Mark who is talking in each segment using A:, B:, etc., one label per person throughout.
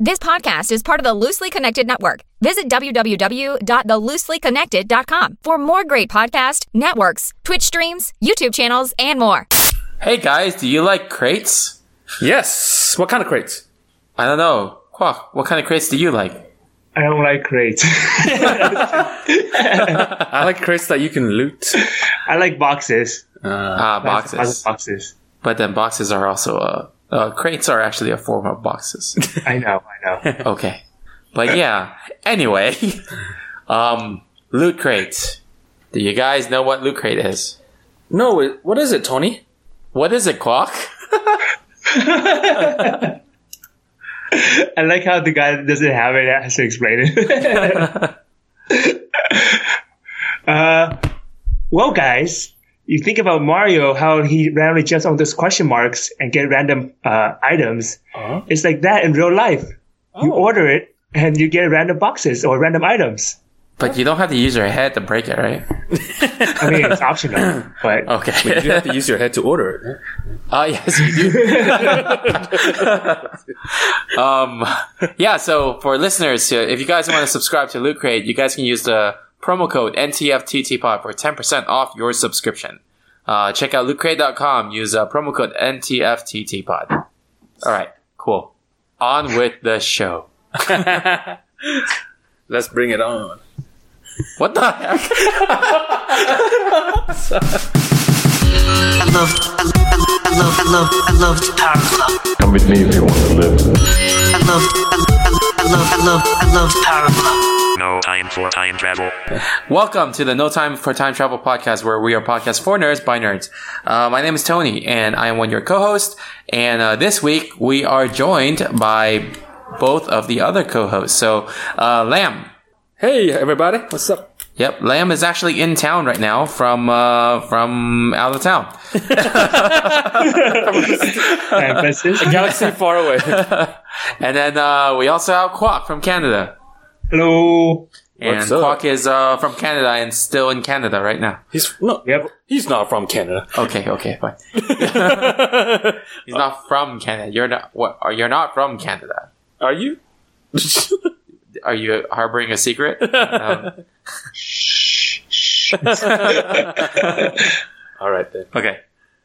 A: This podcast is part of the Loosely Connected Network. Visit www.thelooselyconnected.com for more great podcast networks, Twitch streams, YouTube channels, and more.
B: Hey guys, do you like crates?
C: Yes. What kind of crates?
B: I don't know. Quack, what kind of crates do you like?
D: I don't like crates.
C: I like crates that you can loot.
D: I like boxes.
B: Ah,
D: I like
B: boxes.
D: boxes.
B: But then boxes are also a. Uh, crates are actually a form of boxes.
D: I know, I know.
B: okay. But yeah, anyway. um, loot crate. Do you guys know what loot crate is?
C: No, it, what is it, Tony?
B: What is it, Quack?
D: I like how the guy that doesn't have it has to explain it. uh, well, guys, you think about Mario, how he randomly jumps on those question marks and get random uh, items. It's like that in real life. You order it and you get random boxes or random items.
B: But you don't have to use your head to break it, right?
D: I mean, it's optional, but
B: Okay.
C: You have to use your head to order
B: Oh, yes, you do. um, yeah, so for listeners, uh, if you guys want to subscribe to Loot Crate, you guys can use the promo code NTFTTPOD for 10% off your subscription. Uh, check out lootcrate.com, use uh, promo code NTFTTPOD. All right, cool. On with the show.
C: it. Let's bring it on.
B: What the heck?
E: I love, I love, I love, I love, I love the power glove.
F: Come with me if you want to live.
E: I love, I love, I love, I love, I love the power glove.
G: No time for time travel.
B: Welcome to the No Time for Time Travel podcast, where we are podcasts for nerds by nerds. Uh, my name is Tony, and I am one of your co-hosts. And uh, this week we are joined by both of the other co-hosts. So, uh, Lamb,
C: Hey, everybody. What's up?
B: yep, Lamb is actually in town right now from uh, from out of town.
D: emphasis.
C: Galaxy far away.
B: And then uh, we also have Quack from Canada,
D: Hello.
B: and
C: What's up?
B: Quack is uh, from Canada and still in Canada right now.
C: He's no,
D: Yep.
C: he's not from Canada.
B: Okay, okay, fine. He's not from Canada. You're not. What? Are you're not from Canada?
C: Are you?
B: Are you harboring a secret? Um,
C: All right then.
B: Okay.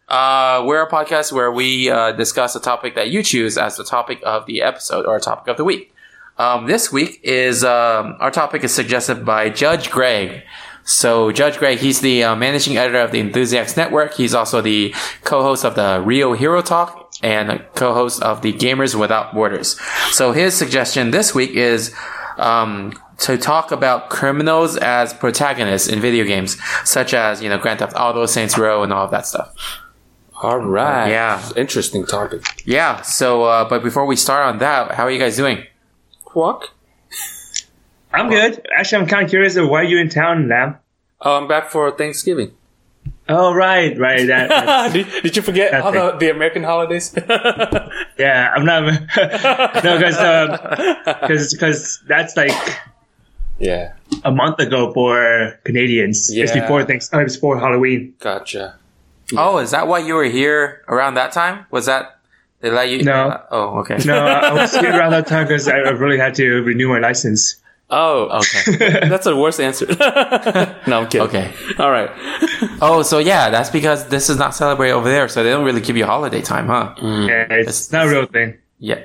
B: Uh, we're a podcast where we uh, discuss a topic that you choose as the topic of the episode or topic of the week. Um, this week is um, our topic is suggested by Judge Greg. So Judge Greg, he's the uh, managing editor of the Enthusiast Network. He's also the co-host of the Real Hero Talk and a co-host of the Gamers Without Borders. So his suggestion this week is um, to talk about criminals as protagonists in video games, such as you know Grand Theft Auto, Saints Row, and all of that stuff.
C: All right.
B: Yeah.
C: Interesting topic.
B: Yeah. So, uh, but before we start on that, how are you guys doing?
C: Quack.
D: I'm good. Actually, I'm kind of curious of why you're in town, Lamb.
C: Oh, I'm back for Thanksgiving.
D: Oh, right, right. That, that-
C: did, did you forget
D: Nothing.
C: all the, the American holidays?
D: yeah, I'm not. no, because because that's like
C: yeah.
D: a month ago for Canadians. It's
C: Yeah.
D: before thanks. Oh, it's before Halloween.
C: Gotcha.
B: Oh, is that why you were here around that time? Was that they let you?
D: No.
B: uh, oh, okay.
D: No, I was here around that time because I really had to renew my license.
C: Oh,
B: Okay.
C: that's the worst answer. no, I'm kidding.
B: Okay.
C: All right.
B: Oh, so yeah, that's because this is not celebrated over there, so they don't really give you holiday time, huh?
D: Yeah, it's not a real thing.
B: Yeah.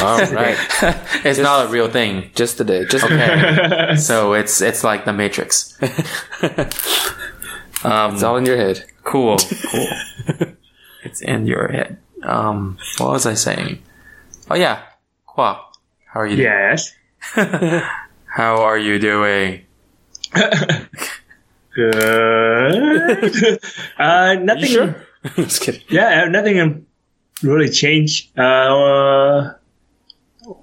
C: All right.
B: it's not a real thing.
C: Just today. Just
B: Okay. so it's it's like the Matrix. um,
C: It's all in your head.
B: cool. Cool. it's in your head. Um, what was I saying? Oh yeah, Qua. How are you? doing?
D: Yes.
B: How are you doing?
D: Good. uh, nothing.
C: Just kidding.
D: Yeah, nothing really changed. Uh, uh,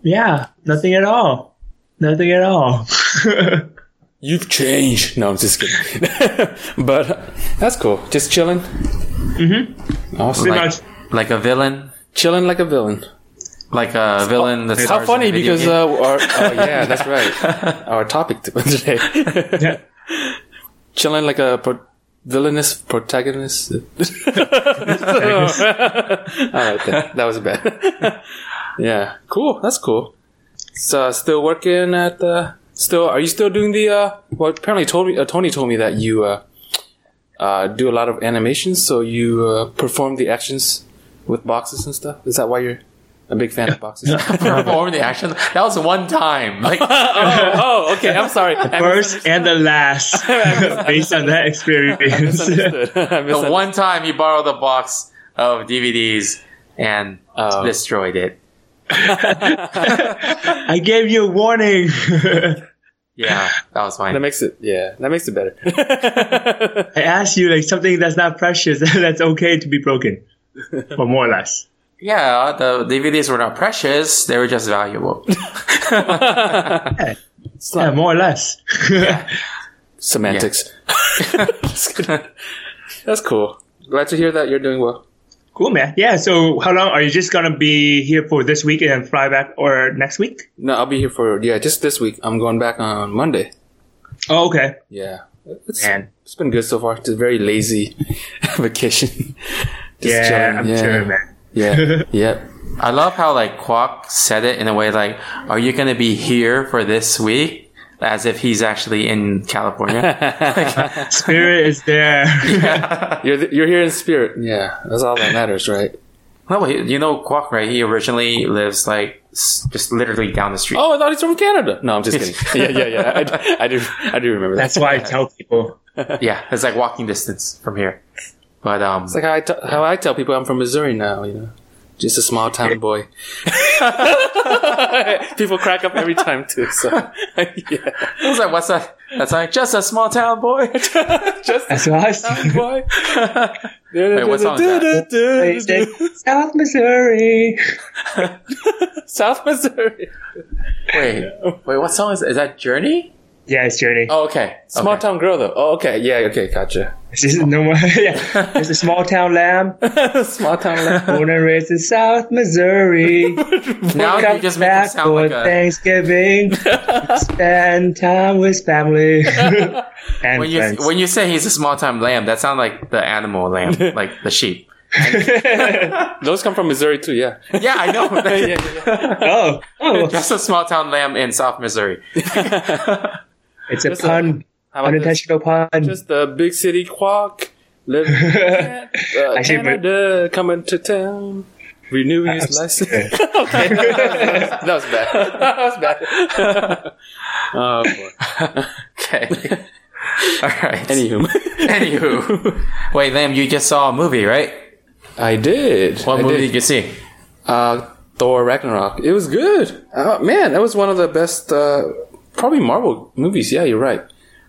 D: yeah, nothing at all. Nothing at all.
C: You've changed. No, I'm just kidding. but that's cool. Just chilling. Mm-hmm. Awesome.
D: Pretty
C: Like,
D: much.
B: Like a villain?
C: chilling like a villain.
B: Like a villain that's
C: How funny because uh, our, oh yeah, that's right. Our topic t- today.
D: Yeah.
C: Chilling like a pro- villainous protagonist. All right, then. that was bad. yeah, cool. That's cool. So still working at the. Still, are you still doing the? Uh, well, apparently told me, uh, Tony told me that you uh, uh, do a lot of animations, so you uh, perform the actions with boxes and stuff. Is that why you're a big fan of boxes?
B: Perform the action. That was one time. Like
C: oh, okay. I'm sorry. I
D: First and the last, based on that experience.
C: misunderstood. I
B: the
C: misunderstood.
B: one time he borrowed a box of DVDs and
C: Oh.
B: destroyed it.
D: I gave you a warning.
B: Yeah, that was
C: That
B: mine.
C: makes it, yeah, that makes it better.
D: I asked you like something that's not precious, that's okay to be broken, or more or less.
B: Yeah, the DVDs were not precious; they were just valuable.
D: Yeah, more or less.
C: Semantics. Just kidding. That's cool. Glad to hear that you're doing well.
D: cool, man. Yeah. So, how long are you just gonna be here for this week and fly back, or next week?
C: No, I'll be here for yeah, just this week. I'm going back on Monday.
D: Oh, okay.
C: Yeah, it's,
D: Man.
C: it's been good so far. It's a very lazy vacation. Just
D: Yeah,
C: chilling.
D: I'm
C: yeah.
D: sure, man.
C: Yeah, yeah.
B: I love how like Kwok said it in a way like, "Are you going to be here for this week?" As if he's actually in California.
D: Spirit is there.
C: You're th- you're here in spirit. Yeah, that's all that matters, right?
B: no, he, you know Kwok, right? He originally lives like s- just literally down the street.
C: Oh, I thought he's from Canada. No, I'm just kidding. yeah, yeah, yeah. I, d- I do I do remember that.
D: That's why I tell people.
B: Yeah, it's like walking distance from here. But um,
C: It's like how I, t- how I tell people I'm from Missouri now, you know. Just a small town boy. people crack up every time too. So yeah.
B: I was like, "What's that?" That's like just a small town boy.
C: just a
D: That's why I tell
C: town boy. Wait,
B: what song is
D: people. South Missouri.
C: South Missouri.
B: wait, wait, what song is is that? Journey?
D: Yeah, it's Journey.
B: Oh, okay.
C: Small
B: Okay.
C: town girl though. Oh, okay. Yeah. Okay. Gotcha.
D: It's just no more. yeah. It's a small town lamb,
C: small town.
D: born and raised in South Missouri.
B: Now you just
D: Comes
B: make him
D: back
B: sound
D: for
B: like a.
D: Thanksgiving. spend time with family and
B: When you
D: friends.
B: when you say he's a small time lamb, that sounds like the animal lamb, like the sheep.
C: Those come from Missouri too. Yeah.
B: Yeah, I know.
C: yeah, yeah.
D: oh, oh,
B: That's a small town lamb in South Missouri.
D: it's a
C: Just a-
D: pun,
C: How about this?
D: unintentional pun.
C: Just a big city quack. Live in uh,
D: Actually, but-
C: Canada, coming to town. Renewing his license. okay. that was bad. That was bad. oh, boy.
B: Okay. All right.
C: Anywho.
B: Anywho. Wait, Lamb, you just saw a movie, right?
C: I did.
B: What
C: I
B: movie
C: did.
B: did you see?
C: uh, Thor Ragnarok. It was good. Uh, man, that was one of the best, uh, probably Marvel movies. Yeah, you're right.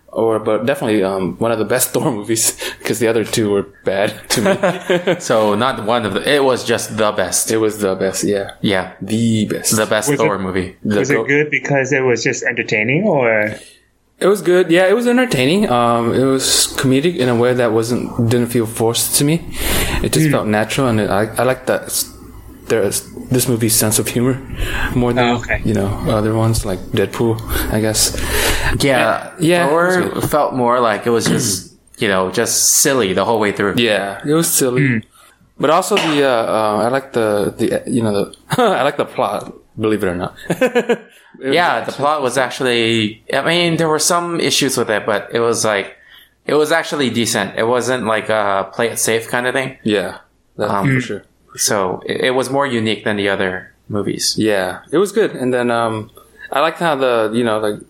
C: Or, but definitely um, one of the best Thor movies because the other two were bad to me.
B: So not one of the. It was just the best.
C: it was the best. Yeah,
B: Yeah,
C: the best.
B: the best
D: Was
B: Thor
D: it-
B: movie.
C: The
D: was
C: go-
D: it good because it was just entertaining, or
C: It was good. Yeah, it was entertaining. Um, it was comedic in a way that wasn't didn't feel forced to me. It just
D: Hmm.
C: felt natural, and it, I I like that. s- There's this movie's sense of humor more than
D: Oh, okay.
C: you know other ones like Deadpool, I guess.
B: Yeah,
C: Yeah, it
B: Thor
C: was good.
B: felt more like it was just you know just silly the whole way through.
C: Yeah, it was silly,
D: Hmm.
C: but also the uh, uh, I like the the uh, you know the I like the plot. Believe it or not.
B: yeah, the plot was actually. I mean, there were some issues with it, but it was like it was actually decent. It wasn't like a play it safe kind of thing.
C: yeah, that,
B: Um,
D: Hmm.
C: for sure.
B: So it, it was more unique than the other movies.
C: Yeah, it was good. And then um, I liked how the you know like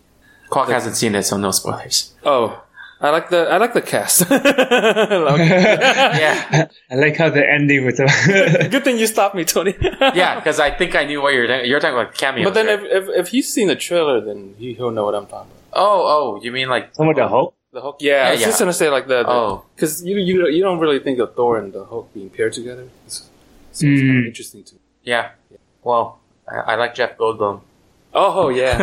B: Quack hasn't seen it, so no spoilers.
C: oh. I like the I like the cast.
B: Yeah,
D: I like how the ending was. a-
C: Good thing you stopped me, Tony.
B: yeah, because I think I knew what you're you're talking about cameos.
C: But then
B: right?
C: if, if, if he's seen the trailer, then he, he'll know what I'm talking about.
B: oh oh, you mean like
D: Someone the Hulk.
C: The Hulk. Yeah, I was
B: Yeah,
C: just
B: yeah.
C: gonna say like the, the
B: Oh.
C: because you you you don't really think of Thor and the Hulk being paired together. It's, so it's kind of interesting too.
B: yeah? Well, I, I like Jeff Goldblum.
C: Oh yeah,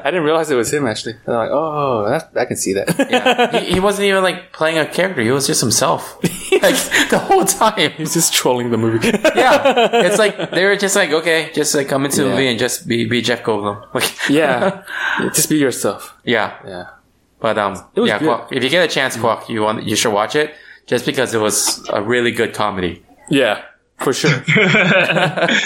C: I didn't realize it was him actually. And I'm like, oh, that, I can see that.
B: Yeah. he, he wasn't even like playing a character. He was just himself, like the whole time.
C: He's just trolling the movie.
B: yeah, it's like they were just like, okay, just like come into the
C: Yeah.
B: movie and just be be Jeff Goldblum. Like,
C: yeah, just be yourself.
B: yeah.
C: Yeah,
B: But um,
C: was
B: yeah,
C: good. Mm-hmm.
B: Kwok, if you get a chance, Quack, you want you should watch it just because it was a really good comedy.
C: yeah, for sure.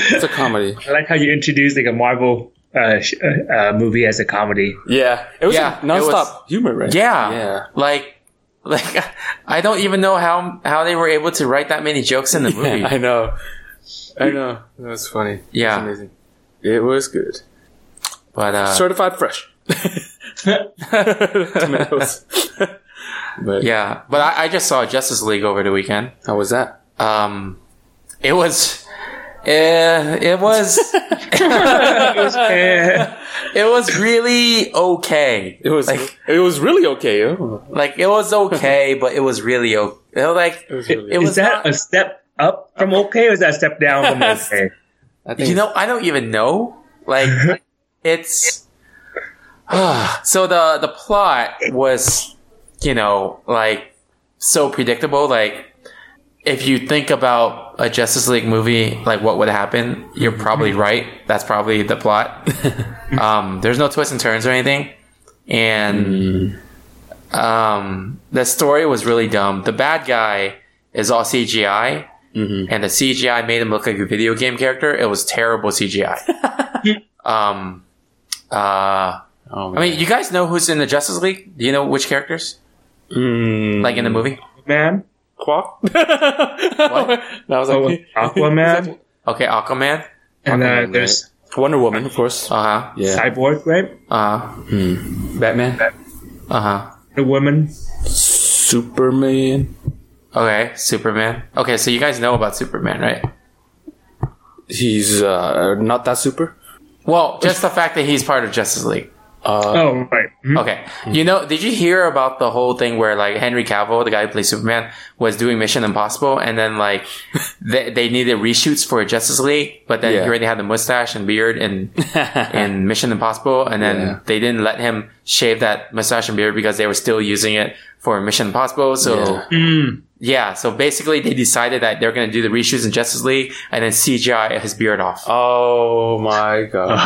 C: it's a comedy.
D: I like how you introduced like a Marvel uh, sh- uh, uh, movie as a comedy.
C: Yeah, it was
B: Yeah,
C: yeah,
B: it
C: nonstop
B: was-
C: humor, right?
B: Yeah.
C: yeah.
B: Like, like I don't even know how how they were able to write that many jokes in the movie.
C: Yeah, I know. I know. That was funny.
B: Yeah.
C: It was amazing. It was good.
B: but uh,
C: Certified fresh. Tomatoes. but yeah.
B: yeah, but I, I just saw Justice League over the weekend.
C: How was that?
B: Um, it was, eh, it was,
D: Eh,
B: it was really okay.
C: It was
B: like,
C: it was really okay. Oh,
B: like it was okay, but it was really okay. Like,
C: it was
B: it-
C: really
B: it
C: okay.
B: was
D: is that
B: not-
D: a step up from okay, or is that a step down from okay?
C: I think
B: you know, I don't even know. Like, it's ah, so the the plot was, you know, like so predictable. Like, if you think about a Justice League movie, like what would happen, you're probably right. That's probably the plot. um, there's no twists and turns or anything, and um, the story was really dumb. The bad guy is all CGI, and the CGI made him look like a video game character. It was terrible CGI. um, uh,
C: Oh,
B: I mean, you guys know who's in the Justice League? Do you know which characters?
C: mm,
B: Like in the movie?
D: Man,
C: Quack. what? That was like
D: Oh, Aquaman,
B: Okay, Aquaman.
D: and uh,
C: Aquaman,
D: there's
C: Wonder Woman, of course.
B: Uh huh.
C: yeah.
D: Cyborg, right?
B: Uh huh.
C: Batman.
B: Uh huh.
D: The woman.
C: Superman.
B: Okay, Superman. Okay, so you guys know about Superman, right?
C: He's uh, not that super.
B: Well, just the fact that he's part of Justice League.
C: Uh,
D: Oh, right. Mhm.
B: Okay.
C: Hmm.
B: You know, did you hear about the whole thing where like Henry Cavill, the guy who plays Superman, was doing Mission Impossible and then like they, they needed reshoots for Justice League, but then
C: Yeah.
B: he already had the mustache and beard and in Mission Impossible and then
C: Yeah.
B: they didn't let him shave that mustache and beard because they were still using it for Mission Impossible. So yeah, so basically they decided that they're going to do the reshoots in Justice League and then CGI his beard off.
C: Oh my god.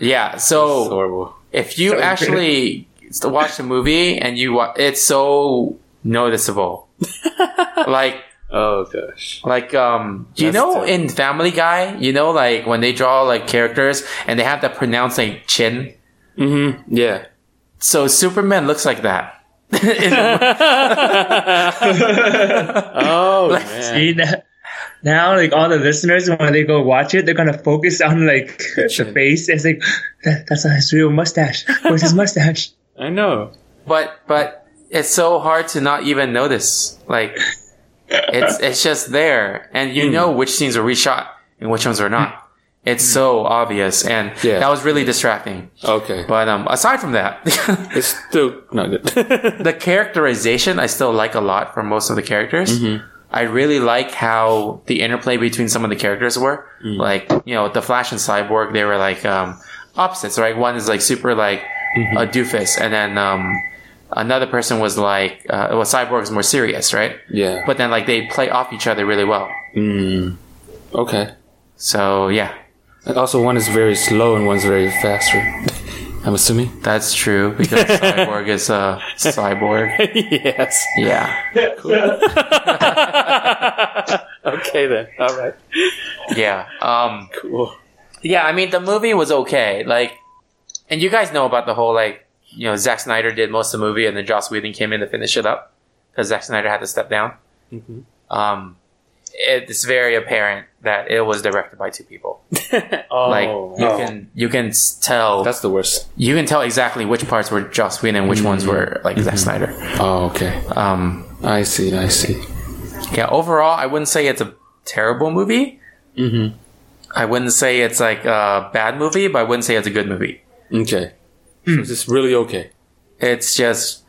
B: yeah. So
C: It's Oh. horrible.
B: if you actually watch the movie and you wa- it's so noticeable like
C: Oh gosh.
B: like um you
C: That's
B: know
C: terrible.
B: in family guy you know like when they draw like characters and they have that pronounced like chin
C: Yeah.
B: so superman looks like that In the
C: Oh man.
D: See, now- now, like all the listeners, when they go watch it, they're gonna focus on like the face. It's like that, that's not his real mustache. Where's his mustache?
C: I know.
B: mo- but but it's so hard to not even notice like it's it's just there and
C: Hmm.
B: you know which scenes were reshot and which ones were not it's so obvious and
C: Yeah.
B: that was really distracting
C: Okay.
B: but um aside from that
C: It's still not good.
B: the characterization I still like a lot for most of the characters. I really like how the interplay between some of the characters were. Like, you know, the Flash and Cyborg, they were like um, opposites, right? One is like super like a doofus, and then um, another person was like, uh, well, Cyborg is more serious, right?
C: yeah.
B: But then like they play off each other really well.
C: okay.
B: So yeah,
C: And also, one is very slow and one's very fast. right? I'm assuming.
B: that's true because Cyborg is a cyborg.
C: yes.
B: Yeah.
C: Okay then. All right.
B: Yeah. Um,
C: Cool.
B: Yeah, I mean the movie was okay. Like, and you guys know about the whole like you know Zack Snyder did most of the movie, and then Joss Whedon came in to finish it up because Zack Snyder had to step down.
C: Mm-hmm.
B: Um, it's very apparent that it was directed by two people.
C: Oh,
B: Like you can you can s- tell
C: that's the worst.
B: you can tell exactly which parts were Joss Whedon, and which ones were like Zack Snyder.
C: Oh, okay.
B: Um,
C: I see. I see.
B: yeah, overall, I wouldn't say it's a terrible movie. Mm-hmm. I wouldn't say it's like a bad movie, but I wouldn't say it's a good movie.
C: Okay. So it's really okay.
B: it's just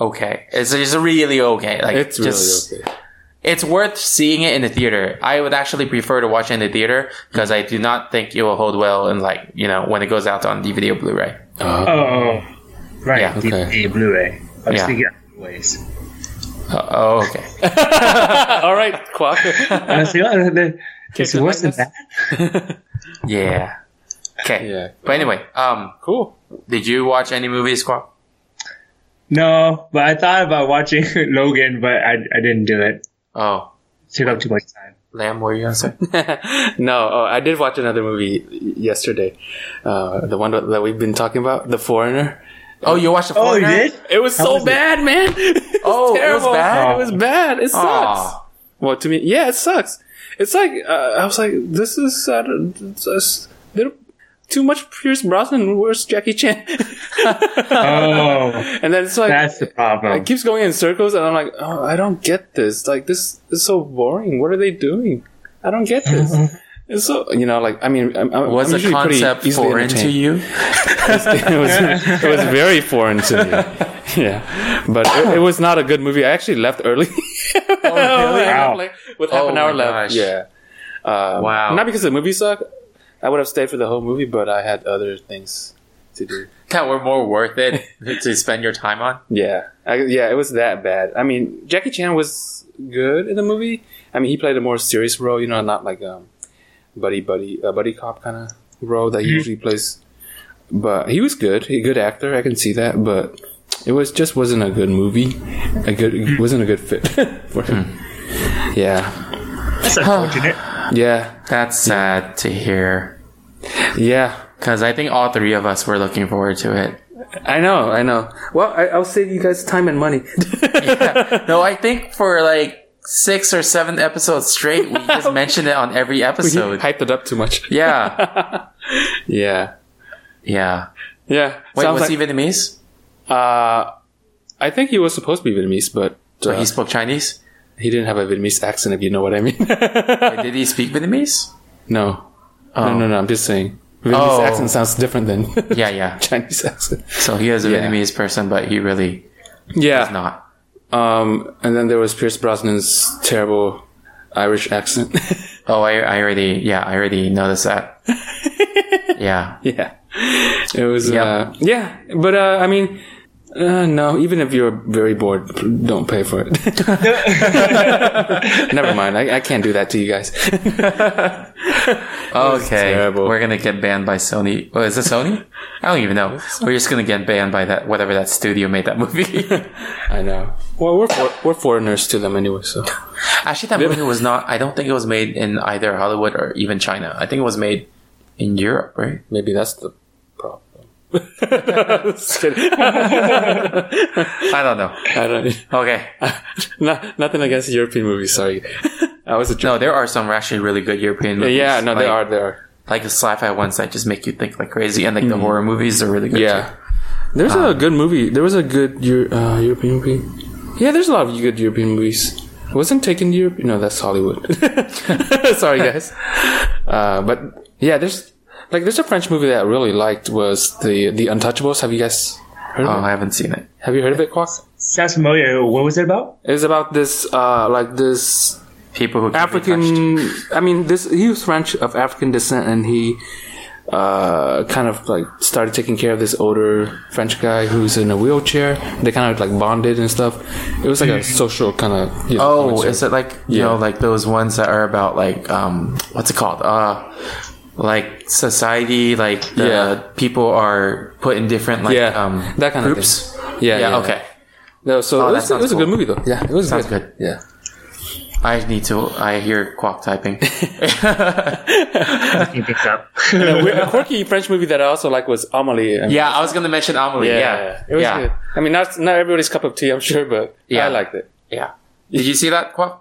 B: okay. It's just really okay. Like
C: It's really
B: just,
C: okay.
B: It's worth seeing it in the theater. I would actually prefer to watch it in the theater because I do not think it will hold well in like you know when it goes out on DVD or Blu-ray.
D: Oh, oh, right.
B: Yeah,
D: DVD,
C: Uh, okay.
D: Blu-ray. I was
B: Yeah.
D: thinking other ways.
B: Uh, oh, okay.
C: All right, Quack.
D: I was like, oh, the, it's
C: you
D: worse than
C: mind
D: that.
B: yeah. Okay.
C: Yeah.
B: But anyway, um,
C: Cool.
B: did you watch any movies, Squawk?
D: No, but I thought about watching Logan, but I, I didn't do it.
B: Oh,
D: Took up too much time.
B: Lamb, what were you gonna say?
C: no, oh, I did watch another movie y- yesterday. Uh, the one that we've been talking about, The Foreigner.
B: oh, you watched the
D: Oh, you
B: Foreigner?
D: did?
C: It was so
D: was it?
C: bad, man. It
B: Oh, it was
C: terrible.
B: bad?
C: It was bad. It sucks.
B: Aw.
C: Well, to me, yeah, it sucks. It's like uh, I was like, this is uh, it's just, they're- too much Pierce Brosnan. Where's Jackie Chan?
D: Oh,
C: and then it's like
D: that's the problem.
C: it keeps going in circles, and I'm like, oh, I don't get this. Like this is so boring. What are they doing? I don't get this. It's so you know, like I mean, I'm, I'm,
B: Mm-hmm. Was
C: I'm
B: the
C: usually
B: concept
C: pretty easily
B: foreign to
C: entertained.
B: you?
C: it was it was very foreign to me. Yeah, but it, it was not a good movie. I actually left early. Oh,
D: Wow.
C: Like, with half
B: Oh
C: an hour
B: my gosh.
C: left. Yeah. Um,
B: Wow.
C: Not because the movie sucked. I would have stayed for the whole movie, but I had other things to do.
B: That were more worth it to spend your time on.
C: Yeah, I, yeah, it was that bad. I mean, Jackie Chan was good in the movie. I mean, he played a more serious role, you know, not like um, buddy buddy uh, buddy cop kind of role
B: Mm-hmm.
C: that he usually plays. But he was good. He good actor. I can see that. But it was just wasn't a good movie. A good it
B: Mm-hmm.
C: wasn't a good fit for him.
B: Hmm.
C: Yeah,
D: That's unfortunate.
C: yeah,
B: That's sad to hear
C: yeah.
B: because I think all three of us were looking forward to it.
C: I know, I know. Well, I, I'll save you guys time and money.
B: No, I think for like six or seven episodes straight, we just mentioned it on every
C: So
B: episode.
C: hyped it up too much.
B: Yeah,
C: Yeah,
B: yeah.
C: yeah.
B: Wait, was
C: Sounds like-
B: he Vietnamese?
C: Uh, I think he was supposed to be Vietnamese, but, uh,
B: But he spoke Chinese.
C: he didn't have a Vietnamese accent, if you know what I mean.
B: Wait, did he speak Vietnamese?
C: no. No, no, no. I'm just saying. Vietnamese
B: Oh.
C: accent sounds different than
B: Yeah, yeah.
C: Chinese accent.
B: So he is a
C: Yeah.
B: Vietnamese person, but he really
C: Yeah.
B: is not.
C: Um, and then there was Pierce Brosnan's terrible Irish accent.
B: Oh, I, I already, yeah, I already noticed that. yeah.
C: yeah. It was,
B: Yep.
C: uh, yeah. But, uh, I mean, uh, no, even if you're very bored, don't pay for it. Never mind. I, I can't do that to you guys.
B: Okay.
C: terrible.
B: We're gonna get banned by Sony. Oh, is it Sony? I don't even know. We're just gonna get banned by that whatever that studio made that movie.
C: I know. Well, we're for, we're foreigners to them anyway, so
B: Actually, that movie was not. I don't think it was made in either Hollywood or even China. I think it was made in Europe, right?
C: maybe that's the problem. Just kidding.
B: I don't know.
C: I don't.
B: Okay.
C: Not, nothing against European movies. Sorry, I was a joke.
B: No, there are some actually really good European movies.
C: yeah, no,
B: like,
C: they are. There are.
B: like the sci-fi ones that just make you think like crazy, and like the horror movies are really good.
C: Mm. Yeah, there's a good movie. There was a good Euro, uh, European movie. Yeah, there's a lot of good European movies. Wasn't taken to Europe? No, that's Hollywood. Sorry, guys. Uh, but yeah, there's like there's a French movie that I really liked was the the Untouchables. Have you guys heard
B: Too.
C: of
B: Oh,
C: it?
B: I haven't seen it.
C: Have you heard of it, Quack?
D: Sounds familiar. What was it about?
C: It's about this, uh, like this
B: People who can be touched.
C: African. I mean, this he was French of African descent, and he uh, kind of like started taking care of this older French guy who's in a wheelchair. They kind of like bonded and stuff. It was like a social kind of. You
B: Hmm.
C: know,
B: Oh,
C: concert.
B: is it like you
C: Yeah.
B: know like those ones that are about like um what's it called uh like society like the
C: Yeah.
B: people are put in different like
C: yeah,
B: um
C: that kind
B: groups.
C: of thing. Yeah,
B: Yeah, okay.
C: No, so
B: Oh,
C: it
B: that
C: was, it
B: sounds
C: was a good
B: cool.
C: movie though. Yeah, it was
B: Sounds
C: good. Yeah.
B: I need to. I hear quack typing.
D: You picked up.
C: a quirky French movie that I also like was Amelie. I mean,
B: yeah, I was gonna mention Amelie. Yeah, yeah.
C: it was good. I mean, not not everybody's cup of tea, I'm sure, but
B: Yeah.
C: I liked it.
B: Yeah. Did you see that quack?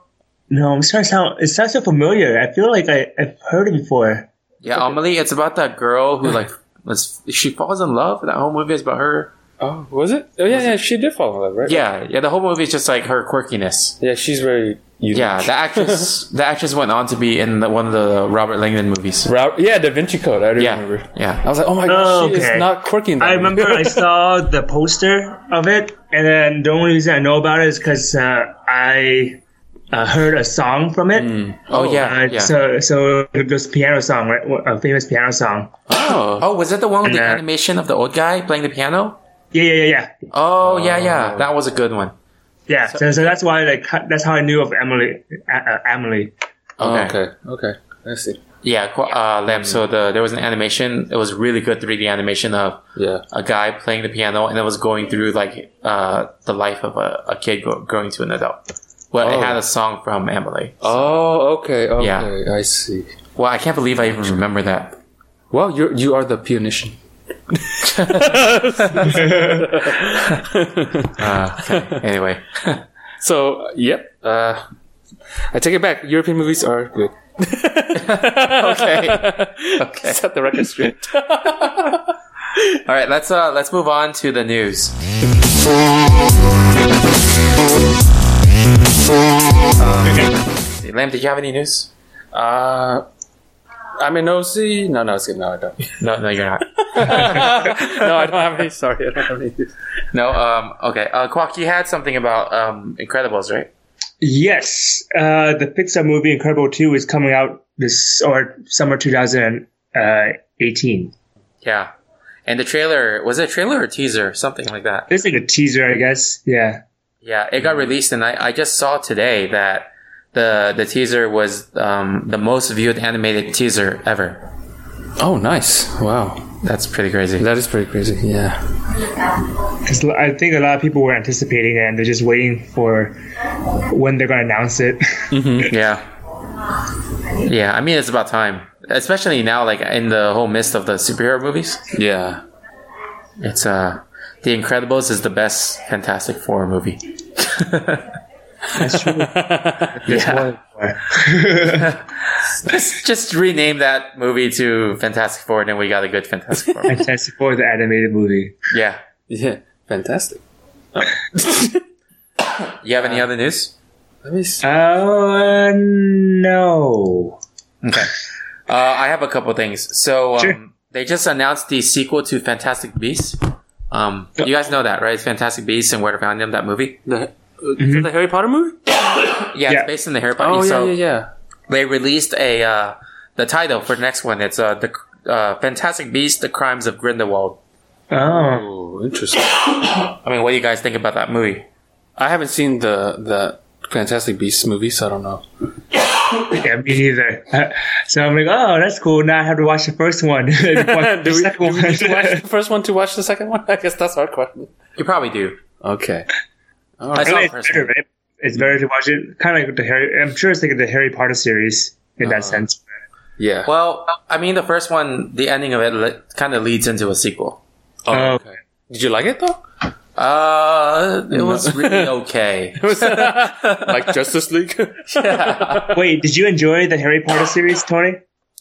D: No, I'm sorry. Sound, it sounds so familiar. I feel like I, I've heard it before.
B: Yeah, Amelie. It's about that girl who like was she falls in love. That whole movie is about her.
C: Oh, was it? Oh, yeah, yeah, she did fall in love, right?
B: Yeah, yeah. The whole movie is just like her quirkiness.
C: Yeah, she's very unique.
B: Yeah, the actress. the actress went on to be in the, one of the Robert Langdon movies.
C: Ra- yeah, Da Vinci Code. I do
B: Yeah,
C: remember.
B: yeah.
C: I was like, oh my gosh, she
D: Okay.
C: is not quirky. in that
D: I
C: movie.
D: remember I saw the poster of it, and then the only reason I know about it is because uh, I uh, heard a song from it.
B: Oh yeah,
D: Uh,
B: yeah.
D: So, so this piano song, right? A famous piano song.
C: oh,
B: oh, was that the one with the
D: Yeah.
B: animation of the old guy playing the piano?
D: Yeah, yeah, yeah, yeah.
B: Oh yeah, yeah. That was a good one.
D: Yeah. So, so, that's why, like, that's how I knew of Emily. Uh, uh, Emily.
B: Okay.
C: Oh, okay, okay. I see.
B: Yeah, qu- uh, Lamp. So the there was an animation. It was really good 3D animation of
C: Yeah,
B: a guy playing the piano, and it was going through like uh, the life of a, a kid go- growing to an adult. Well,
C: Oh.
B: it had a song from Emily.
C: Oh, okay, okay,
B: Yeah.
C: I see.
B: Well, I can't believe I even remember that.
C: Well, you you are the pianician.
B: Anyway,
C: So, yep. Uh, I take it back. European movies are good.
B: okay,
C: okay. Set the record straight.
B: all right. Let's uh let's move on to the news. Um, Lam, did you have any news?
C: Uh, I'm in OC. No, no, it's good. No, I don't.
B: No, no, you're not.
C: No, I don't have any. Sorry, I don't have any.
B: No, um, okay. Uh, Kwok, you had something about um Incredibles, right?
D: Yes, uh, the Pixar movie Incredible 2 is coming out this or summer uh, 2018.
B: Yeah. And the trailer was it a trailer or teaser, something like that. Mm-hmm.
D: It's like a teaser, I guess. Yeah.
B: Yeah, it got released, and I, I just saw today that the the teaser was um, the most viewed animated teaser ever.
C: Oh, nice. Wow.
B: That's pretty crazy.
C: That is pretty crazy. Yeah.
D: Because I think a lot of people were anticipating it and they're just waiting for when they're going to announce it.
B: Yeah, yeah. I mean, it's about time, especially now, like in the whole mist of the superhero movies.
C: Yeah.
B: It's uh, The Incredibles is the best Fantastic Four movie. yeah. just, just rename that movie to Fantastic Four, and then we got a good Fantastic Four. movie.
D: Fantastic Four, the animated movie.
B: yeah.
C: Yeah. Fantastic.
B: You have any other news?
C: Let me see.
D: Uh, no.
B: Uh, I have a couple things. So um,
D: Sure.
B: they just announced the sequel to Fantastic Beasts. Um, you guys know that, right? It's Fantastic Beasts and Where to Find Them. That movie.
C: The, is it the Harry Potter movie?
B: Yeah,
D: Yeah.
B: it's based on the Harry Potter.
C: Oh, yeah,
B: so
C: yeah, yeah.
B: they released a uh, the title for the next one. It's uh, the uh, Fantastic Beasts: The Crimes of Grindelwald.
D: Oh.
C: Oh, interesting.
B: I mean, what do you guys think about that movie?
C: I haven't seen the the Fantastic Beasts movie, so I don't know.
D: Yeah, me neither. Uh, so I'm like, oh, that's cool. Now I have to watch the first one. do we,
C: do we, do we need to watch the first one to watch the second one? I guess that's our question.
B: You probably do.
C: Okay.
B: I saw the
D: it's
B: first
D: better,
B: one.
D: right? It's better to watch it. Kind of like the Harry. I'm sure it's like the Harry Potter series in
C: Uh-huh.
D: that sense.
C: Yeah.
B: Well, I mean, the first one, the ending of it le- kind of leads into a sequel.
C: Oh,
D: Oh.
C: okay. Did you like it though?
B: Uh, it was really okay.
C: like Justice League?
D: Wait, did you enjoy the Harry Potter series, Tony?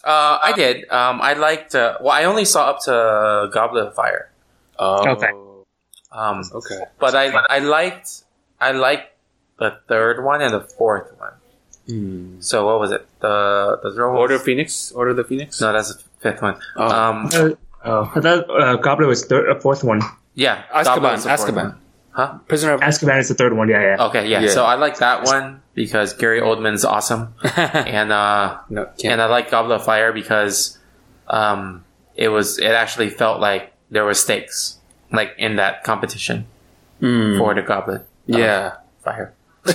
B: Uh, I did. Um, I liked. Uh, well, I only saw up to Goblet of Fire.
C: Oh,
D: Okay.
B: Um,
C: okay.
B: but I I liked I liked the third one and the fourth one.
C: Hmm.
B: So what was it? The the throne
C: Order of Phoenix? Order of the Phoenix?
B: No, that's the fifth one.
C: Oh.
B: Um,
D: Uh, I thought uh, Goblet was third, uh, fourth one.
B: yeah, Goblet
C: Azkaban.
B: was the fourth
C: Azkaban.
B: one. Huh?
C: Prisoner of
D: Azkaban is the third one. Yeah, yeah.
B: Okay, yeah.
C: Yeah.
B: So I like that one because Gary Oldman's awesome, and uh,
C: No,
B: and
C: can't.
B: I like Goblet of Fire because um, it was it actually felt like there were stakes like in that competition for the Goblet. of
C: Hmm. yeah.
B: Fire.
C: Oh.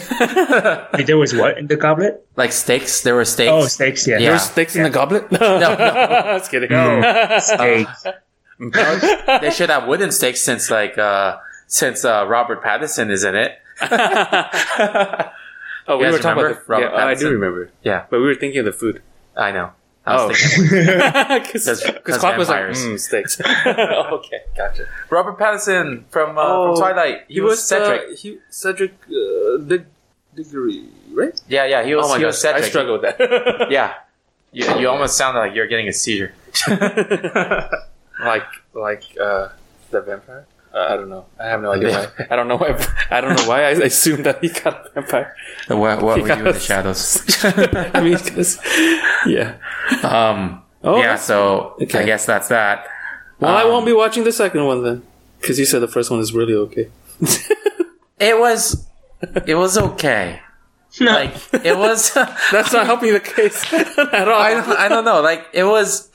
D: Wait, there was what in the Goblet?
B: Like stakes, there were stakes.
D: Oh, stakes. Yeah.
B: Yeah.
C: There's sticks in the goblet? No,
B: No, no.
C: just kidding.
D: Stakes.
B: they should have wooden stakes since like uh since uh Robert Pattinson is in it.
C: Oh,
B: You
C: we
B: guys
C: were talking
B: remember
C: about the
B: Robert
C: yeah, I do
B: Pattinson?
C: remember.
B: Yeah,
C: But we were thinking of the food.
B: I know. I was
C: Oh.
B: thinking-
C: Because
B: 'cause
C: Clock was like,
B: vampires.
C: mm, sticks. okay, gotcha.
B: Robert Pattinson from, uh,
C: Oh,
B: from Twilight. He, was Cedric.
C: Uh, he, Cedric uh, Dig- Diggory, right?
B: yeah, yeah. He was. he was
C: Oh I
B: Cedric.
C: struggle with that.
B: Yeah. You, you almost sounded like you're getting a seizure.
C: like like uh, the vampire. Uh, I don't know. I have no idea why. I don't know why. I don't know why I assumed that he got a vampire.
B: What, what
C: were you in the
B: shadows?
C: I mean, 'cause- yeah.
B: Um.
C: Oh,
B: yeah.
C: that's-
B: So
C: okay.
B: I guess that's that.
C: well, I
B: um,
C: won't be watching the second one then, because you said the first one is really okay.
B: It was. It was okay. Like it was.
C: That's not helping the case at all.
B: I don't, I don't know. Like it was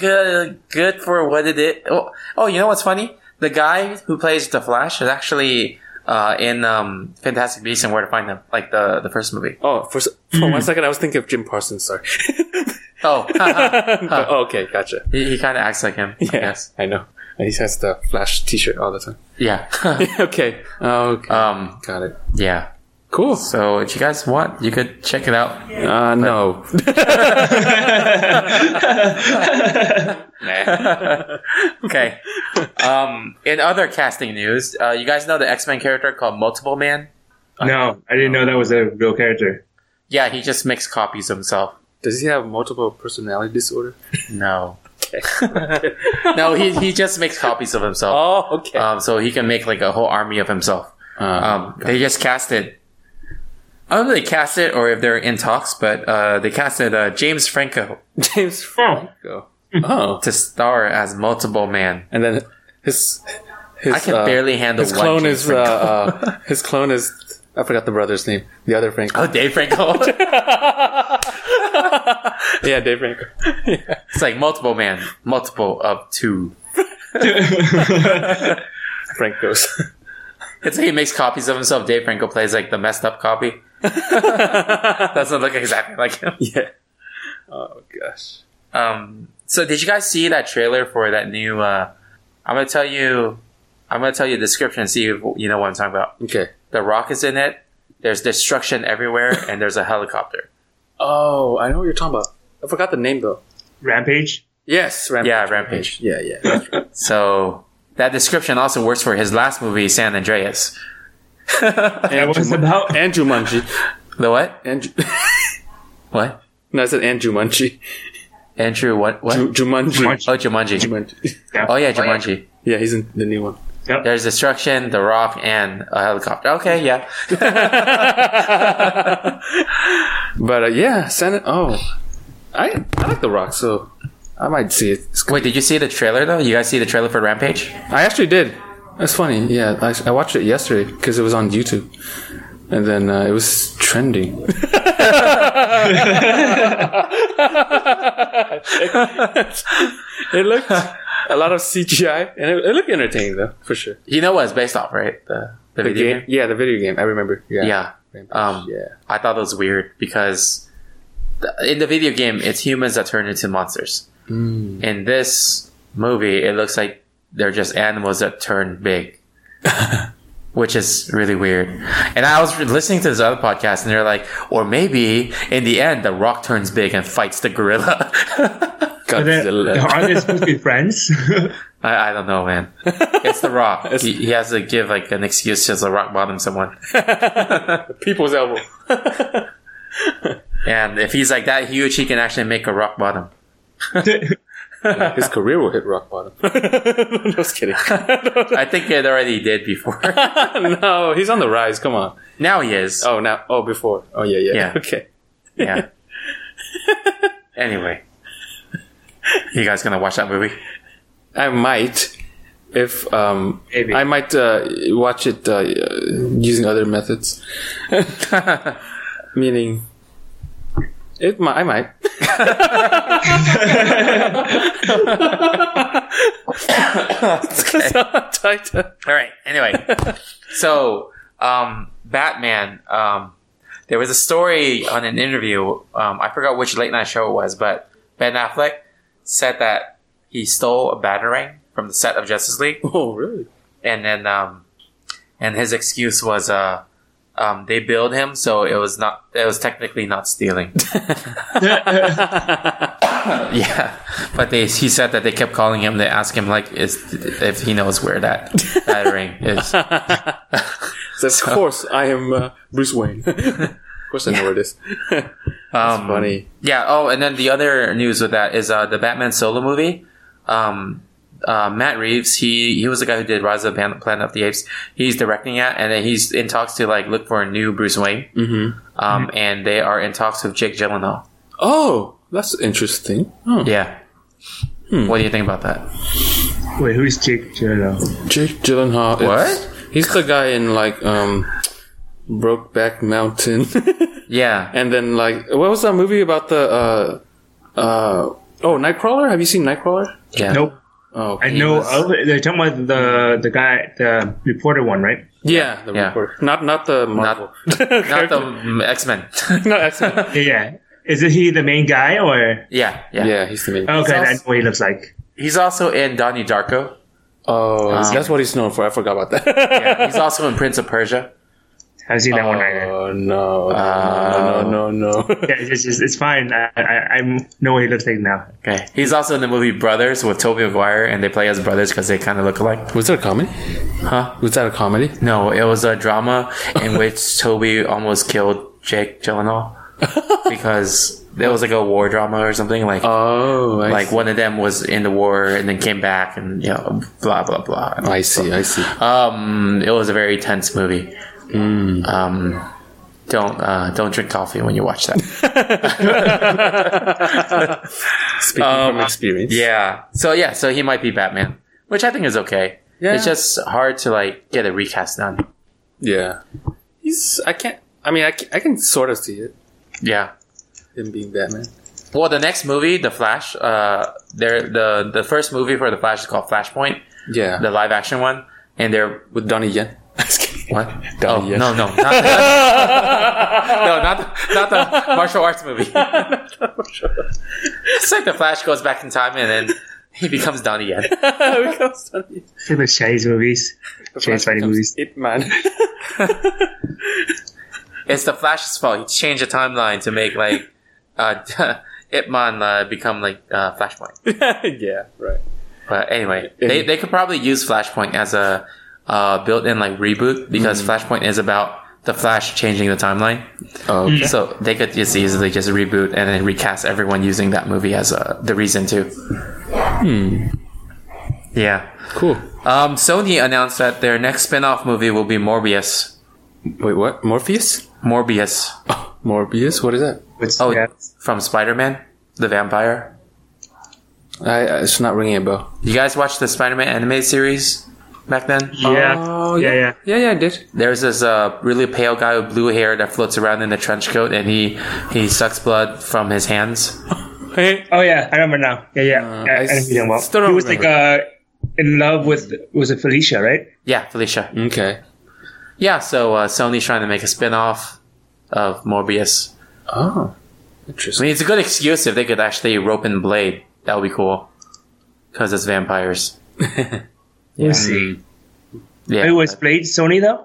B: good, good for what it is. Oh, oh, you know what's funny? The guy who plays the Flash is actually uh, in um, Fantastic Beasts and Where to Find Them, like the the first movie.
C: oh, for, s- for one second, I was thinking of Jim Parsons. Sorry.
B: Oh,
C: But- oh, okay, gotcha.
B: he, he kind of acts like him. I guess.
C: I know. And he has the Flash T-shirt all the time.
B: Yeah.
C: uh, okay. okay.
B: um.
C: Got it.
B: Yeah.
C: Cool.
B: So if you guys want, you could check it out.
C: Uh, no.
B: Okay. um, in other casting news, uh, you guys know the X Men character called Multiple Man.
C: Uh-huh.
D: No, I didn't know that was a real character.
B: Yeah, he just makes copies of himself.
C: Does he have multiple personality disorder?
B: No. no, he he just makes copies of himself.
C: Oh, okay.
B: Um, so he can make like a whole army of himself. Um, they just casted. I don't know if they cast it or if they're in talks, but uh, they casted uh, James Franco
C: James
D: Oh.
C: Franco. Oh,
B: to star as Multiple Man.
C: and then his his
B: I can
C: uh,
B: barely handle
C: his
B: one
C: clone
B: James
C: is uh, uh, his clone is I forgot the brother's name. The other Franco.
B: Oh, Dave Franco.
C: yeah, Dave Franco. yeah.
B: it's like Multiple Man, multiple of two.
C: Franco's.
B: It's he makes copies of himself. Dave Franco plays like the messed up copy. Doesn't look exactly like him.
C: yeah. Oh gosh.
B: Um, so did you guys see that trailer for that new? Uh, I'm gonna tell you. I'm gonna tell you the description and see if you know what I'm talking about.
C: Okay.
B: The Rock is in it. There's destruction everywhere, and there's a helicopter.
C: Oh, I know what you're talking about. I forgot the name though.
D: Rampage.
C: Yes, Rampage.
B: Yeah, Rampage.
C: Yeah, yeah.
B: So that description also works for his last movie, San Andreas.
D: That was about.
C: Andrew Munchie.
B: The what?
C: Andrew.
B: What?
C: no, I said Andrew Munchie.
B: Andrew? What? What?
C: Ju- Jumanji.
D: Jumanji.
B: oh, Jumanji.
C: Jumanji.
B: Oh yeah, Jumanji.
C: Yeah, he's in the new one.
B: There's destruction, the rock, and a helicopter. Okay, yeah.
C: But uh, yeah, San. Oh, I I like The Rock, so I might see it. It's
B: Wait, did you see the trailer though? You guys see the trailer for Rampage?
C: I actually did. That's funny. Yeah, I, I watched it yesterday because it was on YouTube, and then uh, it was trending. it looked a lot of CGI, and it, it looked entertaining though, for sure.
B: You know what it's based off, right? The the,
C: The
B: video
C: game,
B: game.
C: yeah, the video game. I remember. Yeah,
B: Yeah. Um,
C: yeah.
B: I thought that was weird because the, in the video game, it's humans that turn into monsters. In this movie, it looks like they're just animals that turn big, which is really weird. And I was re- listening to this other podcast, and they're like, or maybe in the end, the rock turns big and fights the gorilla.
D: Then,
C: Godzilla.
D: are they supposed to be friends?
B: I, I don't know, man. It's the rock. he, he has to give like an excuse to the rock bottom someone.
C: People's elbow.
B: And if he's like that huge, he can actually make a rock bottom.
C: His career will hit rock bottom. no, just kidding.
B: I think it already did before.
C: no, he's on the rise. Come on.
B: now he is.
C: Oh, now. Oh, before. Oh, yeah, yeah.
B: Yeah.
C: Okay.
B: Yeah. anyway. You guys gonna watch that movie?
C: I might, if um,
D: Maybe.
C: I might uh, watch it uh, using other methods. Meaning, it. mi- I might.
B: Alright, anyway. so, um, Batman, um, there was a story on an interview, um, I forgot which late night show it was, but Ben Affleck said that he stole a batarang from the set of Justice League.
C: Oh, really?
B: and then um and his excuse was uh um they billed him so it was not it was technically not stealing yeah but they he said that they kept calling him to ask him like is if he knows where that, that ring is
C: Says, of course, I am uh, Bruce Wayne. of course, I know where it is.
B: um
C: Funny.
B: yeah oh and then the other news with that is uh the batman solo movie um uh, Matt Reeves, he he was the guy who did Rise of the Pan- Planet of the Apes. He's directing it, and then he's in talks to like look for a new Bruce Wayne.
C: Mm-hmm.
B: um, and they are in talks with Jake Gyllenhaal.
C: Oh, that's interesting. Oh.
B: Yeah.
C: Hmm.
B: What do you think about that?
D: Wait, who's Jake Gyllenhaal?
C: Jake Gyllenhaal. it's-
B: What?
C: He's the guy in like um, Brokeback Mountain,
B: Yeah.
C: and then like what was that movie about the uh, uh, oh Nightcrawler? Have you seen Nightcrawler?
B: Yeah.
D: Nope.
C: Oh,
D: I
C: he
D: know
C: was-
D: of it. They're talking about the the guy, the reporter one, right?
C: Yeah, the
B: Yeah.
C: reporter. Not not the Marvel.
B: Not the X Men.
C: no, excellent.
D: Yeah, Yeah. Is it he the main guy or?
B: yeah, yeah.
C: yeah, he's the main.
D: Okay, I know
B: also-
D: what he looks like.
B: He's also in Donnie Darko.
C: Ah. Oh, that's what he's known for. I forgot about that.
B: Yeah. He's also in Prince of Persia. Uh,
D: haven't seen that one either.
C: Oh no! Oh, no, no, no, no.
D: Yeah, it's, it's, it's fine. I, I, I'm know what he looks like now.
B: Okay. He's also in the movie Brothers with Toby Maguire, and they play as brothers because they kind of look alike.
C: Was that a comedy?
B: Huh?
C: Was that a comedy?
B: No, it was a drama in which Toby almost killed Jake Gyllenhaal because it was like a war drama or something. Like,
C: Oh, I
B: like
C: see.
B: one of them was in the war and then came back, and you know, blah blah blah.
C: Oh, I see. I see.
B: Um, it was a very tense movie.
C: Mm.
B: Um, don't uh, don't drink coffee when you watch that.
C: Speaking from experience.
B: Yeah. So yeah, so he might be Batman, which I think is okay.
C: Yeah.
B: It's just hard to like get a recast done.
C: Yeah. He's. I can't. I mean, I can, I can sort of see it.
B: Yeah.
C: Him being Batman.
B: Well, the next movie, The Flash, uh, there the the first movie for The Flash is called Flashpoint,
C: Yeah.
B: the live action one, and they're
C: with Donnie Yen.
B: what?
C: Donnie
B: oh
C: Yen.
B: no no not the, no not the, not the martial arts movie. it's like The Flash goes back in time and then he becomes Donnie Yen.
D: Same as Chinese movies, Chinese fighting movies.
C: It man.
B: It's the Flash's fault. He changed the timeline to make like uh, Ip Man uh, become like uh, Flashpoint.
C: yeah. Right.
B: But anyway, they they could probably use Flashpoint as a uh, built-in like reboot because
C: Mm-hmm.
B: Flashpoint is about the Flash changing the timeline.
C: Oh, okay.
B: So they could just easily just reboot and then recast everyone using that movie as uh, the reason to. Hmm. Yeah.
C: Hmm. cool.
B: Um, Sony announced that their next spin-off movie will be Morbius.
C: Wait, what? Morpheus?
B: Morbius.
C: Morbius? What is that?
D: Which,
B: Oh,
D: yeah.
B: from Spider-Man, the vampire.
C: I, I it's not ringing a bell.
B: You guys watched the Spider-Man anime series back then?
D: Yeah. Uh, yeah, yeah.
C: Oh, yeah, yeah. I did.
B: There's this uh, really pale guy with blue hair that floats around in a trench coat, and he he sucks blood from his hands.
C: Hey,
D: Oh yeah, I remember now. Yeah, yeah. yeah I,
C: Uh, I
D: know who you're talking about.
C: still don't
D: he was
C: remember.
D: like uh, in love with was it Felicia, right?
B: Yeah, Felicia.
C: Okay.
B: Yeah, so uh, Sony's trying to make a spin-off of Morbius.
C: Oh,
B: I
C: interesting.
B: mean, it's a good excuse if they could actually rope in Blade. That would be cool. Because it's vampires.
D: We'll see. It
B: Yeah.
D: was Blade Sony though.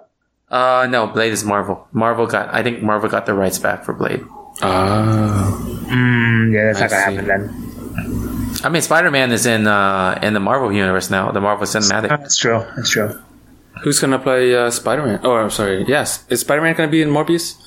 B: Uh, no, Blade is Marvel. Marvel got, I think Marvel got the rights back for Blade.
C: Oh,
D: Mm, yeah, that's not gonna
C: see.
D: happen then.
B: I mean, Spider-Man is in, uh, in the Marvel universe now, the Marvel Cinematic.
D: Oh, that's true. That's true.
C: who's gonna play uh, Spider Man? Oh, I'm sorry. Yes, is Spider Man gonna be in Morbius?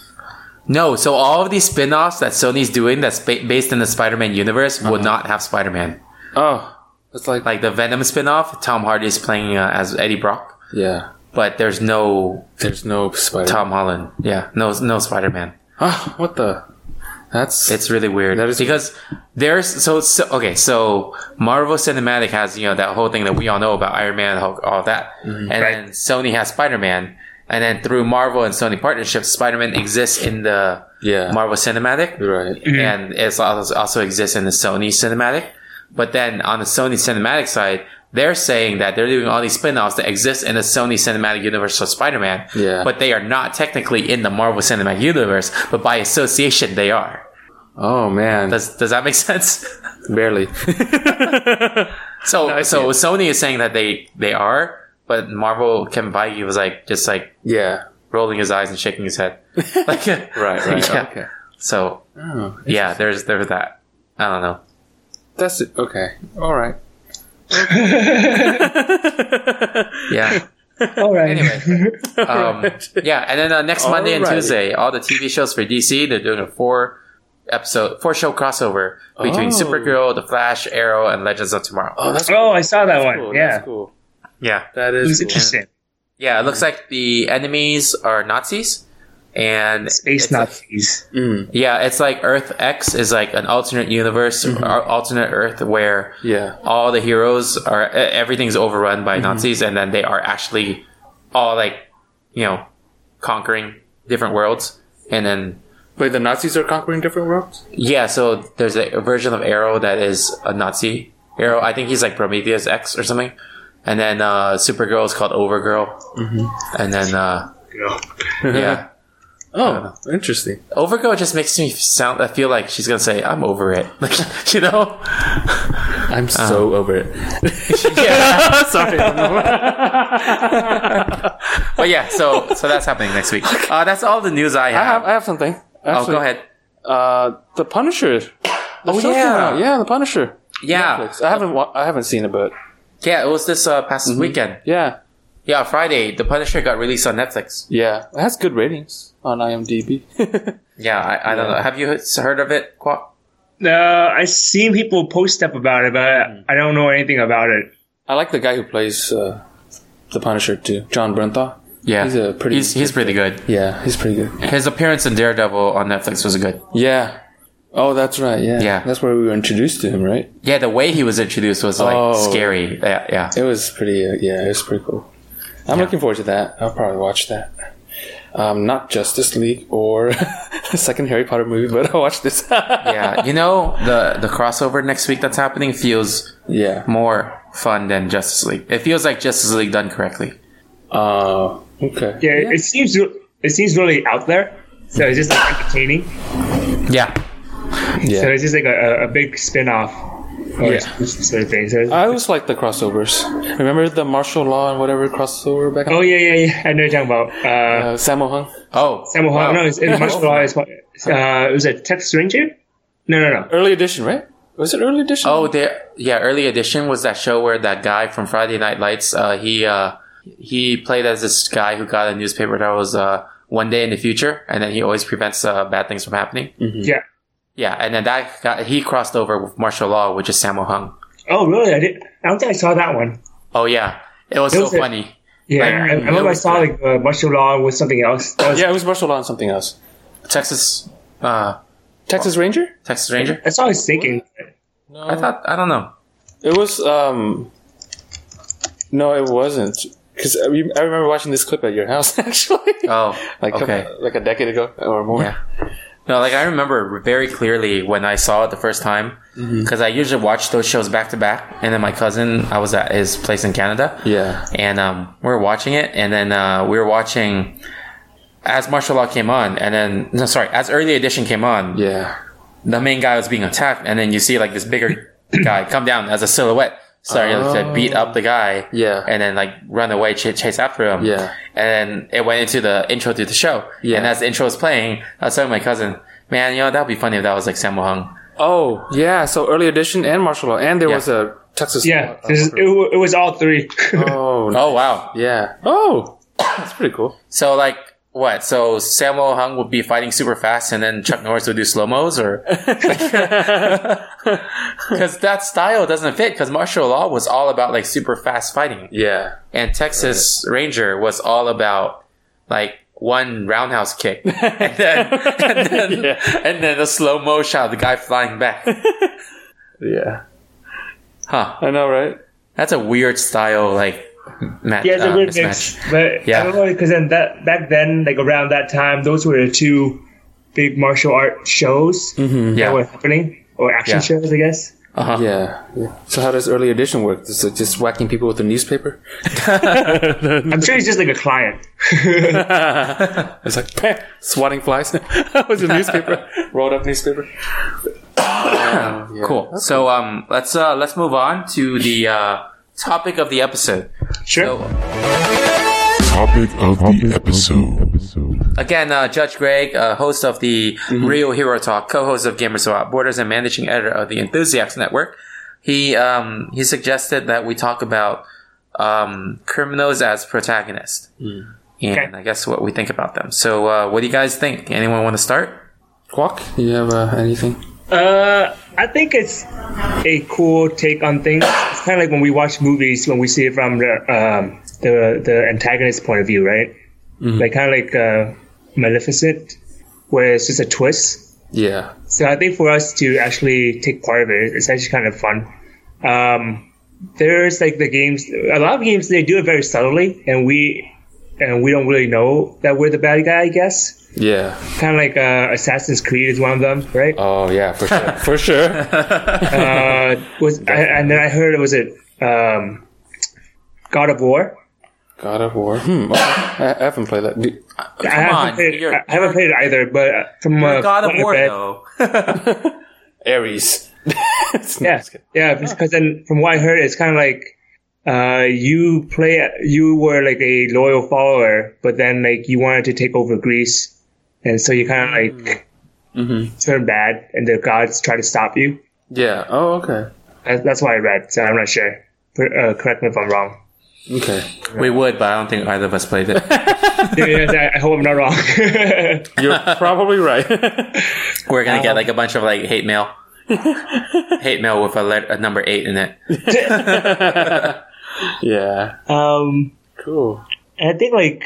B: No, so all of these spin-offs that Sony's doing that's ba- based in the Spider-Man universe will
C: Uh-huh.
B: not have Spider-Man.
C: Oh, it's like,
B: Like the Venom spin-off, Tom Hardy is playing uh, as Eddie Brock,
C: yeah.
B: but there's no
C: There's no Spider.
B: Tom Holland. Yeah, no no Spider-Man.
C: Ah, what the? That's
B: It's really weird
C: That is-
B: because there's so, so okay, so Marvel Cinematic has, you know, that whole thing that we all know about Iron Man, Hulk, all that.
C: Mm-hmm.
B: and then Sony has Spider-Man, and then through Marvel and Sony partnerships, Spider-Man exists in the
C: yeah.
B: Marvel Cinematic.
C: right.
B: and it also exists in the Sony cinematic. But then on the Sony cinematic side, they're saying that they're doing all these spin-offs that exist in the Sony cinematic universe of Spider-Man.
C: Yeah.
B: But they are not technically in the Marvel cinematic universe, but by association they are.
C: Oh man, that's
B: Does does that make sense?
C: barely.
B: So so Sony is saying that they they are, but Marvel Kevin Feige was like just like
C: yeah.
B: rolling his eyes and shaking his head. Like right,
C: Right. Right.
B: Yeah.
C: Okay.
B: So
C: Oh,
B: yeah, there's there's that. I don't know.
C: that's it. Okay. All right.
B: Yeah.
D: All right.
B: Anyway, um, yeah, and then uh, next Monday and
C: Alrighty.
B: Tuesday, all the TV shows for DC, they're doing a four episode, four show crossover between
C: Oh.
B: Supergirl, The Flash, Arrow, and Legends of Tomorrow.
C: Oh, that's
D: Oh, I saw that one.
C: cool.
D: yeah,
C: That's cool.
B: Yeah,
C: That
D: it was
C: is. Cool.
D: interesting.
B: yeah. It looks like the enemies are Nazis, and
D: Space
B: it's
D: Nazis.
B: like- yeah, it's like Earth X is like an alternate universe,
D: Mm-hmm.
B: or alternate Earth where
C: Yeah.
B: all the heroes are e- everything's overrun
D: Mm-hmm.
B: by Nazis, and then they are actually all like you know conquering different worlds, and then
C: Wait, the Nazis are conquering different worlds.
B: Yeah, so there's a, a version of Arrow that is a Nazi. Arrow, I think he's like Prometheus X or something. And then uh, Supergirl is called Overgirl. Mm-hmm. And then, uh, yeah.
C: Oh, interesting.
B: Overgirl just makes me sound, I feel like she's going to say, I'm over it. Like, you know?
C: I'm so over it.
B: Yeah.
C: Sorry.
B: But yeah, so so that's happening next week. Uh, that's all the news I
C: I have,
B: have.
C: I have something.
B: oh,
C: Actually,
B: go ahead.
C: Uh, the Punisher. The oh
B: yeah. Ah.
C: yeah, the Punisher.
B: Yeah,
C: Netflix. Mm-hmm. I haven't, wa- I haven't seen it, but
B: yeah. It was this uh, past weekend.
C: yeah,
B: Yeah, Friday, The Punisher got released on Netflix.
C: yeah, it has good ratings on IMDb.
B: Yeah, I, I don't know. Have you he- heard of it? Kwok?
D: Uh, I seen people post up about it, but I don't know anything about it.
C: I like the guy who plays uh, the Punisher too, John Bernthal.
B: Yeah,
C: He's a pretty-
B: He's, he's pretty good.
C: Yeah, he's pretty good.
B: His appearance in Daredevil on Netflix was good.
C: Yeah. Oh, that's right. Yeah,
B: Yeah.
C: That's where we were introduced to him, right?
B: Yeah, the way he was introduced was like
C: Oh.
B: scary. Yeah, yeah.
C: It was pretty. Uh, yeah, it was pretty cool. I'm looking forward to that. I'll probably watch that. Um, not Justice League or the second Harry Potter movie, but I'll watch this.
B: Yeah, you know the the crossover next week that's happening feels
C: yeah.
B: more fun than Justice League. It feels like Justice League done correctly.
C: Uh, okay.
D: Yeah, it seems re- it seems really out there. So it's just like entertaining.
B: Yeah,
D: So it's just like a, a- a big spin off or
C: Yeah.
D: sort of thing. So it's-
C: I always like the crossovers. Remember the martial law and whatever crossover back?
D: oh yeah, yeah, yeah. I know what you're talking about. Uh,
C: Uh, Sammo Hung.
B: Oh,
D: Samuel
B: wow.
D: Hung- No, it's in martial law. It's, uh, was it Texas Ranger? No, no, no.
C: Early edition, right? Was it early edition?
B: Oh, there. Yeah, early edition was that show where that guy from Friday Night Lights. Uh, he uh, he played as this guy who got a newspaper that was uh, one day in the future, and then he always prevents uh, bad things from happening.
D: Yeah.
B: Yeah, and then that got, he crossed over with martial law, which is Sammo Hung.
D: Oh, really? I did. I don't think I saw that one.
B: Oh yeah, it was
D: It
B: so
D: was a-
B: funny.
D: Yeah,
B: Like,
D: I, I
B: it
D: remember I
B: was-
D: saw like uh, martial law with something else. That was-
C: yeah, it was martial law and something else.
B: Texas, uh,
C: Texas Ranger.
B: Texas Ranger.
D: That's all I was thinking. Uh,
B: I thought I don't know.
C: It was um No, it wasn't. Cuz I, rem- I remember watching this clip at your house actually.
B: Oh,
C: like
B: okay.
C: a, like a decade ago or more.
B: Yeah. No, like I remember very clearly when I saw it the first time
D: Mm-hmm.
B: because I usually watch those shows back to back. And then my cousin, I was at his place in Canada,
C: Yeah.
B: and um, we were watching it. And then uh, we were watching as martial law came on, and then no, sorry, as early edition came on,
C: Yeah.
B: the main guy was being attacked, and then you see like this bigger guy come down as a silhouette. Sorry, to beat up the guy,
C: Oh. Yeah.
B: and then like run away, ch- chase after him,
C: Yeah.
B: and then it went into the intro to the show,
C: Yeah.
B: and as the intro was playing, I was telling my cousin, "Man, you know that'd be funny if that was like Sammo Hung."
C: Oh, yeah, so early edition and martial law and there
B: Yeah.
C: was a Texas
D: Yeah,
C: uh,
D: this is, it, wa- it was all three.
C: Oh, no.
B: Oh wow!
C: yeah. Oh. That's pretty cool.
B: So like what? So Sammo Hung would be fighting super fast, and then Chuck Norris would do slow mos, or because that style doesn't fit. Because martial law was all about like super fast fighting.
C: Yeah.
B: and Texas Ranger was all about like one roundhouse kick and then and then, and then a slow mo shot of the guy flying back.
C: Yeah.
B: Huh.
C: I know, right?
B: That's a weird style like match.
D: yeah, it's
B: uh,
D: a weird
B: mismatch.
D: mix. But
B: Yeah.
D: I don't know because then that back then, like around that time, those were the two big martial art shows that were
B: Yeah.
D: happening, or action
B: Mm-hmm. Yeah.
D: shows, I guess.
B: Uh-huh.
C: Yeah. yeah. So how does early edition work? Is it just whacking people with a newspaper?
D: I'm sure he's just like a client.
C: It's like "Pah!" swatting flies. That was a newspaper, rolled up newspaper.
B: Uh, Cool. So um let's uh let's move on to the uh topic of the episode.
D: Sure.
B: So
F: Topic of the episode.
B: again, uh, Judge Greg, uh, host of the Real Hero Talk, co-host of Gamers Without Borders, and managing editor of the Enthusiast Network, he um, he suggested that we talk about um, criminals as protagonists, and
D: Okay.
B: I guess what we think about them. So, uh, what do you guys think? Anyone want to start?
C: Quack, you have uh, anything?
D: Uh, I think it's a cool take on things. It's kind of like when we watch movies, when we see it from the um, the the antagonist point of view, right?
B: Mm-hmm.
D: Like kind of like uh, Maleficent, where it's just a twist.
C: Yeah,
D: So I think for us to actually take part of it, it's actually kind of fun. Um, there's like the games, a lot of games they do it very subtly, and we and we don't really know that we're the bad guy. I guess
C: yeah.
D: kind of like uh, Assassin's Creed is one of them, right?
C: Oh yeah, for sure, for sure.
D: Uh, was I, and then I heard it was it um, God of War.
C: God of War. Hmm. okay. I, I haven't played that. Do-
D: I
B: on,
D: haven't, played,
B: you're-
D: I haven't played it either, but uh, from uh,
B: God of
D: what I
B: War,
D: read-
B: though.
C: Aries. It's not-
D: Yeah, yeah. Because then, from what I heard, it's kind of like uh, you play, you were like a loyal follower, but then like you wanted to take over Greece, and so you kind of like turn bad, and the gods try to stop you.
C: Yeah. Oh, okay.
D: That's, that's what I read, so I'm not sure. Per- Uh, correct me if I'm wrong.
C: Okay.
B: We would, but I don't think either of us played it.
D: Yeah, yeah, I hope I'm not wrong.
C: You're probably right.
B: We're gonna get like a bunch of like hate mail, hate mail with a, let- a number eight in it.
C: yeah.
D: um,
C: Cool.
D: and I think like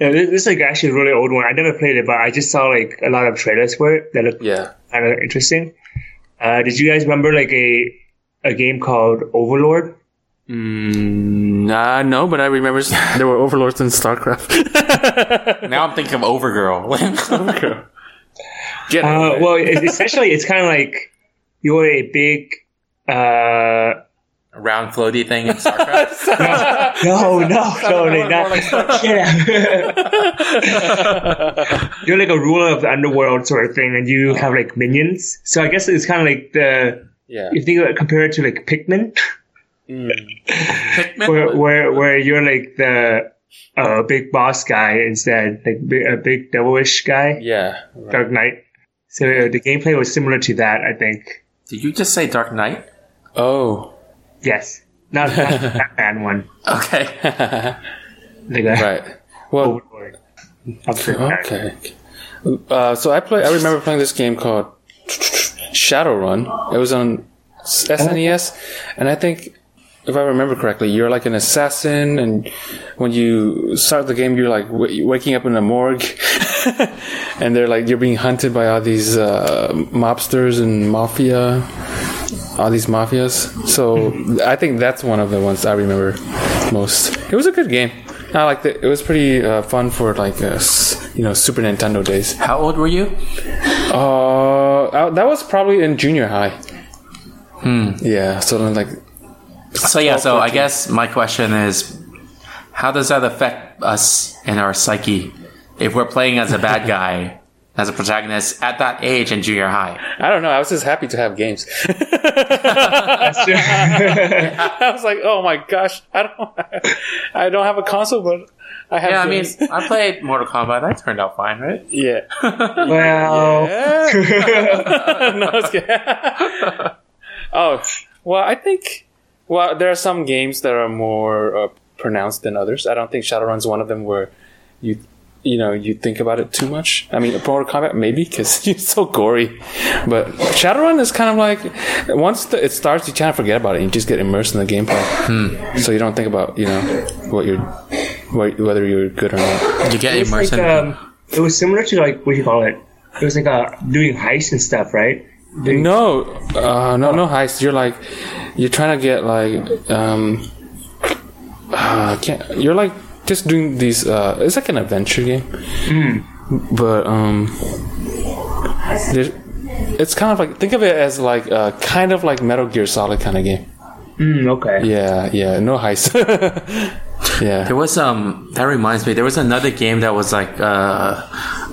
D: uh, this this is like actually a really old one. I never played it, but I just saw like a lot of trailers for it that looked
C: Yeah.
D: kind of interesting. Uh, did you guys remember like a a game called Overlord?
C: Nah, no, but Mm, I remember s- there were overlords in StarCraft.
B: Now I'm thinking of Overgirl.
C: Get
D: Uh,
C: it.
D: well, it, essentially, it's kind of like you're a big. Uh,
B: Round floaty thing in StarCraft.
D: no, no, no, like not. Yeah. you're like a ruler of the underworld sort of thing, and you have like minions. So I guess it's kind of like the
C: yeah.
D: if you compare it to like Pikmin,
B: Pikmin?
D: where where, where you're like the uh, big boss guy instead, like big, a big devilish guy,
C: Yeah.
D: Dark Knight. So uh, the gameplay was similar to that, I think.
B: Did you just say Dark Knight?
C: Oh.
D: Yes, not not the Batman one.
B: Okay.
D: Like uh, a
C: Right. Well.
D: Overlord. I'll put that.
C: Okay. Uh, so I play. I remember playing this game called Shadowrun. It was on s- SNES, and I think. If I remember correctly, you're like an assassin, and when you start the game, you're like w- waking up in a morgue, and they're like you're being hunted by all these uh, mobsters and mafia, all these mafias. So I think that's one of the ones I remember most. It was a good game. I liked it. It was pretty uh, fun for like uh, s- you know Super Nintendo days.
B: How old were you?
C: Uh, I- that was probably in junior high.
B: Hmm.
C: Yeah. So then, like,
B: So yeah. So I guess my question is, how does that affect us and our psyche if we're playing as a bad guy? As a protagonist at that age in junior high,
C: I don't know. I was just happy to have games. I was like, oh my gosh, I don't, I don't have a console, but I have.
B: yeah, I mean,
C: games.
B: I played Mortal Kombat. That turned out fine, right?
C: yeah.
D: Well,
C: no, I was kidding. oh, well, I think well there are some games that are more uh, pronounced than others. I don't think Shadowrun's one of them where you you know you think about it too much. I mean, Mortal Kombat maybe because it's so gory, but Shadowrun is kind of like once the, it starts, you kind of forget about it. You just get immersed in the gameplay, so you don't think about you know what you're wh- whether you're good or not.
B: You get
D: it's
B: immersed
D: like
B: in
D: um, it was similar to like what do you call it? It was like uh, doing heists and stuff, right?
C: No, uh, no, no heist. You're like, you're trying to get like, um, uh, can't, you're like just doing these. Uh, it's like an adventure game, Hmm. but um, there's- it's kind of like think of it as like uh, kind of like Metal Gear Solid kind of game.
D: Mm, okay.
C: Yeah, yeah, no heist. yeah,
B: There was um that reminds me there was another game that was like uh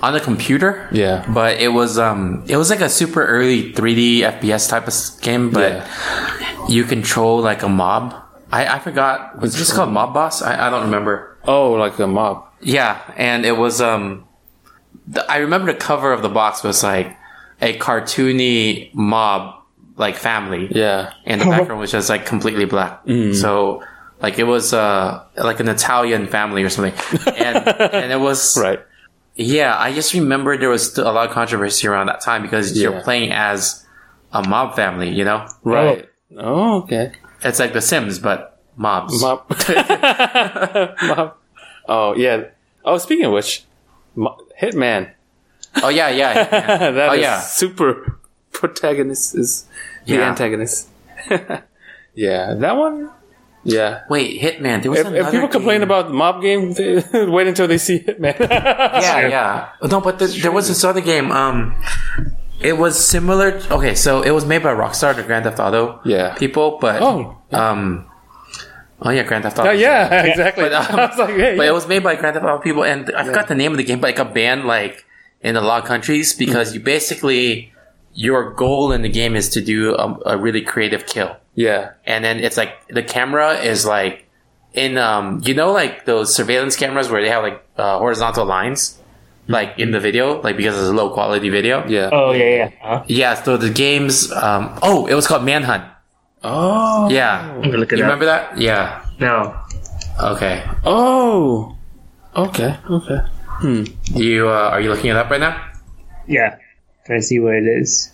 B: on the computer.
C: Yeah.
B: But it was um it was like a super early 3D FPS type of s- game but you control like a mob. I I forgot was this called Mob Boss? I I don't remember.
C: oh, like a mob.
B: Yeah, and it was um the, I remember the cover of the box was like a cartoony mob like family
C: Yeah,
B: and the background was just like completely black.
C: Mm.
B: So like it was uh like an Italian family or something, and and it was
C: right.
B: yeah. I just remember there was still a lot of controversy around that time because you're
C: Yeah.
B: playing as a mob family, you know?
C: Right. Oh, okay.
B: It's like The Sims, but mobs.
C: Mom. Mom. Oh yeah. Oh, speaking of which, Mo- Hitman.
B: Oh yeah, yeah. yeah.
C: That is
B: Oh, yeah.
C: super protagonist is the
B: Yeah.
C: antagonist. yeah, that one. Yeah.
B: Wait, Hitman. There was
C: If,
B: another
C: if people complain
B: game.
C: about mob game, they wait until they see Hitman.
B: yeah, yeah. No, but the, there was this other game. Um, it was similar. Okay, so it was made by Rockstar, the Grand Theft Auto
C: Yeah.
B: people, but
C: Oh.
B: um, oh yeah, Grand Theft Auto.
C: Uh, yeah, exactly.
B: But, um,
C: I was like, hey,
B: but
C: yeah.
B: it was made by Grand Theft Auto people, and I forgot the name of the game, but it got banned like in a lot of countries because you basically your goal in the game is to do a, a really creative kill.
C: Yeah.
B: and then it's like the camera is like in um you know like those surveillance cameras where they have like uh, horizontal lines like in the video like because it's a low quality video
C: Yeah.
D: Oh yeah, yeah. Huh?
B: yeah so the games um oh it was called manhunt
C: oh.
B: yeah
D: I'm
B: you
D: gonna look it up
B: remember that yeah
D: now.
B: okay
C: Oh. Okay. Okay.
B: you uh, are you looking it up right now
D: Yeah, can I see what it is?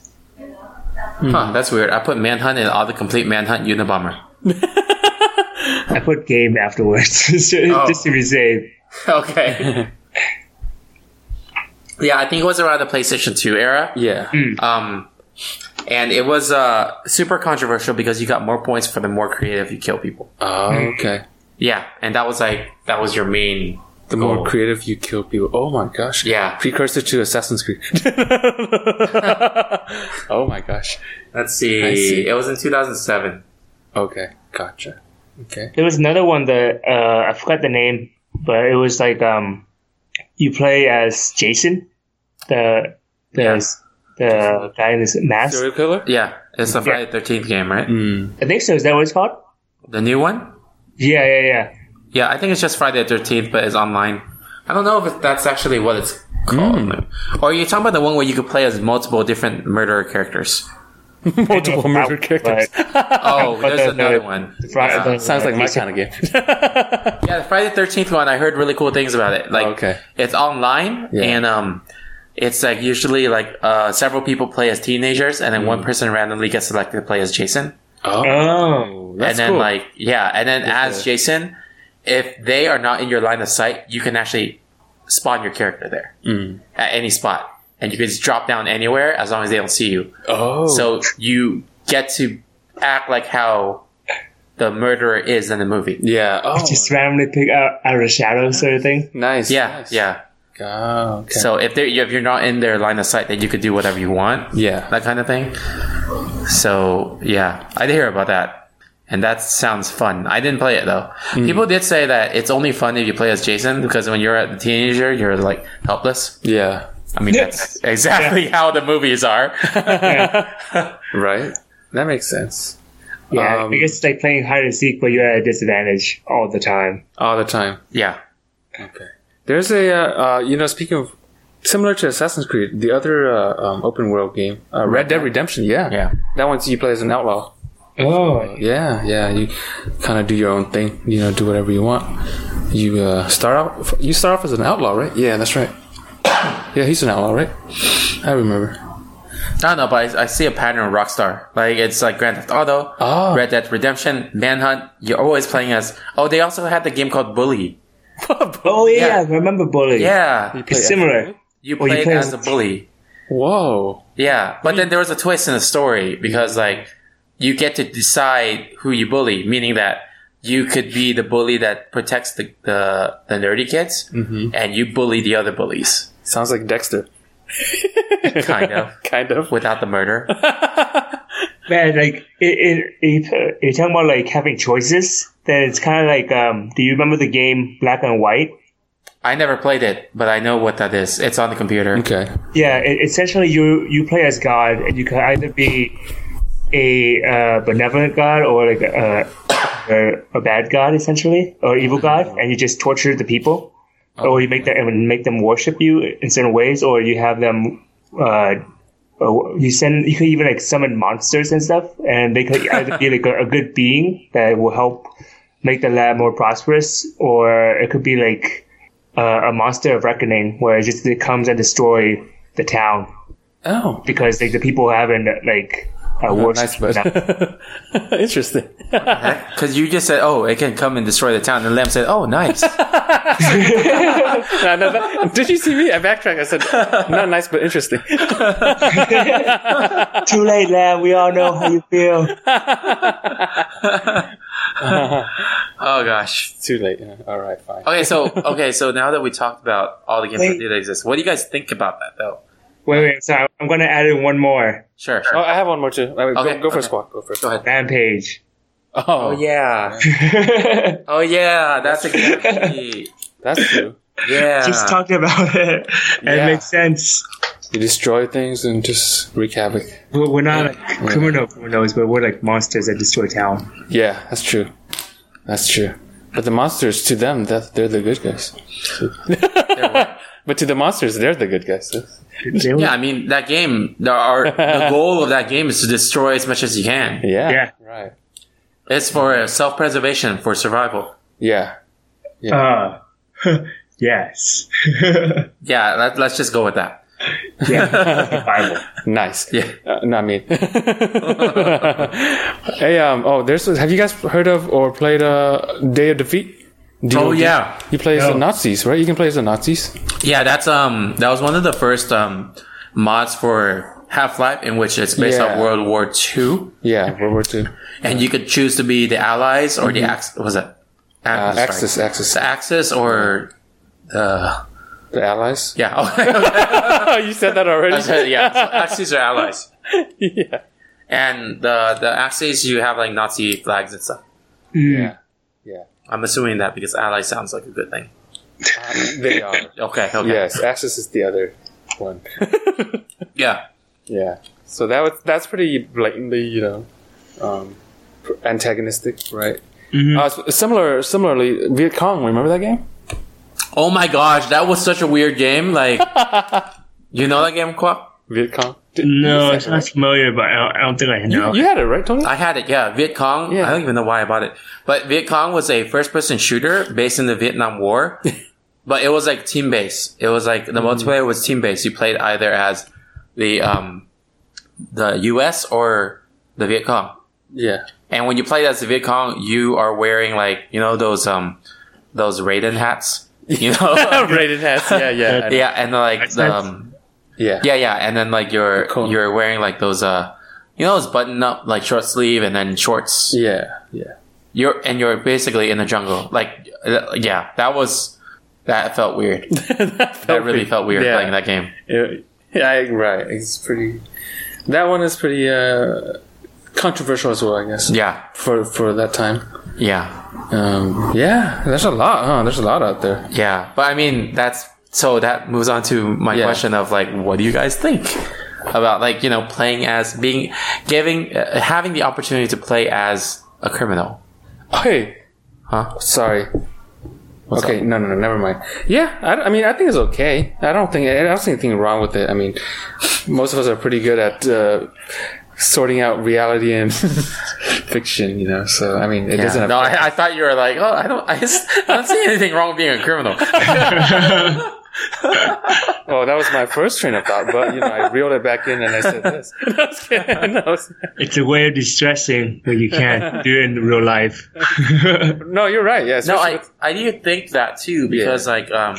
C: Mm-hmm.
B: huh that's weird i put manhunt and all the complete manhunt unibomber
D: I put game afterwards just, just to be safe.
B: okay yeah i think it was around the playstation 2 era
C: Yeah.
B: Um, and it was uh, super controversial because you got more points for the more creative you kill people.
C: Oh, okay.
B: Yeah, and that was like that was your main.
C: The more
B: Oh.
C: creative you kill people. Oh my gosh.
B: Yeah.
C: Precursor to Assassin's Creed. oh my gosh.
B: Let's see,
C: I see.
B: it was in 2007.
C: Okay. Gotcha. Okay.
D: There was another one that uh, I forgot the name, but it was like um, you play as Jason, the the the guy in this mask.
C: Serial killer?
B: Yeah, it's the Friday Thirteenth game, right?
C: Mm.
D: I think so. Is that what it's called?
B: The new one.
D: Yeah, yeah, yeah.
B: Yeah, I think it's just Friday the Thirteenth, but it's online. I don't know if it, that's actually what it's called.
C: Hmm.
B: Or are you talking about the one where you could play as multiple different murderer characters?
C: Multiple murder characters.
D: But,
B: Oh,
D: But
B: there's
D: the-
B: another
D: the-
B: one.
D: Fri- the-
C: Sounds like my
D: Jason-
C: kind of game.
B: Yeah, the Friday the Thirteenth one. I heard really cool things about it. Like,
C: Okay.
B: it's online,
C: Yeah.
B: and um, it's like usually like uh, several people play as teenagers, and then
C: Hmm.
B: one person randomly gets selected to play as Jason,
C: Oh.
D: Oh,
C: That's
B: and then
C: cool.
B: like yeah, and then as Jason, if they are not in your line of sight, you can actually spawn your character there
C: Mm.
B: at any spot, and you can just drop down anywhere as long as they don't see you.
C: oh.
B: So you get to act like how the murderer is in the movie.
C: yeah. Oh.
D: just randomly pick out out of the shadows sort of thing.
C: nice.
B: Yeah,
C: nice.
B: yeah.
C: Oh, okay.
B: So if they if you're not in their line of sight, then you could do whatever you want.
C: Yeah.
B: that kind of thing. So yeah, I did hear about that, and that sounds fun. I didn't play it though.
D: Hmm.
B: People did say that it's only fun if you play as Jason because when you're a teenager, you're like helpless.
C: yeah.
B: I mean, that's exactly how the movies are.
C: Right. That makes sense.
D: Yeah,
C: Um,
D: I guess it's like playing hide and seek, but you're at a disadvantage all the time.
C: All the time.
B: yeah.
C: Okay. There's a, uh, uh, you know, speaking of similar to Assassin's Creed, the other uh, um, open world game, uh, Red Dead Redemption. Yeah,
B: Yeah.
C: That one's you play as an outlaw.
D: Oh,
C: Yeah, yeah. You kind of do your own thing. You know, do whatever you want. You uh, start out. You start off as an outlaw, right? Yeah, that's right. yeah, he's an outlaw, right? I remember.
B: I don't know, but I, I see a pattern with Rockstar. Like it's like Grand Theft Auto,
C: Oh.
B: Red Dead Redemption, Manhunt. You're always playing as. Oh, they also had the game called Bully.
D: oh yeah,
B: Yeah.
D: I remember bully.
B: Yeah,
C: Play-
D: it's similar.
B: you
D: Well,
B: played
D: you play
B: as
D: as-
B: a bully.
C: Whoa.
B: Yeah, but then there was a twist in the story because like you get to decide who you bully, meaning that you could be the bully that protects the the, the nerdy kids, and you bully the other bullies,
C: Sounds like Dexter.
B: kind of,
C: Kind of.
B: without the murder.
D: Man, like it, it, it, you're talking about like having choices. Then it's kind of like, um, do you remember the game Black and White?
B: I never played it, but I know what that is. It's on the computer.
C: Okay.
D: Yeah, it, essentially you you play as God, and you can either be a uh, benevolent God or like a, a a bad God, essentially, or evil God, and you just torture the people, or you make them and make them worship you in certain ways, or you have them. Uh, uh, you send you could even like summon monsters and stuff, and they could either be like a, a good being that will help make the lab more prosperous, or it could be like uh, a monster of reckoning where it just it comes and destroy the town
C: Oh.
D: because like the people haven't like
B: Oh,
D: uh,
C: Nice,
D: worshipped
C: but
D: enough.
C: interesting.
B: Because you just said, "Oh, it can come and destroy the town," and Lamb said, "Oh, nice."
C: No, no, that- did you see me? I backtracked. I said, not nice, but interesting.
D: Too late, lad. We all know how you feel.
B: oh gosh.
C: Too late. Yeah. All right, fine.
B: Okay, so okay, so now that we talked about all the games that
D: Wait.
B: did exist, what do you guys think about that though?
D: Wait, wait. So I'm gonna add in one more
B: Sure,
C: Oh,
B: sure.
C: I have one more too. Wait, wait,
B: Okay,
C: go, go
B: okay.
C: first, Squawk. Go first.
B: Go ahead.
D: rampage.
C: Oh,
B: yeah.
D: Just
B: Oh yeah, that's exactly.
C: that's true.
B: Yeah.
D: talking about it, and
C: Yeah.
D: it makes sense.
C: You destroy things and just wreak havoc.
D: We're, we're not like criminal criminals, but we're like monsters that destroy town.
C: Yeah, that's true. That's true. But the monsters, to them, that they're the good guys. but to the monsters, they're the good guys.
D: They were-
B: Yeah, I mean that game. There are the goal of that game is to destroy as much as you can.
C: Yeah.
D: Yeah.
C: Right.
B: It's for self-preservation, for survival.
C: Yeah.
D: Uh, yes.
B: Yeah, let, let's just go with that.
D: yeah. Bible.
C: Nice.
B: Yeah.
C: Uh, not me. hey, um, oh, there's. Have you guys heard of or played uh, Day of Defeat?
B: Oh
C: DOD?
B: yeah,
C: You play as
D: No.
C: the Nazis, right? You can play as the Nazis.
B: yeah. That's um, that was one of the first um mods for Half-Life, in which it's based
C: Yeah.
B: on World War II,
C: Yeah, Uh, World War Two.
B: and you could choose to be the Allies or the Ax. Was it?
C: Mm-hmm. Uh,
B: Ax- sorry.
C: Axis, Axis,
B: The Axis or uh,
C: the Allies.
B: yeah, oh,
C: Oh, you said that already.
B: yeah. So Axis or Allies,
C: yeah.
B: and the the Axis you have like Nazi flags and stuff.
C: yeah,
B: I'm assuming that because ally sounds like a good thing.
C: they are.
B: Okay, okay.
C: Yes, Axis is the other one.
B: Yeah.
C: yeah. So that was that's pretty blatantly, you know, um, pr- antagonistic, right? Uh, s- similar, similarly, Viet Cong. Remember that game?
B: Oh my gosh, that was such a weird game. Like, you know that game, Quap?
C: Viet Cong. Did-
D: No,
C: you
D: it's
C: said
D: not familiar, but I don't, I don't think I
C: it,
D: know.
C: right? You had it right, Tony.
B: I had it, yeah. Viet Cong.
C: Yeah.
B: I don't even know why I bought it. But Viet Cong was a first person shooter based in the Vietnam War. but it was like team based. It was like the
C: Mm-hmm.
B: multiplayer was team based. You played either as the, um, the US or the Viet Cong.
C: yeah.
B: And when you play as the Viet Cong, you are wearing like, you know, those, um, those Raiden hats. You know?
C: Rated hats. Yeah, yeah,
B: yeah, and like
D: Nice,
B: the,
D: nice.
B: um,
C: yeah,
B: yeah, yeah, and then like you're
C: Cool.
B: you're wearing like those uh, you know, those button up like short sleeve and then shorts.
C: yeah, yeah.
B: You're and you're basically in the jungle. Like, uh, yeah, that was that felt weird.
C: that,
B: that really felt weird
C: Yeah.
B: playing that game.
C: It- yeah, I- right. It's pretty. That one is pretty uh, controversial as well, I guess.
B: Yeah,
C: For for that time.
B: yeah,
C: Um, yeah, there's a lot, huh? There's a lot out there.
B: yeah. But I mean, that's so that moves on to my
C: Yeah.
B: question of like, what do you guys think about like you know playing as being giving uh, having the opportunity to play as a criminal?
C: Hey,
B: Huh?
C: sorry. okay, no, no, no, never mind. Yeah, I, I mean, I think it's okay. I don't think I don't see anything wrong with it. I mean, most of us are pretty good at uh, sorting out reality and fiction, you know. So I mean, it
B: Yeah.
C: doesn't.
B: No,
C: affect-
B: I, I thought you were like, oh, I don't, I, just, I don't see anything wrong with being a criminal.
C: well, that was my first train of thought, but you know, I reeled it back in and I said this. no, I was kidding. No, I was-
D: It's a way of distressing that you can't do it in real life.
C: no, you're right. Yeah,
B: no, I,
C: especially with-
B: I do think that too because like, um,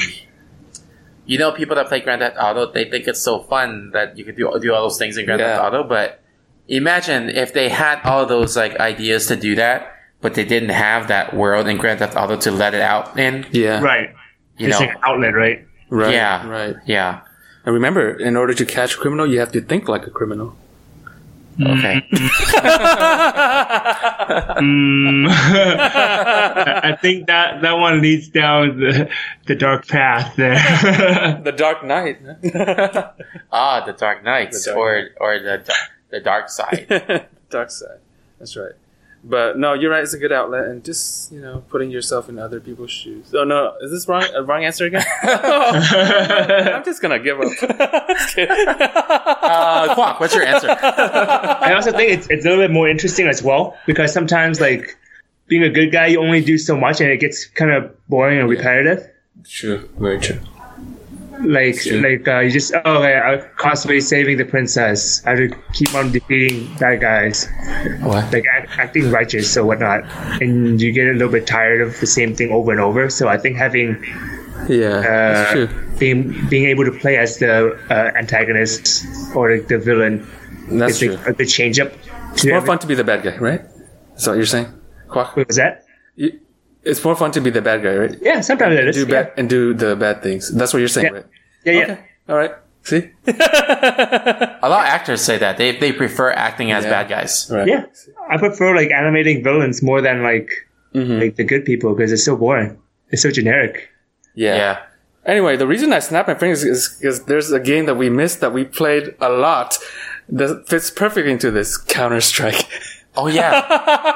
B: you know, people that play Grand Theft Auto, they think it's so fun that you can do do all those things in Grand Theft
C: Yeah.
B: Auto. But imagine if they had all those like ideas to do that, but they didn't have that world in Grand Theft Auto to let it out in.
C: yeah,
D: right.
B: You
D: it's
B: know,
D: an outlet, right?
C: right,
B: yeah.
C: right.
B: yeah.
C: And remember, in order to catch a criminal, you have to think like a criminal.
B: Okay.
D: I I think that, that one leads down the, the dark path there.
C: The Dark Knight.
B: ah, the Dark Knights
C: Dark
B: or or the da- the dark side.
C: Dark side. That's right. But no, you're right. It's a good outlet, and just you know, putting yourself in other people's shoes. Oh no, is this wrong? A wrong answer again? I'm just gonna give up. Just kidding.
B: Uh, Kwok, what's your answer?
D: I also think it's, it's a little bit more interesting as well because sometimes like being a good guy, you only do so much and it gets kind of boring and repetitive.
C: true. Very true.
D: Like, like uh, you just oh, okay, I'm constantly saving the princess. I have to keep on defeating bad guys,
C: What?
D: like act, acting righteous or whatnot, and you get a little bit tired of the same thing over and over. So I think having
C: Yeah. that's
D: uh,
C: true.
D: being being able to play as the uh, antagonist or the villain
C: That's true.
D: is the, the change up.
C: It's more fun to be the bad guy, right? That's what you're saying. Quack.
D: Was that?
C: You- It's more fun to be the bad guy, right?
D: Yeah, sometimes it is.
C: Do bad and do the bad things. That's what you're saying,
D: Yeah.
C: right?
D: Yeah, yeah.
C: Okay. All right. See.
B: A lot of actors say that they they prefer acting as
C: Yeah.
B: bad guys.
C: Right.
D: Yeah, I prefer like animating villains more
C: Mm-hmm.
D: than like like the good people because it's so boring. It's so generic.
C: Yeah.
B: Yeah.
C: Anyway, the reason I snap my fingers is because there's a game that we missed that we played a lot that fits perfectly into this Counter Strike.
B: Oh yeah.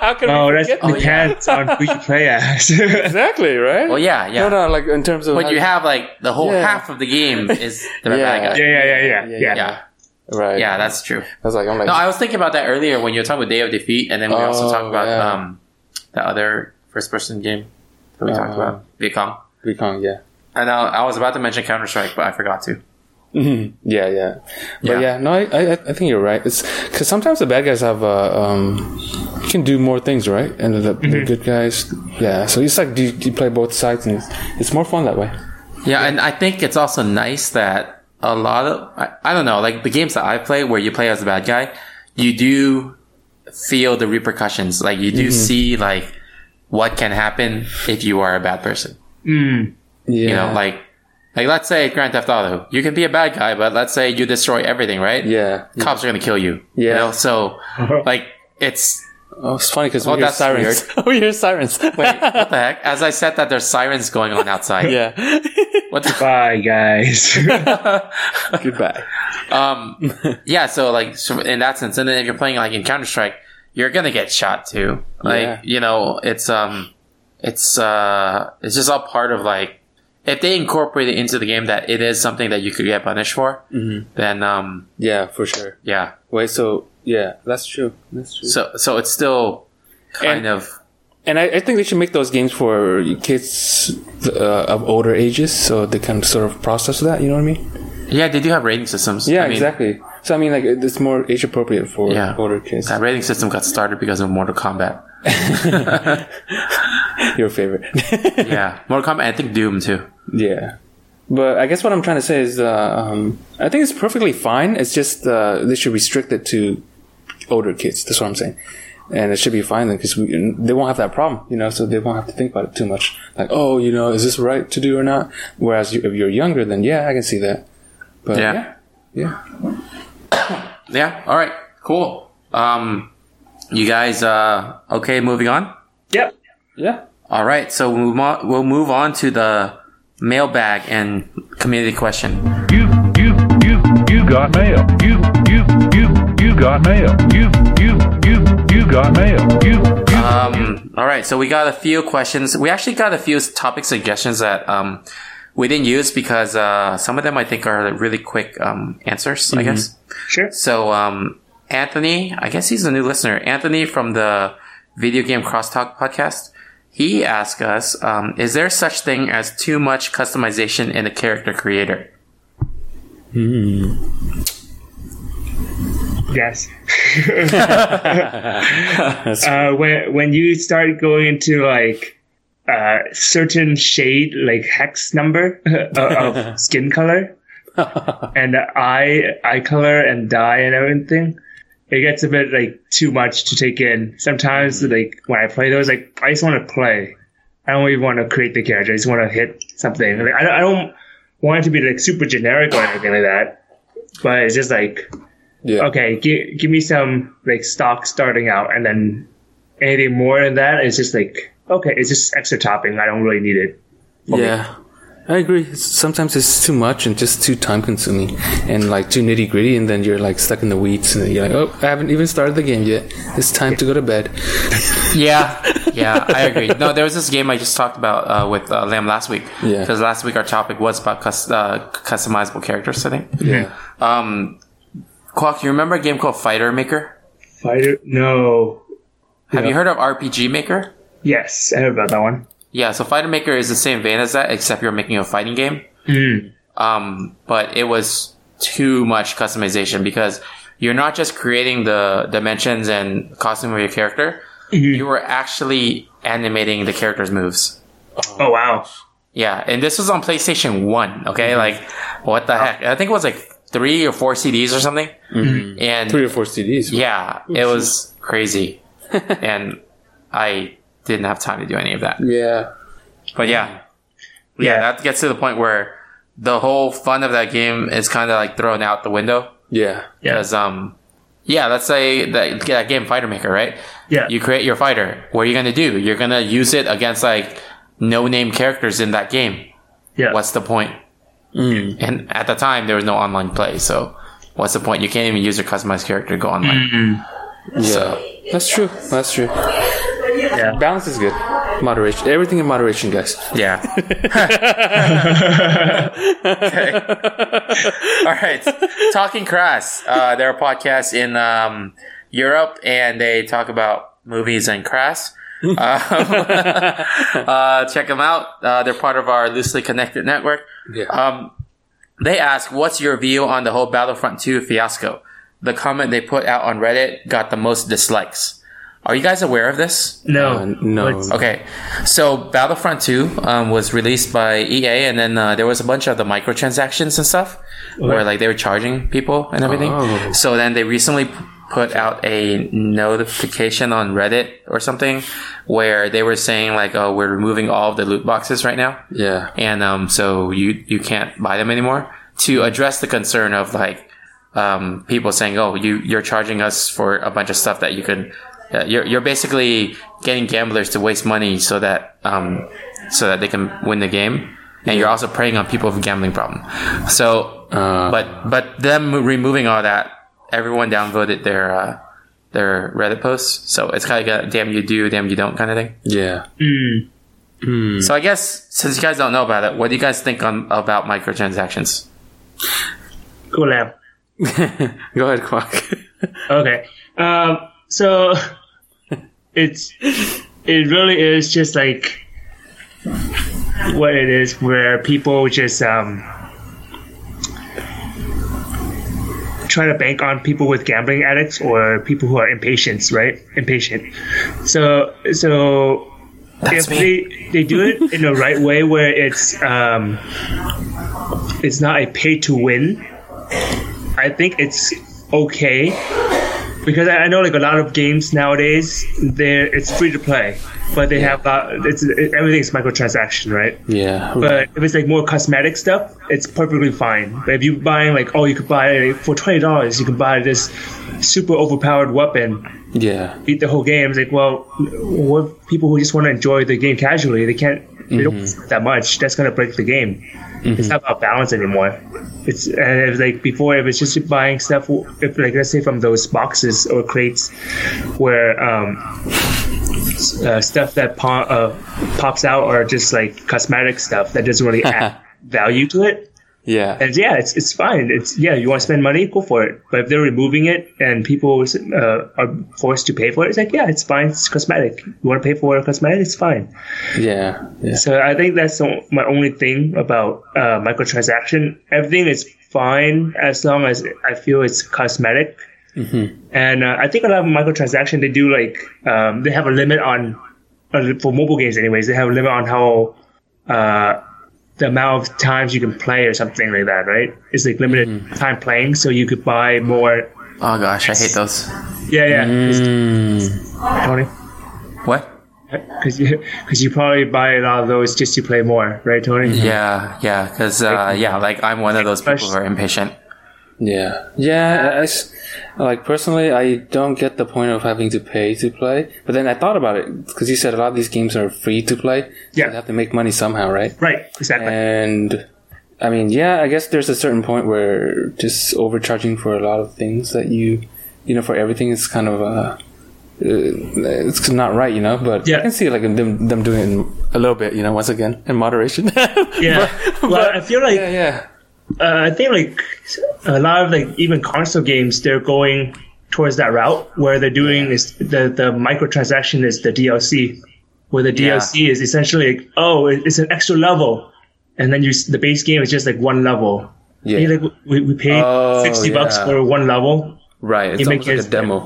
C: How can
D: Oh,
C: we
D: that
C: forget?
D: depends on who you play as.
C: Exactly, right?
B: Well, Oh, yeah, yeah.
C: No, no, like in terms of.
B: But you have like the whole
C: Yeah.
B: half of the game is the
C: Yeah.
B: bad guy.
D: yeah, yeah, yeah, yeah,
C: Yeah,
D: yeah.
B: Yeah.
C: Right.
B: Yeah, that's true.
C: I was like, I'm like,
B: No, I was thinking about that earlier when you were talking about Day of Defeat, and then we also
C: Oh,
B: talked about
C: yeah.
B: um, the other first-person game that we talked
C: Uh,
B: about, Viet Cong.
C: we can't, yeah.
B: And I, I was about to mention Counter Strike, but I forgot to.
C: Yeah, yeah, but
B: Hmm. Yeah.
C: yeah, no, I, I, I think you're right. It's because sometimes the bad guys have, uh, um, you can do more things, right? And the,
B: Mm-hmm.
C: the good guys, yeah. So it's like you, you play both sides, and it's, it's more fun that way.
B: Yeah, and I think it's also nice that a lot of I, I don't know, like the games that I play where you play as a bad guy, you do feel the repercussions. Like you do
C: Mm-hmm.
B: see like what can happen if you are a bad person.
C: Yeah,
B: You know, like like let's say Grand Theft Auto. You can be a bad guy, but let's say you destroy everything, right?
C: yeah.
B: Cops are gonna kill you. You
C: Yeah.
B: know? So like it's
C: Oh, it's funny because
B: Oh,
C: we hear
B: that's
C: sirens. we hear sirens.
B: wait, what the heck? As I said that there's sirens going on outside.
C: yeah.
B: What the
D: Bye, guys.
C: Goodbye.
B: Um, yeah, so like so in that sense, and then if you're playing like in Counter Strike, you're gonna get shot too. Like
C: Yeah.
B: you know, it's um, it's uh, it's just all part of like if they incorporate it into the game that it is something that you could get punished for,
C: Mm-hmm.
B: then um,
C: Yeah, for sure.
B: yeah,
C: Wait, so yeah, that's true. That's true.
B: so so it's still kind
C: And-
B: of
C: And I, I think they should make those games for kids uh, of older ages, so they can sort of process that. You know what I mean?
B: yeah, they do have rating systems. I
C: Yeah,
B: mean,
C: exactly. So I mean, like it- it's more age appropriate for
B: Yeah.
C: older kids.
B: That rating system got started because of Mortal Kombat.
C: Your favorite,
B: Yeah, Mortal Kombat. I think Doom too.
C: yeah. But I guess what I'm trying to say is, uh, um, I think it's perfectly fine. It's just uh, they should restrict it to older kids. That's what I'm saying, and it should be fine because they won't have that problem, you know. So they won't have to think about it too much. Like, oh, you know, is this right to do or not? Whereas you, if you're younger, then yeah, I can see that. But
B: Yeah.
C: yeah, yeah,
B: Yeah. All right. Cool. Um, you guys, uh, okay, moving on.
D: yep.
C: yeah.
B: All right. So we'll move on, we'll move on to the mailbag and community question.
F: You, you, you, you got mail. You, you, you, you got mail. You, you, you, you got mail. You, you.
B: Um, all right. So we got a few questions. We actually got a few topic suggestions that, um, we didn't use because, uh, some of them I think are really quick, um, answers, I guess.
D: Sure.
B: So, um, Anthony, I guess he's a new listener. Anthony from the Video Game Crosstalk podcast. He asked us, um, is there such thing as too much customization in a character creator?
D: Yes. uh, when when you start going into like uh, certain shade, like hex number of of skin color, and eye eye color and dye and everything, it gets a bit like too much to take in. Sometimes like when I play those, like I just want to play. I don't even want to create the character. I just want to hit something. Like, I don't, I don't want it to be like super generic or anything like that. But it's just like
C: Yeah.
D: okay, give, give me some like stock starting out, and then anything more than that is just like okay, it's just extra topping. I don't really need it.
C: Yeah, I agree. It's- Sometimes it's too much and just too time consuming and like too nitty gritty, and then you're like stuck in the weeds, and you're like, oh, I haven't even started the game yet. It's time to go to bed.
B: Yeah, yeah, I agree. No, there was this game I just talked about uh, with uh, Lamb last week.
C: Yeah.
B: Because last week our topic was about cus- uh, customizable characters, I think.
C: Yeah.
B: Um, Quack, you remember a game called Fighter Maker?
D: Fighter? No.
B: Have you heard of RPG Maker?
D: Yes, I heard about that one.
B: Yeah, so Fighter Maker is the same vein as that, except you're making a fighting game.
D: Mm-hmm.
B: Um, but it was too much customization because you're not just creating the dimensions and costume of your character. You were actually animating the character's moves.
D: Oh wow.
B: Yeah, and this was on PlayStation One. Okay, like what the heck? I think it was like three or four CDs or something. Mm-hmm. And
C: Three or four CDs.
B: yeah, it was crazy, and I didn't have time to do any of that.
C: Yeah.
B: But yeah, yeah, that gets to the point where the whole fun of that game is kind of like thrown out the window.
C: Yeah.
B: Because um, yeah, let's say that, that game Fighter Maker, right?
D: Yeah.
B: You create your fighter. What are you gonna do? You're gonna use it against like no name characters in that game.
D: Yeah.
B: what's the point? And at the time, there was no online play, so what's the point? You can't even use your customized character to go online. So
C: That's true. That's true. Balance is good. Moderation. Everything in moderation, guys.
B: yeah. Okay. All right, talking crass. Uh, there are podcasts in um, Europe, and they talk about movies and crass. Um, uh, check them out. Uh, they're part of our loosely connected network.
C: Yeah.
B: Um, they ask, "What's your view on the whole Battlefront 2 fiasco?" The comment they put out on Reddit got the most dislikes. Are you guys aware of this?
D: No.
C: Uh, no.
D: What's-
B: Okay, so Battlefront 2 um, was released by EA, and then uh, there was a bunch of the microtransactions and stuff where like they were charging people and everything.
C: Oh.
B: So then they recently p- put out a notification on Reddit or something where they were saying like, "Oh, we're removing all of the loot boxes right now."
C: Yeah.
B: and um, so you you can't buy them anymore to address the concern of like um, people saying, "Oh, you you're charging us for a bunch of stuff that you could." Uh, you're you're basically getting gamblers to waste money so that um, so that they can win the game, and you're also preying on people with a gambling problem. So,
C: Uh.
B: but but them removing all that, everyone downvoted their uh, their Reddit posts. So it's kind of like a damn you do, damn you don't kind of thing.
C: Yeah.
B: So I guess since you guys don't know about it, what do you guys think on about microtransactions?
D: Go lab.
C: Go ahead, Quack.
D: Okay. Um, so it's it really is just like what it is where people just um try to bank on people with gambling addicts or people who are impatient, right? Impatient. So so if they they do it in the right way where it's um it's not a pay to win, I think it's okay because I I know like a lot of games nowadays, they're it's free to play, but they have uh, it's it, everything's microtransaction, right?
C: yeah.
D: But if it's like more cosmetic stuff, it's perfectly fine. But if you buying like oh, you could buy for twenty dollars, you can buy this super overpowered weapon,
C: yeah.
D: beat the whole game. It's like well, what people who just want to enjoy the game casually, they can't. They don't spend that much. That's gonna break the game. It's not about balance anymore. It's and if, like before, if it's just buying stuff, if like let's say from those boxes or crates, where um, s- uh, stuff that po- uh, pops out are just like cosmetic stuff that doesn't really add value to it.
C: Yeah.
D: And yeah, it's it's fine. It's yeah, you want to spend money, go for it. But if they're removing it and people uh, are forced to pay for it, it's like yeah, it's fine. It's cosmetic. You want to pay for a cosmetic, it's fine.
C: Yeah. Yeah.
D: So I think that's the, my only thing about uh, microtransaction. Everything is fine as long as I feel it's cosmetic. And uh, I think a lot of microtransaction they do like um, they have a limit on uh, for mobile games anyways. They have a limit on how uh, the amount of times you can play or something like that, right? It's like limited time playing, so you could buy more.
B: Oh gosh, I hate those.
D: Yeah, yeah. Tony,
B: What?
D: because you because you probably buy a lot of those just to play more, right, Tony?
B: Mm-hmm. Yeah, yeah, because uh, yeah, like I'm one of those people who are impatient.
C: Yeah, yeah. I- I s- like personally, I don't get the point of having to pay to play. But then I thought about it because you said a lot of these games are free to play. so
D: Yeah.
C: you have to make money somehow, right?
D: Right, exactly.
C: And I mean, yeah, I guess there's a certain point where just overcharging for a lot of things that you, you know, for everything is kind of uh, uh, it's not right, you know. But
D: Yeah.
C: I can see like them them doing it in a little bit, you know, once again in moderation.
D: Yeah.
C: But-
D: well,
C: but-
D: I feel like
C: yeah, yeah.
D: uh, I think like a lot of like even console games they're going towards that route where they're doing is the the microtransaction is the DLC, where the DLC is essentially like oh it- it's an extra level, and then you s- the base game is just like one level.
C: Yeah.
D: And you're like we, we paid
C: Oh,
D: sixty bucks
C: yeah.
D: for one level.
C: Right, it's
D: You
C: almost
D: make
C: like a
D: it-
C: demo.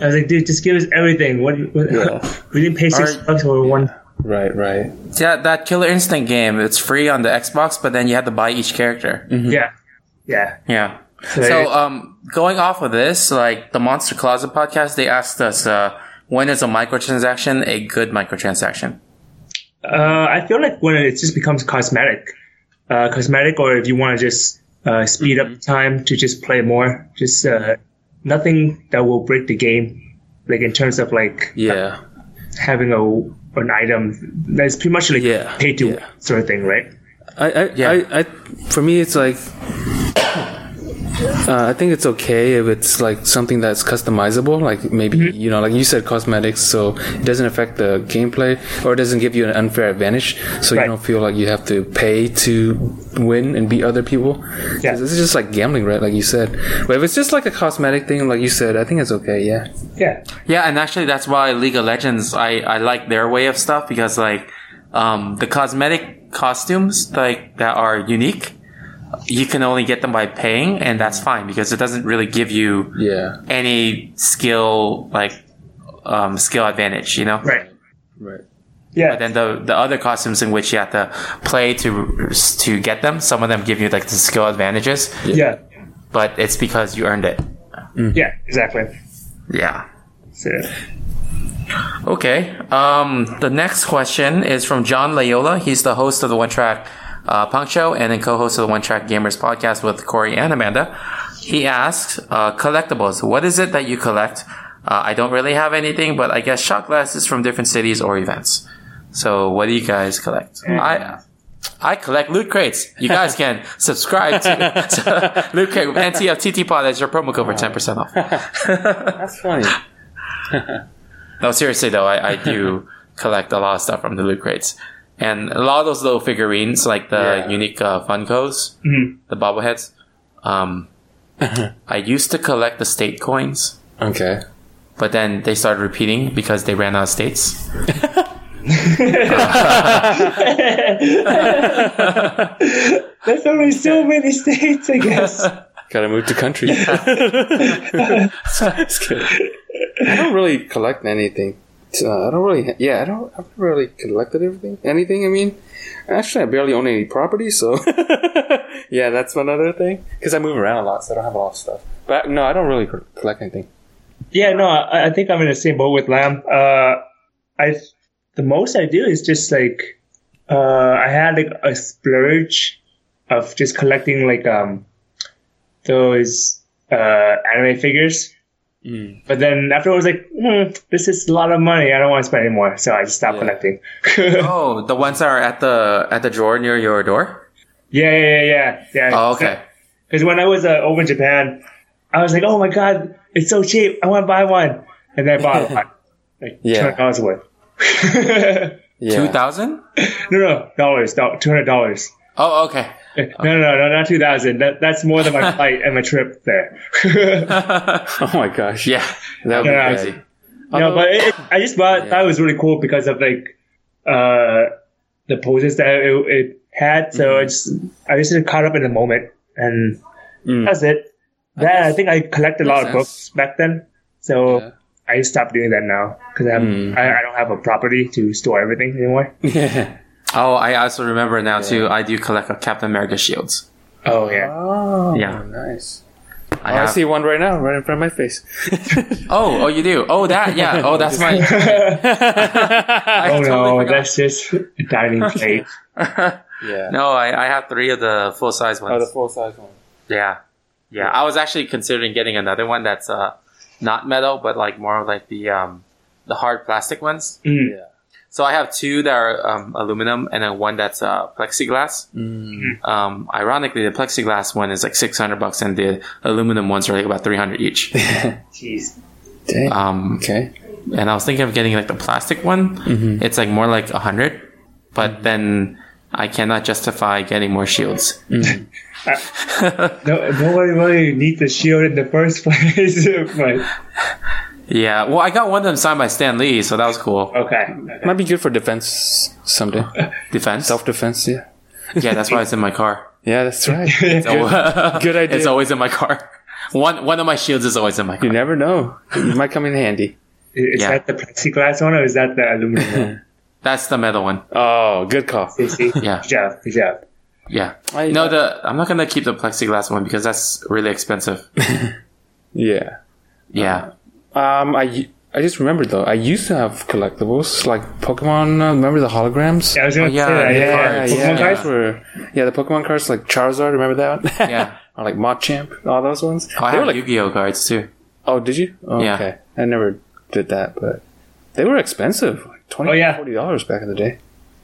D: I was like, dude, just give us everything. What, what
C: Yeah.
D: we didn't pay six
B: Alright.
D: bucks for one.
C: Right, right.
B: Yeah, that Killer Instinct game. It's free on the Xbox, but then you have to buy each character.
C: Mm-hmm.
D: Yeah, yeah.
B: Yeah.
D: Right.
B: So, um, going off of this, like the Monster Closet podcast, they asked us, uh, when is a microtransaction a good microtransaction?
D: Uh, I feel like when it just becomes cosmetic, uh, cosmetic, or if you want to just uh, speed
C: Mm-hmm.
D: up time to just play more, just uh, nothing that will break the game. Like in terms of like
C: Yeah.
D: having a an item that's pretty much like
C: Yeah,
D: pay to
C: yeah.
D: sort of thing, right?
C: I, I,
B: Yeah.
C: I, I, for me, it's like, uh, I think it's okay if it's like something that's customizable, like maybe you know, like you said, cosmetics, so it doesn't affect the gameplay or it doesn't give you an unfair advantage, so
D: Right.
C: you don't feel like you have to pay to win and beat other people.
D: Yeah.
C: this is just like gambling, right? Like you said, but if it's just like a cosmetic thing, like you said, I think it's okay. Yeah,
D: Yeah.
B: Yeah, and actually that's why League of Legends I, I like their way of stuff because like um the cosmetic costumes like that are unique you can only get them by paying and that's fine because it doesn't really give you
C: yeah,
B: any skill like um skill advantage, you know?
D: Right.
C: right.
D: Yeah.
B: But then the the other costumes in which you have to play to to get them, some of them give you like the skill advantages,
D: yeah.
B: but it's because you earned it.
D: Yeah. Exactly.
B: Yeah.
D: So,
B: Okay. Um, the next question is from John Layola. He's the host of the One Track uh, Punk Show and then co-host of the One Track Gamers podcast with Corey and Amanda. He asks, uh, collectibles. What is it that you collect? Uh, I don't really have anything, but I guess shot glasses from different cities or events. So, what do you guys collect? I I collect loot crates. You guys can subscribe to loot crate with NTFTT pod as your promo code for ten percent off.
C: That's funny.
B: No, seriously though, I, I do collect a lot of stuff from the loot crates. And a lot of those little figurines, like the
C: Yeah.
B: unique uh, Funkos, the bobbleheads. Um, I used to collect the state coins,
C: Okay.
B: but then they started repeating because they ran out of states.
D: there's only so many states, I guess.
C: Gotta move to country. Just kidding. I don't really collect anything. Uh, I don't really, yeah, I don't, I've never really collected everything. Anything, I mean. Actually, I barely own any property, so. yeah, that's one other thing. Because I move around a lot, so I don't have a lot of stuff. But no, I don't really co- collect anything.
D: Yeah, no, I, I think I'm in the same boat with Lamb. Uh, I the most I do is just like uh, I had like a splurge of just collecting like um those uh anime figures.
B: Mm.
D: But then after I was like, hmm, this is a lot of money. I don't want to spend anymore, so I just stopped collecting. yeah,
B: Oh, the ones that are at the at the drawer near your door.
D: yeah, yeah, yeah. yeah.
B: Oh, okay.
D: Because when I was uh, over in Japan, I was like, oh my god, it's so cheap. I want to buy one, and then I bought one, like
C: Yeah.
D: two hundred dollars worth.
C: Yeah.
B: Two thousand?
D: No, no, dollars, two hundred dollars.
B: Oh, okay.
D: No, no, no, no, not two thousand. That, that's more than my flight and my trip there. no,
C: Oh my gosh.
B: Yeah,
C: That would
D: Yeah.
C: be crazy. Although-
D: but it, it- I just thought that was really cool because of like uh, the poses that it, it had. So I just I just caught up in the moment, and that's it. That I think I collected a lot of
C: makes
D: books back then, so
C: Yeah.
D: I stopped doing that now because I, I don't have a property to store everything anymore.
C: yeah.
B: Oh, I also remember now too. I do collect uh, Captain America shields.
D: Oh yeah,
C: Oh,
B: Yeah.
C: nice. Oh,
B: I,
C: I
B: have-
C: see one right now, right in front of my face.
B: Oh, oh, you do. Oh, that. Yeah. Oh, that's my. I
D: oh
B: totally
D: no,
B: forgot.
D: that's just a dining plate.
C: Yeah.
B: No, I, I have three of the full size
C: Oh,
B: ones.
C: the full size one.
B: yeah, yeah. I was actually considering getting another one that's uh not metal, but like more of like the um the hard plastic ones.
D: Mm.
C: Yeah.
B: So I have two that are um, aluminum and then one that's uh, plexiglass. Um, ironically, the plexiglass one is like six hundred bucks, and the aluminum ones are like about three hundred each.
D: Jeez.
C: Dang.
B: Um,
C: okay.
B: and I was thinking of getting like the plastic one.
C: Mm-hmm.
B: It's like more like a hundred, but then I cannot justify getting more shields.
D: No, nobody really needs the shield in the first place. but
B: Yeah, well, I got one of them signed by Stan Lee, so that was cool.
D: okay,
C: Might be good for defense someday.
B: Defense.
C: Self defense, yeah.
B: yeah, that's why it's in my car.
C: Yeah, that's right.
B: So,
C: Good idea.
B: it's always in my car. One one of my shields is always in my
C: you
B: car.
C: never know. It might come in handy.
D: is
B: Yeah.
D: that the plexiglass one or is that the aluminum one?
B: That's the metal one.
C: Oh, good call.
D: You see? Good
B: Yeah,
D: job, good job.
B: yeah.
C: I-
B: no, the I'm not gonna keep the plexiglass one because that's really expensive.
C: Yeah.
B: Yeah.
C: Um, I u- I just remembered though. I used to have collectibles like Pokemon. Uh, remember the holograms?
D: Yeah, I was gonna
B: Oh, yeah,
D: say that.
B: yeah,
D: Yeah,
B: yeah, yeah.
D: Pokemon cards?
C: Those were- yeah, the Pokemon cards like Charizard. Remember that one?
B: Yeah.
C: or like Machamp. All those ones.
B: Oh, I
C: They
B: have
C: were like-
B: Yu-Gi-Oh cards too.
C: oh, did you? Oh,
B: Yeah.
C: Okay. I never did that, but they were expensive. Like 20
D: Oh, yeah.
C: forty dollars back in the day.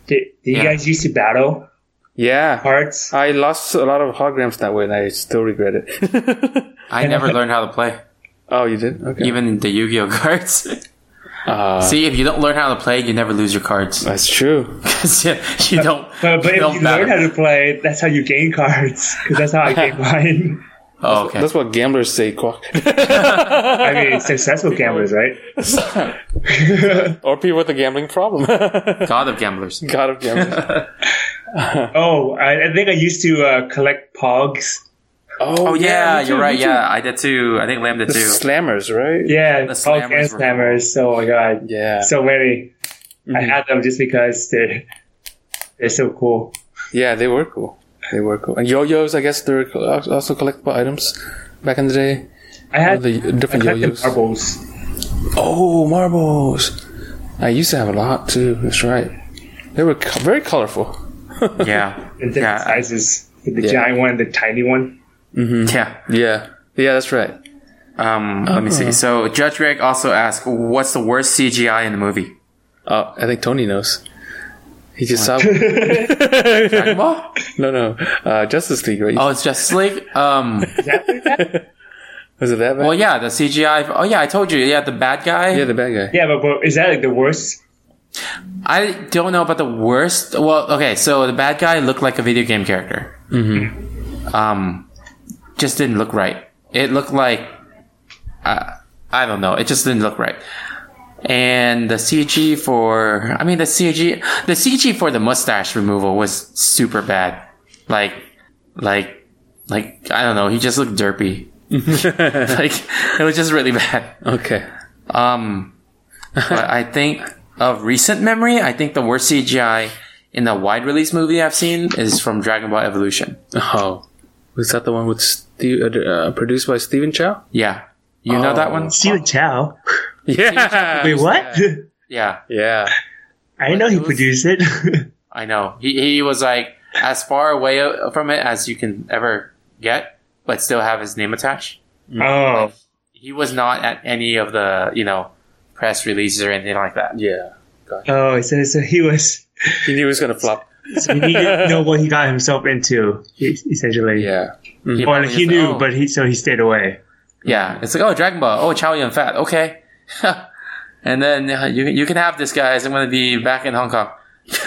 D: Did, did you
B: Yeah.
D: guys used to battle?
C: Yeah.
D: parts.
C: I lost a lot of holograms that way and I still regret it.
B: I never learned how to play.
C: oh, you did? Okay. Ah,
B: Even the Yu-Gi-Oh cards. See, if you don't learn how to play, you never lose your cards.
C: That's true.
B: you, you don't.
D: But, but if
B: don't
D: you
B: matter.
D: learn how to play, that's how you gain cards. Because that's how I gained mine.
B: oh, okay.
C: That's what gamblers say, quack.
D: I mean, successful gamblers, right?
C: or people with a gambling problem.
B: God of gamblers.
C: God of gamblers.
D: Oh, I, I think I used to uh, collect pogs.
C: Oh,
B: Oh yeah,
C: me
B: you're
C: too,
B: right.
C: me too.
B: Yeah, I did too. I think Lam did
C: The
B: too.
C: slammers, right?
D: Yeah,
B: The
D: pogs and
B: slammers were-
D: slammers. Oh my god,
C: Yeah.
D: so many. I
B: Mm-hmm.
D: had them just because they're they're so cool.
C: Yeah, they were cool. They were cool. And yo-yos, I guess they're co- also collectible items back in the day.
D: I had
C: the
D: I
C: different
D: collected
C: yo-yos.
D: marbles.
C: Oh, marbles. I used to have a lot too. That's right. They were co- very colorful.
B: Yeah,
D: in different
B: Yeah, I-
D: sizes. The giant one, the tiny one.
B: yeah.
C: Yeah. Yeah, that's right.
B: Um, let me
D: Uh-huh.
B: see. So Judge Greg also asked, "What's the worst CGI in the movie?"
C: Uh, I think Tony knows. He just saw. no,
B: Dragon Ball?
C: no. Uh, Justice League, right?
B: Oh, it's Justice League. Um,
C: Was it that bad?
B: well, yeah, the CGI. Oh, yeah, I told you. Yeah, the bad guy.
C: yeah, the bad guy.
D: Yeah, but, but is that like the worst?
B: I don't know about the worst. Well, okay, so the bad guy looked like a video game character. Mm-hmm. Um, just didn't look right. It looked like, uh, I don't know. It just didn't look right. And the CG for, I mean, the CG, the CG for the mustache removal was super bad. Like, like, like, I don't know. He just looked derpy. like, it was just really bad.
C: Okay.
B: Um, but I think of recent memory, I think the worst CGI in the wide release movie I've seen is from Dragon Ball Evolution.
C: Oh, was that the one with Steve, uh, uh, produced by Steven Chow?
B: Yeah. You know
D: Oh.
B: Oh. that one?
D: Steven Chow.
C: Yeah.
D: Wait, what?
B: Yeah,
C: Yeah.
D: I didn't know he produced it.
B: I know. He, he was like as far away o- from it as you can ever get, but still have his name attached.
D: oh,
B: He was not at any of the, you know, press releases or anything like that.
C: Yeah.
D: oh, so, so he was.
C: He knew he was gonna flop.
D: So he didn't know what he got himself into, e- essentially.
C: Yeah.
B: He
D: Mm-hmm. Or
B: probably
D: he
B: just,
D: knew,
B: oh.
D: but he so he stayed away.
B: Yeah, it's like oh Dragon Ball, oh Chow Yun Fat, okay, and then uh, you you can have this guys. I'm gonna be back in Hong Kong.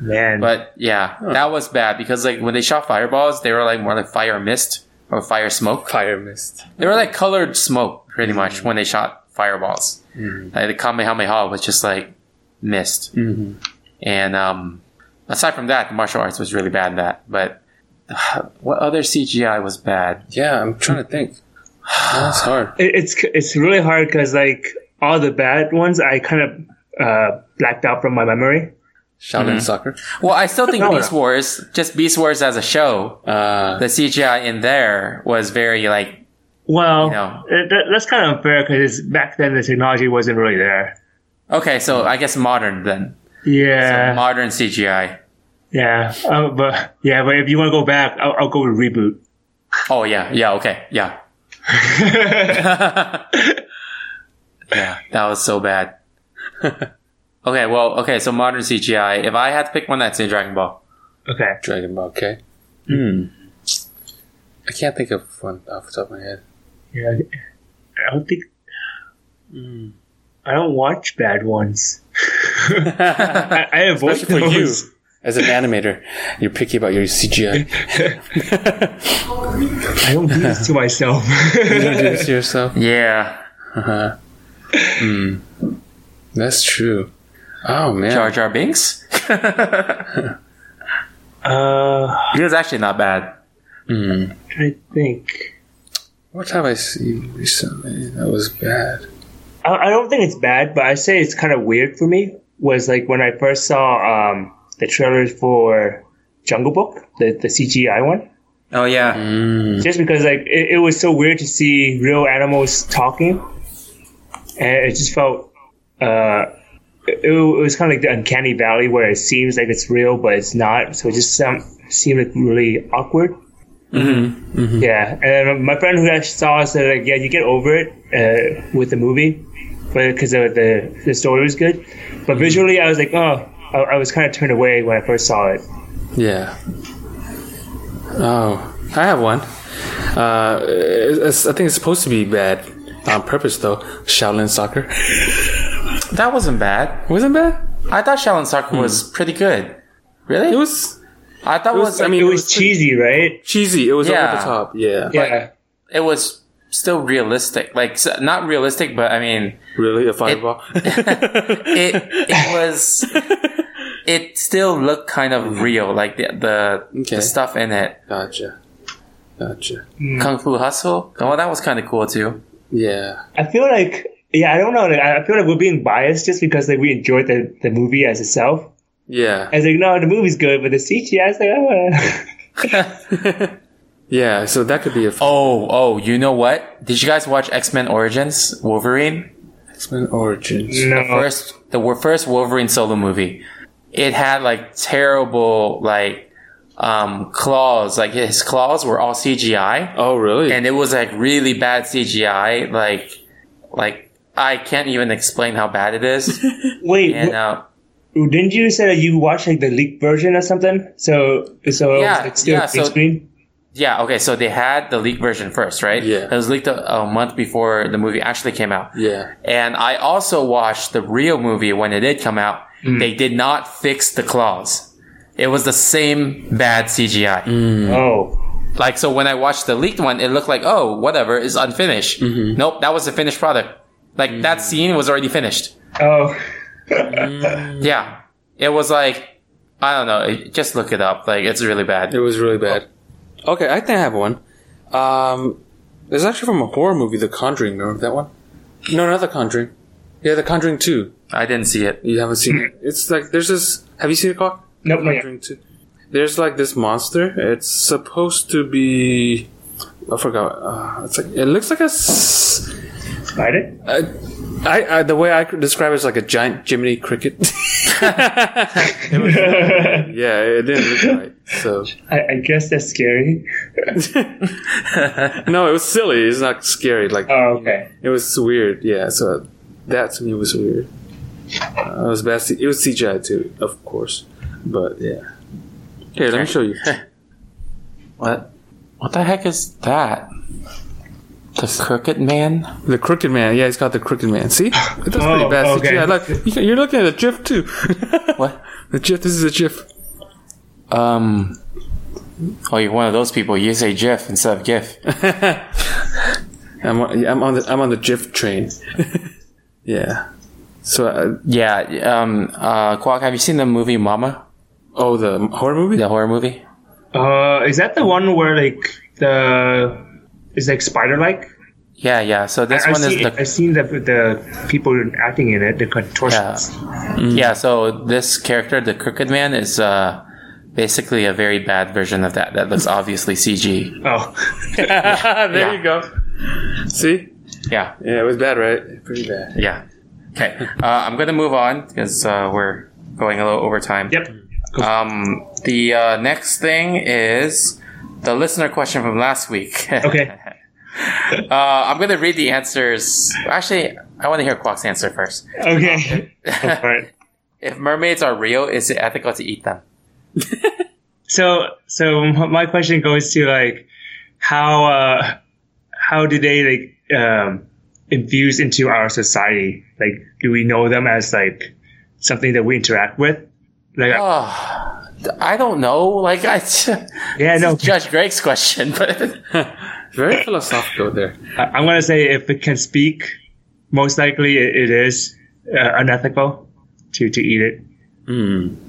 D: Man,
B: But yeah, that was bad because like when they shot fireballs, they were like more like fire mist or fire smoke.
C: Fire mist.
B: They were like colored smoke pretty much when they shot fireballs. Like the Kamehameha was just like mist, and um, aside from that, the martial arts was really bad in that. But what other CGI was bad?
C: Yeah, I'm trying to think. That's hard.
D: it, it's it's really hard because like all the bad ones, I kind of uh, blacked out from my memory.
C: Shaolin
D: Mm-hmm.
C: soccer.
B: Well, I still think
D: No,
B: Beast Wars, just Beast Wars as a show,
C: Uh,
B: the CGI in there was very like
D: Well,
B: No.
D: it- that, that's kind of unfair because back then the technology wasn't really there.
B: okay, so I guess modern then
D: Yeah.
B: modern CGI.
D: Yeah, uh, but yeah, but if you want to go back, I'll, I'll go with reboot.
B: Oh yeah, yeah, okay, yeah, yeah. That was so bad. okay, well, okay, so modern CGI. If I had to pick one, that's in Dragon Ball.
D: okay,
C: Dragon Ball. Okay. Hmm. I can't think of one off the top of my head.
D: yeah, I don't think hmm, I don't watch bad ones. I, I avoid
C: Especially for
D: those.
C: you, as an animator, you're picky about your CGI.
D: I don't do this to myself.
C: you don't do this to yourself.
B: Yeah,
C: That's true. Oh man.
B: Jar Jar Binks.
D: uh,
B: He was actually not bad.
D: I think
C: What have I seen recently that was bad?
D: I, I don't think it's bad, but I say it's kind of weird for me. Was like when I first saw um, the trailers for Jungle Book, the the CGI one.
B: Oh yeah,
D: just because like it, it was so weird to see real animals talking and it just felt uh it, it was kind of like the uncanny valley where it seems like it's real but it's not so it just um, seemed like really awkward mm-hmm. yeah and my friend who actually saw it said like yeah you get over it uh, with the movie but because the the story was good but visually i was like oh I, I was kind of turned away when i first saw it
C: Yeah. Oh, I have one. Uh, it's, it's- I think it's supposed to be bad on purpose, though. Shaolin soccer
B: That wasn't bad.
C: wasn't bad.
B: I thought Shaolin Soccer was pretty good. Really?
C: It was
B: I thought Hmm. it was,
C: was-
B: I
C: I
B: mean,
C: mean,
D: It was cheesy, right?
C: cheesy. It was
B: Yeah.
C: over the top. Yeah.
D: Yeah.
B: it was still realistic. Like s- not realistic, but I mean,
C: Really, a fireball.
B: it it was it still looked kind of real, like the the,
C: Okay.
B: the stuff in it.
C: gotcha. Gotcha.
B: Kung Fu Hustle. Oh, that was kind of cool too.
C: Yeah.
D: I feel like yeah, I don't know. Like, I I feel like we're being biased just because like we enjoyed the, the movie as itself.
C: Yeah.
D: And it's like, no, the movie's good, but the CGI is like, oh.
C: Yeah. So that could be a
B: Oh, oh, you know what? Did you guys watch X Men Origins Wolverine?
C: X-Men Origins.
D: no.
B: First, the wo- first Wolverine solo movie. It had like terrible like um claws. Like his claws were all CGI.
C: Oh, really?
B: and it was like really bad CGI. Like, like I can't even explain how bad it is.
D: Wait,
B: And uh,
D: w- didn't you say that you watched like the leaked version or something? So, so
B: Yeah,
D: it's still
B: yeah,
D: big
B: so-
D: screen.
B: yeah, okay. So they had the leaked version first, right? it
C: Yeah.
B: was leaked a, a month before the movie actually came out.
C: yeah.
B: And I also watched the real movie when it did come out.
C: Mm.
B: They did not fix the claws. It was the same bad CGI.
C: Mm.
D: Oh,
B: Like so, when I watched the leaked one, it looked like oh, whatever, it's unfinished.
C: Mm-hmm.
B: Nope, that was a finished product. Like
C: Mm.
B: that scene was already finished.
D: oh,
B: Yeah. It was like, I don't know. it- Just look it up. Like, it's really bad.
C: It was really bad. Oh. Okay, I think I have one. Um, it's actually from a horror movie, The Conjuring. Remember that one? No, not The Conjuring. Yeah, The Conjuring Two.
B: I didn't see it.
C: You haven't seen it. It's like there's this. Have you seen it, Clock?
D: nope, not yet.
C: Conjuring Two. There's like this monster. It's supposed to be. I forgot. Uh, it's like it looks like a. s-
D: Tried it.
C: I, I the way I could describe it is like a giant Jiminy cricket. It was- yeah, it didn't look right. So
D: I, I guess that's scary.
C: no, it was silly. It's not scary. Like
D: Oh, okay.
C: It was weird, yeah. So that to me was weird. Uh, it was bad. C- it was CGI too, of course. But yeah. Here, let me show you.
B: What? What the heck is that? The Crooked Man?
C: the Crooked Man. Yeah, he's got the Crooked Man. See, that's pretty
D: Oh,
C: bad
D: okay.
C: CGI. Look, you- you're looking at a GIF too.
B: What?
C: The GIF. This is a GIF.
B: Um. Oh, you're one of those people. You say GIF instead of GIF.
C: I'm on, yeah, I'm on the I'm on the GIF train. yeah. So uh,
B: yeah. Um. Uh. Quack, have you seen the movie Mama?
C: oh, the horror movie.
B: The horror movie?
D: Uh, is that the one where like the is like spider-like?
B: Yeah. Yeah. So this
D: I, I've
B: one is
D: seen,
B: the.
D: I've seen the the people acting in it, the contortions.
B: Yeah. So this character, the Crooked Man, is uh basically a very bad version of that. That looks obviously CG.
D: Oh,
C: there
B: Yeah.
C: you go. See?
B: Yeah.
C: Yeah, it was bad, right? Pretty bad.
B: Yeah. Okay. Uh, I'm going to move on because uh, we're going a little over time.
D: yep.
B: Um, the uh, next thing is the listener question from last week.
D: Okay.
B: uh, I'm going to read the answers. Actually, I want to hear Quack's answer first.
D: Okay. All right.
B: If mermaids are real, is it ethical to eat them?
D: So, so m- my question goes to like, how uh, how do they like um, infuse into our society? Like, do we know them as like something that we interact with? Like,
B: Oh, I don't know. Like, I
D: yeah, no.
B: judge Greg's question, but
C: Very philosophical there.
D: I- I'm gonna say if it can speak, most likely it, it is uh, unethical to to eat it.
B: Hmm.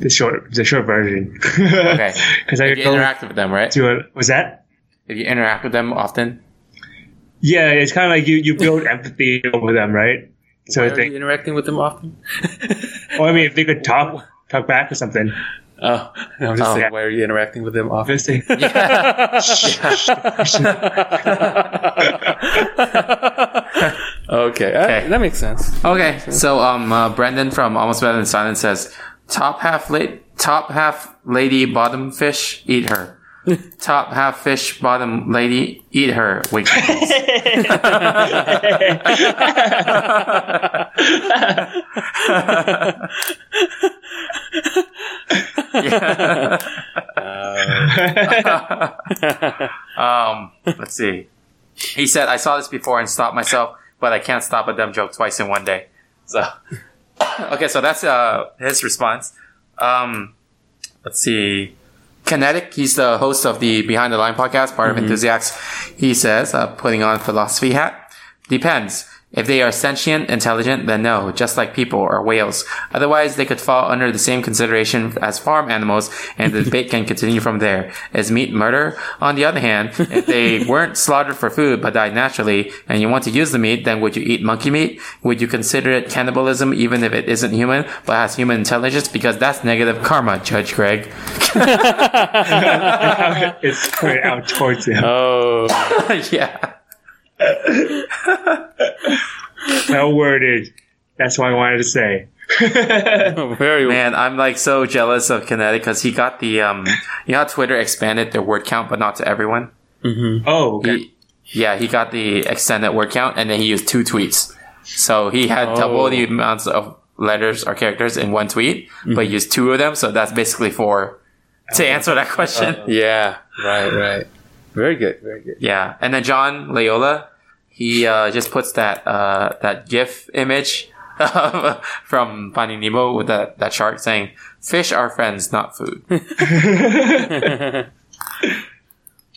D: The short the short version. okay. Because I
B: you
D: could go
B: interact with them, right?
D: to a was that
B: If you interact with them often,
D: Yeah, it's kind of like you, you build empathy over them, right? So if
C: Are you
D: they,
C: interacting with them often?
D: or I mean, if they could talk, talk back or something.
C: Oh, I'm just
B: Oh.
C: saying, why are you interacting with them often?
D: Just say,
C: okay, uh, that makes sense.
B: Okay, so um, uh, Brendan from Almost Better Than Silent says, "Top half late, top half lady, bottom fish, eat her. top half fish, bottom lady, eat her." Wait, um, let's see. He said, "I saw this before and stopped myself, but I can't stop a dumb joke twice in one day." So, okay, so that's uh, his response. Um, let's see. Kinetic, he's the host of the Behind the Line podcast, part of Enthusiasts. He says, uh, putting on philosophy hat, depends. If they are sentient, intelligent, then no, just like people or whales. Otherwise, they could fall under the same consideration as farm animals, and the debate can continue from there. Is meat murder? On the other hand, if they weren't slaughtered for food but died naturally, and you want to use the meat, then would you eat monkey meat? Would you consider it cannibalism even if it isn't human but has human intelligence? Because that's negative karma, Judge Greg.
D: it's pointed out towards him.
C: Oh,
B: yeah.
D: Well worded. That's what I wanted to say.
C: very well.
B: Man, I'm like so jealous of Kinetic because he got the um you know how Twitter expanded their word count but not to everyone?
D: Oh, okay.
B: He- yeah, he got the extended word count and then he used two tweets. So he had double the amounts of letters or characters in one tweet, but used two of them, so that's basically four to answer that question.
C: Yeah, right, right. Very good, very good.
B: Yeah, and then John Layola, he uh, just puts that uh, that GIF image of- from Finding Nemo with that that shark saying, "Fish are friends, not food."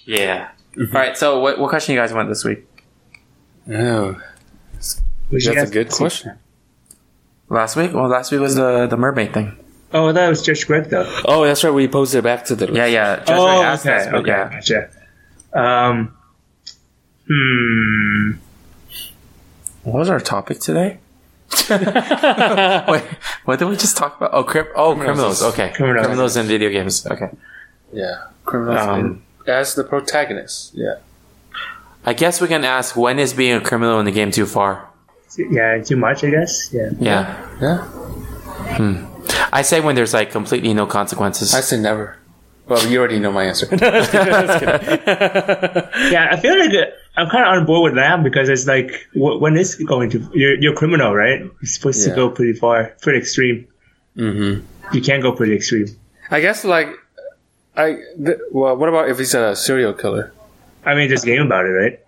B: yeah. All
D: Mm-hmm.
B: right. So, what what question you guys want this week?
C: Oh,
D: We should
C: that's a
D: ask-
C: good question.
B: Last week? Well, last week was the the mermaid thing.
D: Oh, that was Judge Greg though.
C: Oh, that's right. We posted back to the
B: Yeah, yeah. Just
D: oh,
B: right after us, but yeah.
D: gotcha. Um, hmm.
B: What was our topic today? Wait, what did we just talk about? Oh, cri- oh, criminals. Okay,
D: Criminals.
B: criminals in video games. Okay.
C: yeah. Criminals
B: Um,
C: as the protagonist. Yeah.
B: I guess we can ask when is being a criminal in the game too far?
D: Yeah, too much, I guess. Yeah.
B: Yeah.
C: Yeah.
B: I say when there's like completely no consequences.
C: I say never. Well, you already know my answer.
D: Yeah, I feel like uh, I'm kind of on board with that because it's like, wh- when is it going to? You're, you're a criminal, right? You're supposed
C: Yeah.
D: to go pretty far, pretty extreme. Mm-hmm. You can go pretty extreme.
C: I guess like I th- well, what about if he's a serial killer?
D: I mean, there's a game about it, right?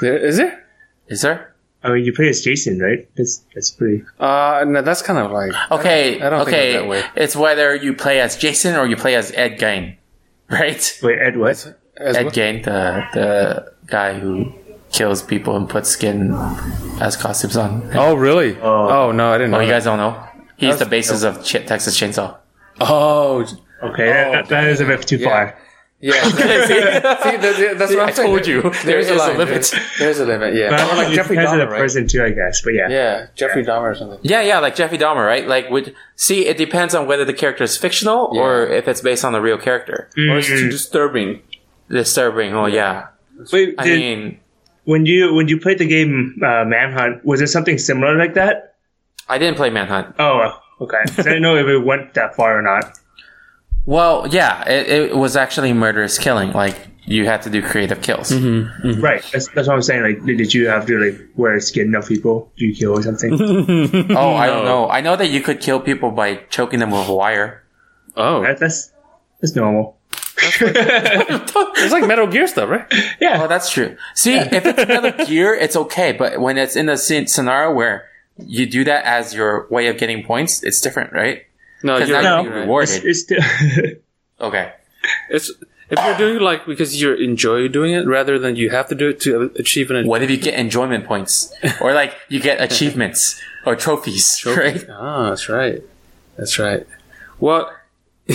C: There, is there?
B: is there?
D: I mean, you play as Jason, right? That's that's pretty.
C: Uh, no, that's kind of like
B: Okay.
C: I don't think of
B: okay.
C: it that way.
B: It's whether you play as Jason or you play as Ed Gain, right?
D: Wait, Ed, what?
C: as
B: Ed
C: well-
B: Gain, the the guy who kills people and puts skin as costumes on. Oh,
C: Oh really? Oh, no, I didn't know.
B: you
C: that.
B: guys don't know? He's the basis of Ch- Texas Chainsaw.
C: Oh
D: Okay, that- that, that is a bit too far.
C: yeah. See, that- that- that's what I'm
B: I
C: saying.
B: told you, there is a
C: line.
B: limit.
C: There- There's a limit. Yeah.
D: But
C: Or like
D: it
C: Jeffrey
D: depends on the
C: Dahmer, right?
D: person too, I guess. But yeah,
C: Yeah, Jeffrey Dahmer or something.
B: Yeah, yeah, like Jeffrey Dahmer, right? Like, would see, it depends on whether the character is fictional or if it's based on the real character.
C: Or it's too disturbing.
B: Disturbing. Oh, yeah.
D: Wait,
B: I
D: did-
B: mean,
D: when you when you played the game uh, Manhunt, was it something similar like that?
B: I didn't play Manhunt.
D: Oh, okay. 'Cause I didn't know if it went that far or not.
B: Well, yeah, it, it was actually murderous killing. Like you had to do creative kills. Mm-hmm.
D: Right. That's, that's what I'm saying. Like, did did you have to like wear skin of people you kill or something?
B: Oh, I don't know. I know that you could kill people by choking them with a wire.
C: Oh,
D: that, that's that's normal.
C: it's like Metal Gear stuff, right?
B: Oh, that's true. See, if it's another gear, it's okay. But when it's in a scen- scenario where you do that as your way of getting points, it's different, right?
C: No,
B: Because
C: you're
B: now
D: No.
B: you're
C: right.
B: rewarded.
D: It's still
B: okay.
C: It's if you're doing like because you enjoy doing it rather than you have to do it to achieve an.
B: What if you get enjoyment points, or like you get achievements or trophies, right?
C: Ah, that's right. That's right. Well,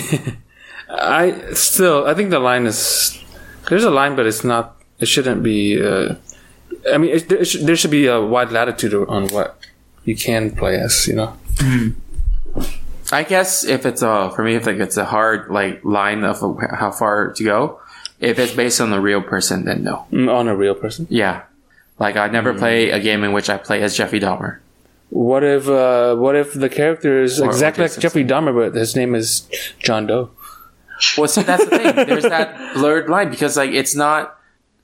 C: I still I think the line is there's a line, but it's not. It shouldn't be. Uh, I mean, it, there, should, there should be a wide latitude on what you can play as. You know.
B: I guess if it's a for me, if like it's a hard like line of how far to go, if it's based on the real person, then no.
C: Mm, on a real person.
B: Yeah, like I'd never play a game in which I play as Jeffrey Dahmer.
C: What if uh, What if the character is exactly
B: okay,
C: like Jeffrey Dahmer, but his name is John Doe?
B: Well, see, that's the thing. There's that blurred line because like it's not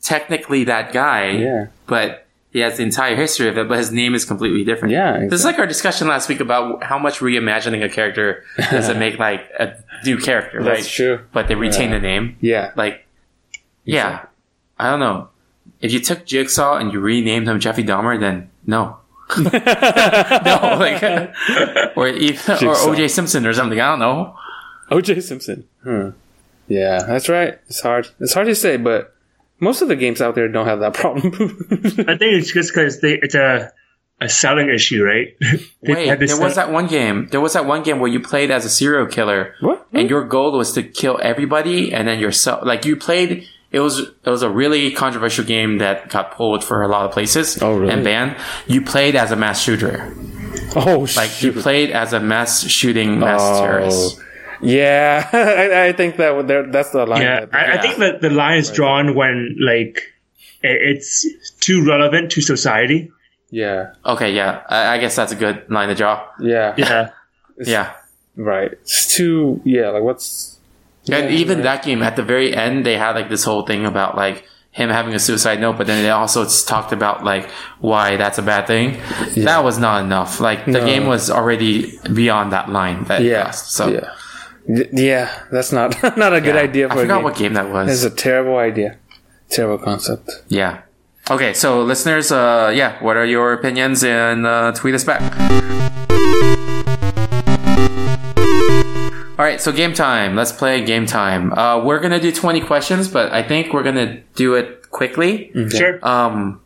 B: technically that guy,
C: Yeah.
B: but He has the entire history of it, but his name is completely different.
C: Yeah,
B: This is like our discussion last week about how much reimagining a character doesn't make like a new character, right?
C: That's true.
B: But they retain
C: Yeah.
B: the name.
C: Yeah.
B: Like, yeah. I don't know. If you took Jigsaw and you renamed him Jeffy Dahmer, then no. no, like, or, even, or
C: Jigsaw.
B: OJ Simpson or something. I don't know.
C: OJ Simpson. Hmm. Yeah, that's right. It's hard. It's hard to say, but most of the games out there don't have that problem.
D: I think it's just because it's a, a selling issue, right? They
B: Wait,
D: had this
B: there was
D: sell-
B: that one game. There was that one game where you played as a serial killer,
C: What?
B: and your goal was to kill everybody and then yourself. Like you played. It was it was a really controversial game that got pulled for a lot of places
C: Oh, really?
B: and banned. You played as a mass shooter.
C: oh,
B: Like you played as a mass shooting mass
C: Oh.
B: terrorist.
C: Yeah, I, I think that would- there- that's the line.
D: Yeah,
C: that-
D: I, I think that the line is drawn when like i- it's too relevant to society.
C: yeah,
B: Okay, yeah, I, I guess that's a good line to draw.
C: yeah,
D: Yeah,
B: Yeah,
C: right. It's too. Yeah, like what's
B: and even that game at the very end, they had like this whole thing about like him having a suicide note, but then they also s- talked about like why that's a bad thing. That was not enough. Like the
C: No.
B: game was already beyond that line. That it
C: yeah,
B: crossed, so
C: yeah, Y- yeah. That's not not a good idea
B: I
C: for a
B: forgot
C: game.
B: what game that was.
C: That's a terrible idea. Terrible concept.
B: yeah. Okay, so listeners, uh, yeah, what are your opinions? And uh, tweet us back. All right, so game time. Let's play game time. Uh, we're gonna do twenty questions, but I think we're gonna do it quickly.
D: sure.
B: Um,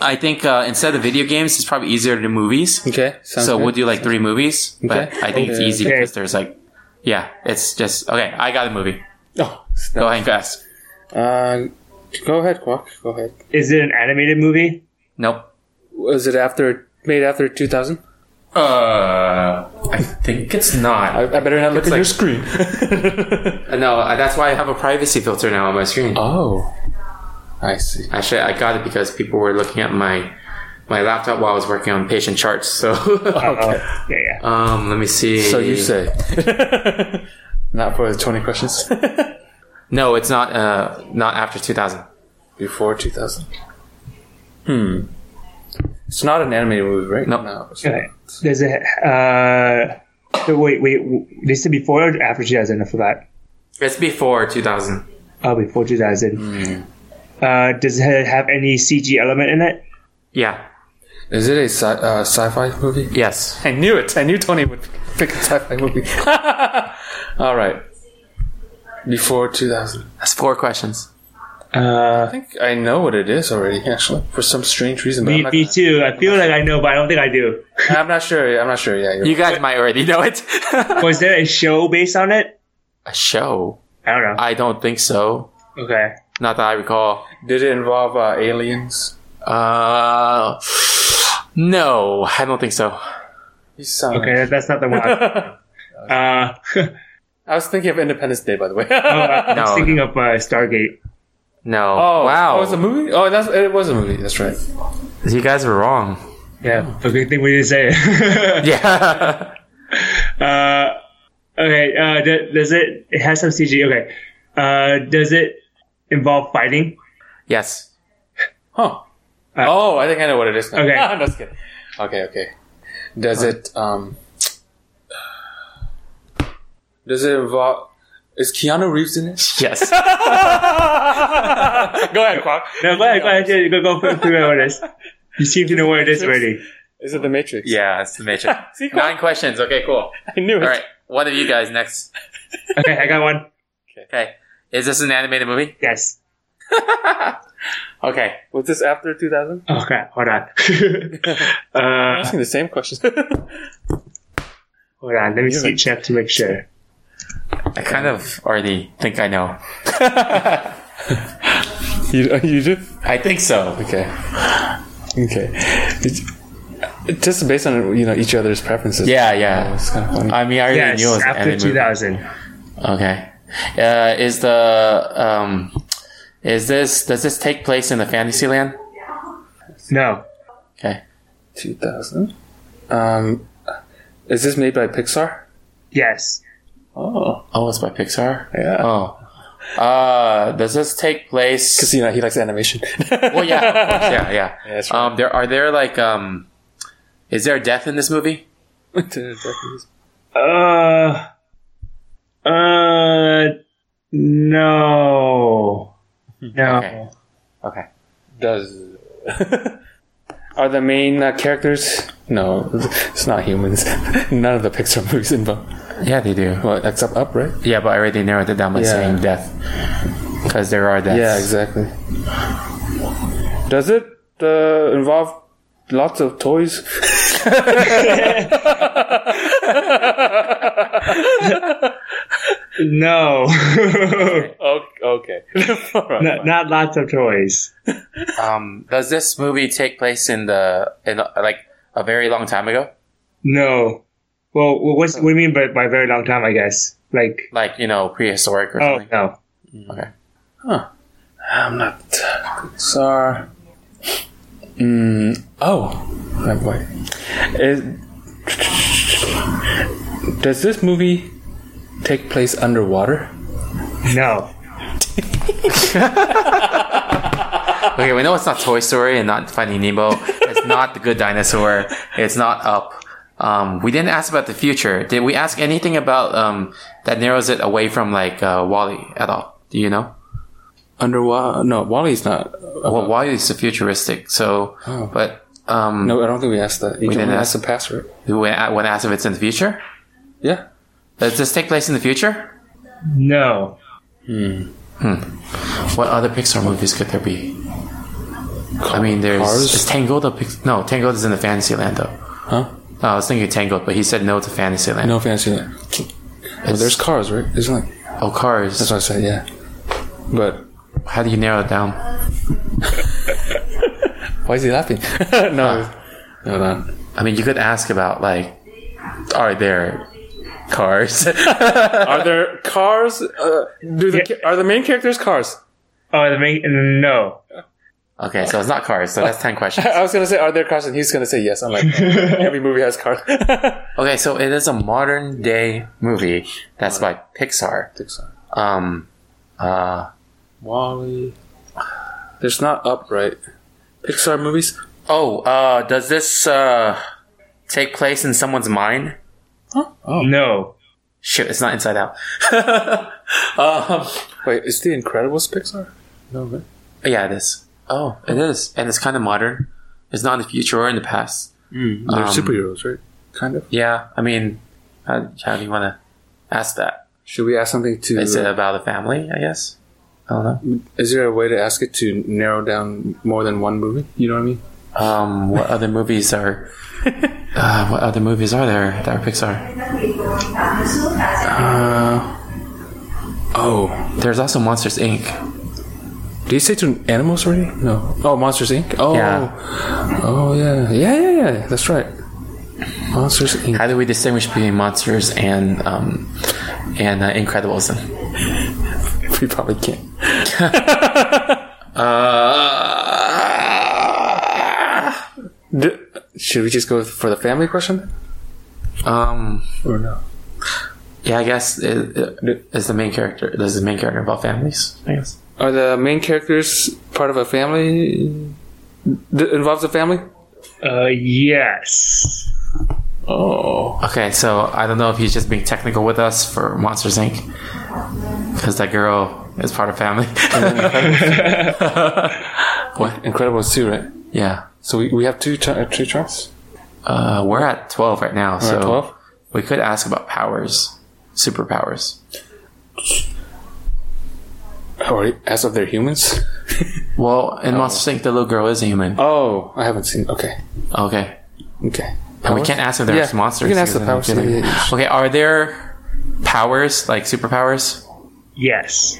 B: I think uh, instead of video games, it's probably easier to do movies.
C: Okay, sounds
B: so
C: good.
B: we'll do like three movies, but
C: Okay.
B: I think it's
C: Okay.
B: easy
D: Okay.
B: because there's like, yeah, it's just okay. I got a movie.
C: Oh,
B: Go ahead, guys.
C: uh, go ahead, Quack. Go ahead.
D: is it an animated movie?
B: Nope.
C: Was it after made after two thousand?
B: Uh, I think it's not.
C: I better not look
B: It's like-
C: at your screen.
B: Uh, no, I- that's why I have a privacy filter now on my screen.
C: oh, I see.
B: Actually, I got it because people were looking at my my laptop while I was working on patient charts. So,
D: Oh, Yeah, yeah.
B: um, let me see.
C: So you say. Not for the 20 questions.
B: no? It's not. Uh, not after two thousand.
C: Before 2000. Hmm. It's not an animated movie, right?
B: Nope.
C: No. it's
D: Okay. There's a uh. so Wait, wait. w- This is before or after 2000? I forgot.
B: It's before two thousand.
D: Oh, before 2000. Uh, does it have any CG element in it?
B: Yeah.
C: not. Is it a sci- uh, sci-fi movie?
B: Yes.
C: I knew it. I knew Tony would pick a sci-fi movie. All right. Before 2000.
B: That's four questions.
C: I think I know what it is already, actually, for some strange reason. But I'm,
D: Me,
C: not
D: me too. I feel like I know, but I don't think I do.
C: gonna- I'm not sure. I'm not sure. Yeah. You're
B: You guys might already know it.
D: Was there a show based on it?
B: a show?
D: I don't know.
B: I don't think so.
D: okay.
B: Not that I recall.
C: Did it involve uh, aliens?
B: Uh, no, I don't think so.
C: You sound
D: Okay, that- that's not the one. I, uh,
C: I was thinking of Independence Day, by the way.
D: oh, I was
B: No,
D: thinking of uh, Stargate.
B: No.
C: Oh
B: wow.
C: Oh, it's a movie. Oh, that's it was a movie. That's right.
B: you guys were wrong.
D: Yeah, a good thing we didn't say it.
B: Yeah.
D: uh, okay, uh, d- does it? It has some CG. Okay, uh, does it involve fighting?
B: yes.
C: Huh. oh, I think I know what it is. Now.
D: Okay.
C: I'm just kidding. Okay, okay. Does it um? Does it involve? Is Keanu Reeves in it?
B: Yes.
C: Go ahead, Quack.
D: No, go ahead, go ahead, go go for figure out what it is. You seem to know what it is already.
C: Is it The Matrix?
B: yeah, it's the Matrix.
C: See, Quack,
B: Nine questions. Okay, cool.
C: I knew it.
B: All right. One of you guys next.
D: Okay, I got one.
B: Okay. Is this an animated movie?
D: Yes.
B: Okay.
C: Was this after 2000? I'm
D: Okay, hold on. uh,
C: asking the same question.
D: hold on, let me see, check to make sure.
B: I kind of already think I know.
C: you uh, you do?
B: I think so.
C: Okay. Okay. It's, just based on you know each other's preferences.
B: Yeah, yeah.
C: It's kind of funny.
B: I mean, I already
D: Yes,
B: knew it was an
D: after
B: animated movie.
D: 2000.
B: Okay. Uh, is the um, is this does this take place in the fantasy land?
D: No.
B: Okay.
C: 2000. Um, is this made by Pixar?
D: Yes.
C: Oh,
B: Oh, it's by Pixar.
C: yeah.
B: Oh, Uh, does this take place?
C: Because you know he likes animation.
B: Well, yeah, of course, yeah, yeah.
C: Yeah, that's right.
B: um, there are there like um, is there death in this movie?
D: Uh, uh, no, no.
B: Okay. Okay.
C: Does are the main uh, characters? No, it's not humans. None of the Pixar movies involve.
B: Yeah, they do.
C: Well, except Up, right?
B: Yeah, but I already narrowed it down by
C: Yeah.
B: saying death because there are deaths.
C: Yeah, exactly. Does it uh, involve lots of toys?
D: No,
C: Okay. okay. All right,
D: not,
C: fine.
D: not lots of toys.
B: Um, does this movie take place in the in uh, like a very long time ago?
D: No. Well, wh- what's, what do you mean by, by very long time? I guess like
B: Like you know, prehistoric or
D: oh
B: something.
D: no.
B: Okay.
C: I'm not Pixar. Mm, oh, that boy. Is, does this movie take place underwater?
D: No.
B: Okay, we know it's not Toy Story and not Finding Nemo. It's not The Good Dinosaur. It's not Up. Um, we didn't ask about the future. Did we ask anything about um, that narrows it away from like uh, Wally at all? Do you know?
C: Underwater? No, Wally's not. uh,
B: Well, Wally is a futuristic, so
C: Oh.
B: but um,
C: No, I don't think we asked that. You
B: didn't
C: didn't
B: ask-
C: ask the password.
B: when, when asked if it's in the future,
C: Yeah.
B: does this take place in the future?
D: No.
B: What other Pixar movies could there be? I mean, there's
C: Cars?
B: is Tangled. A Pix- no, Tangled is in the Fantasyland though.
C: Huh?
B: No, I was thinking Tangled, but he said no to Fantasyland.
C: No fancy that. Well, there's cars, right? Isn't like
B: oh Cars.
C: that's what I said. Yeah. But
B: How do you narrow it down?
C: why is he laughing? no. Hold on.
B: Uh, I mean, you could ask about like, are there cars?
C: Are there cars? Uh, do the
D: Yeah.
C: ca- are the main characters cars?
D: Oh, the main, no.
B: okay, so it's not cars. So that's ten questions.
C: I was gonna say, are there cars? And he's gonna say yes. I'm like, every movie has cars.
B: Okay, so it is a modern day movie that's by Pixar. Um, uh,
C: Wally. There's not up right. Pixar movies.
B: oh, uh, does this uh take place in someone's mind?
D: No.
B: Shoot, it's not Inside Out. um,
C: Wait, is the Incredibles Pixar? No, right?
B: yeah, it is. Oh, it is, and it's kind of modern. It's not in the future or in the past.
C: they're
B: Um,
C: superheroes, right? Kind of.
B: Yeah, I mean, how, how do you want to ask that?
C: Should we ask something to?
B: Is it about a family? I guess. I don't know.
C: Is there a way to ask it to narrow down more than one movie? You know what I mean?
B: Um, what other movies are? Uh, what other movies are there that are Pixar?
C: Oh,
B: There's also Monsters Inc.
C: did you say to animals already? No. Oh, Monsters Inc. Oh,
B: Yeah.
C: oh yeah, yeah, yeah, yeah. That's right. Monsters Inc.
B: How do we distinguish between monsters and um, and uh, Incredibles? then?
C: We probably can't.
B: Uh,
C: D- should we just go for the family question
B: um,
C: or no?
B: yeah, I guess it, it, is the main character. Does the main character involve families? I guess.
C: Are the main characters part of a family? That involves a family?
D: Uh, yes.
C: Oh.
B: Okay, so I don't know if he's just being technical with us for Monsters Inc. Because that girl is part of family.
C: What? Incredibles 2, right?
B: yeah.
C: So we, we have two, ch- uh, two tracks?
B: Uh, we're at 12 right now,
C: We're
B: so
C: at 12?
B: we could ask about powers, superpowers. Oh,
C: Or as of they're humans?
B: Well, in Monsters Inc., the little girl is a human.
C: Oh, I haven't seen. Okay.
B: Okay.
C: Okay.
B: And we can't ask if there's
C: Oh. Yeah,
B: monsters.
C: you can ask the
B: because
C: powers,
B: then we
C: yeah,
B: feel
C: yeah,
B: like- Okay, are there powers, like superpowers?
D: Yes.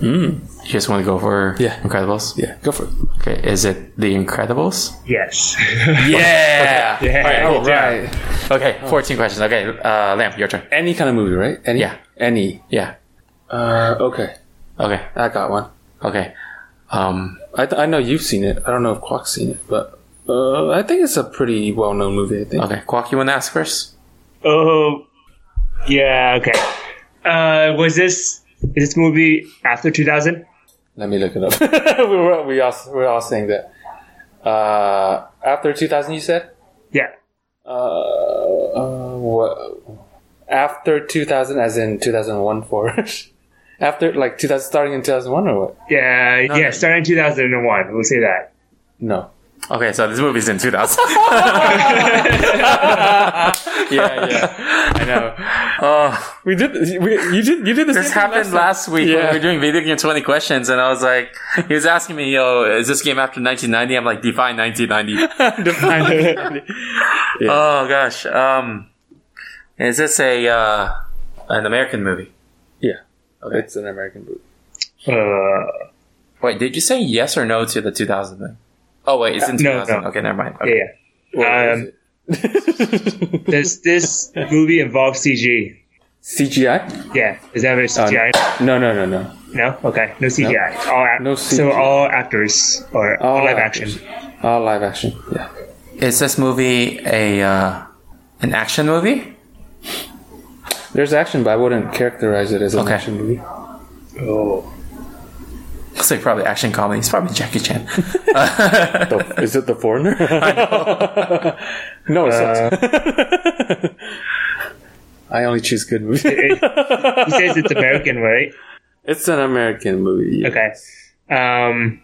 B: You just want to go for
C: Yeah.
B: Incredibles?
C: Yeah, go for it.
B: Okay, is it The Incredibles?
D: Yes.
B: Yeah!
D: Yeah.
B: All right,
C: Right.
B: cool. Okay, 14 questions. Okay, uh, Lamp, your turn.
C: Any kind of movie, right? Any?
B: Yeah.
C: Any.
B: Yeah.
C: Uh, okay.
B: Okay. Uh,
C: I got one.
B: Okay. Um,
C: I, th- I know you've seen it. I don't know if Quack's seen it, but uh, I think it's a pretty well known movie, I think.
B: okay. Quack, you want to ask first?
D: Oh. Yeah. Okay. Uh, was this Is this movie after 2000?
C: Let me look it up. we were we all we were all saying that. Uh, after 2000, you said.
D: Yeah.
C: Uh, uh, what? After 2000, as in 2001, for after like 2000, starting in 2001 or what?
D: Yeah, yeah, starting in 2001. We'll say that.
C: No.
B: Okay, so this movie's in 2000.
C: Yeah, yeah.
B: I know. Oh,
C: we did. We, you did. You did this.
B: this happened last week when
C: Yeah.
B: we were doing video game 20 questions, and I was like, he was asking me, yo, is this game after 1990? I'm like, define 1990.
D: Uh,
B: oh, gosh. Um, is this a, uh, an American movie?
C: yeah. Okay. It's an American movie.
D: Uh,
B: Wait, did you say yes or no to the 2000 thing? Oh, wait, it's in
D: No,
B: 2000.
D: no.
B: Okay, never mind. Okay.
D: yeah. Um, does this movie involve CG?
C: CGI?
D: Yeah. Is that a CGI?
C: No, no, no, no.
D: no? Okay. No CGI. All act-
C: No
D: So
C: CGI.
D: all actors or
C: All
D: all live
C: actors.
D: action.
C: All live action. Yeah.
B: Is this movie a, uh, an action movie?
C: There's action, but I wouldn't characterize it as an
B: Okay.
C: action movie.
D: Oh.
B: It's like probably action comedy. It's probably Jackie Chan.
C: The- is it the foreigner? no, it's not. I only choose good movies.
D: He says it's American, right?
C: It's an American movie. yeah.
D: Okay. Um,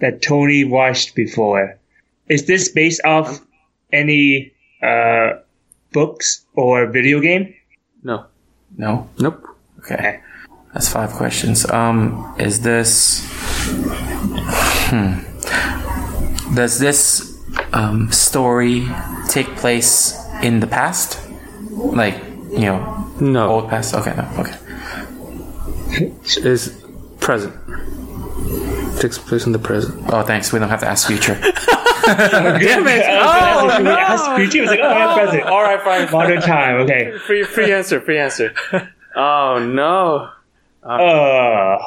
D: that Tony watched before. Is this based off any uh, books or video game?
C: No.
B: no?
C: Nope.
D: Eh.
B: Okay. That's five questions. Um, is this. Hmm. Does this um, story take place in the past? Like, you know,
C: No.
B: old past? Okay, no, okay.
C: is present. Takes place in the present.
B: Oh, thanks. We don't have to ask future.
D: Damn it! Oh, no. was like, oh, I'm present.
C: All right, fine.
D: Modern time. Okay.
C: Free, free answer. Free answer. Oh no.
D: Uh,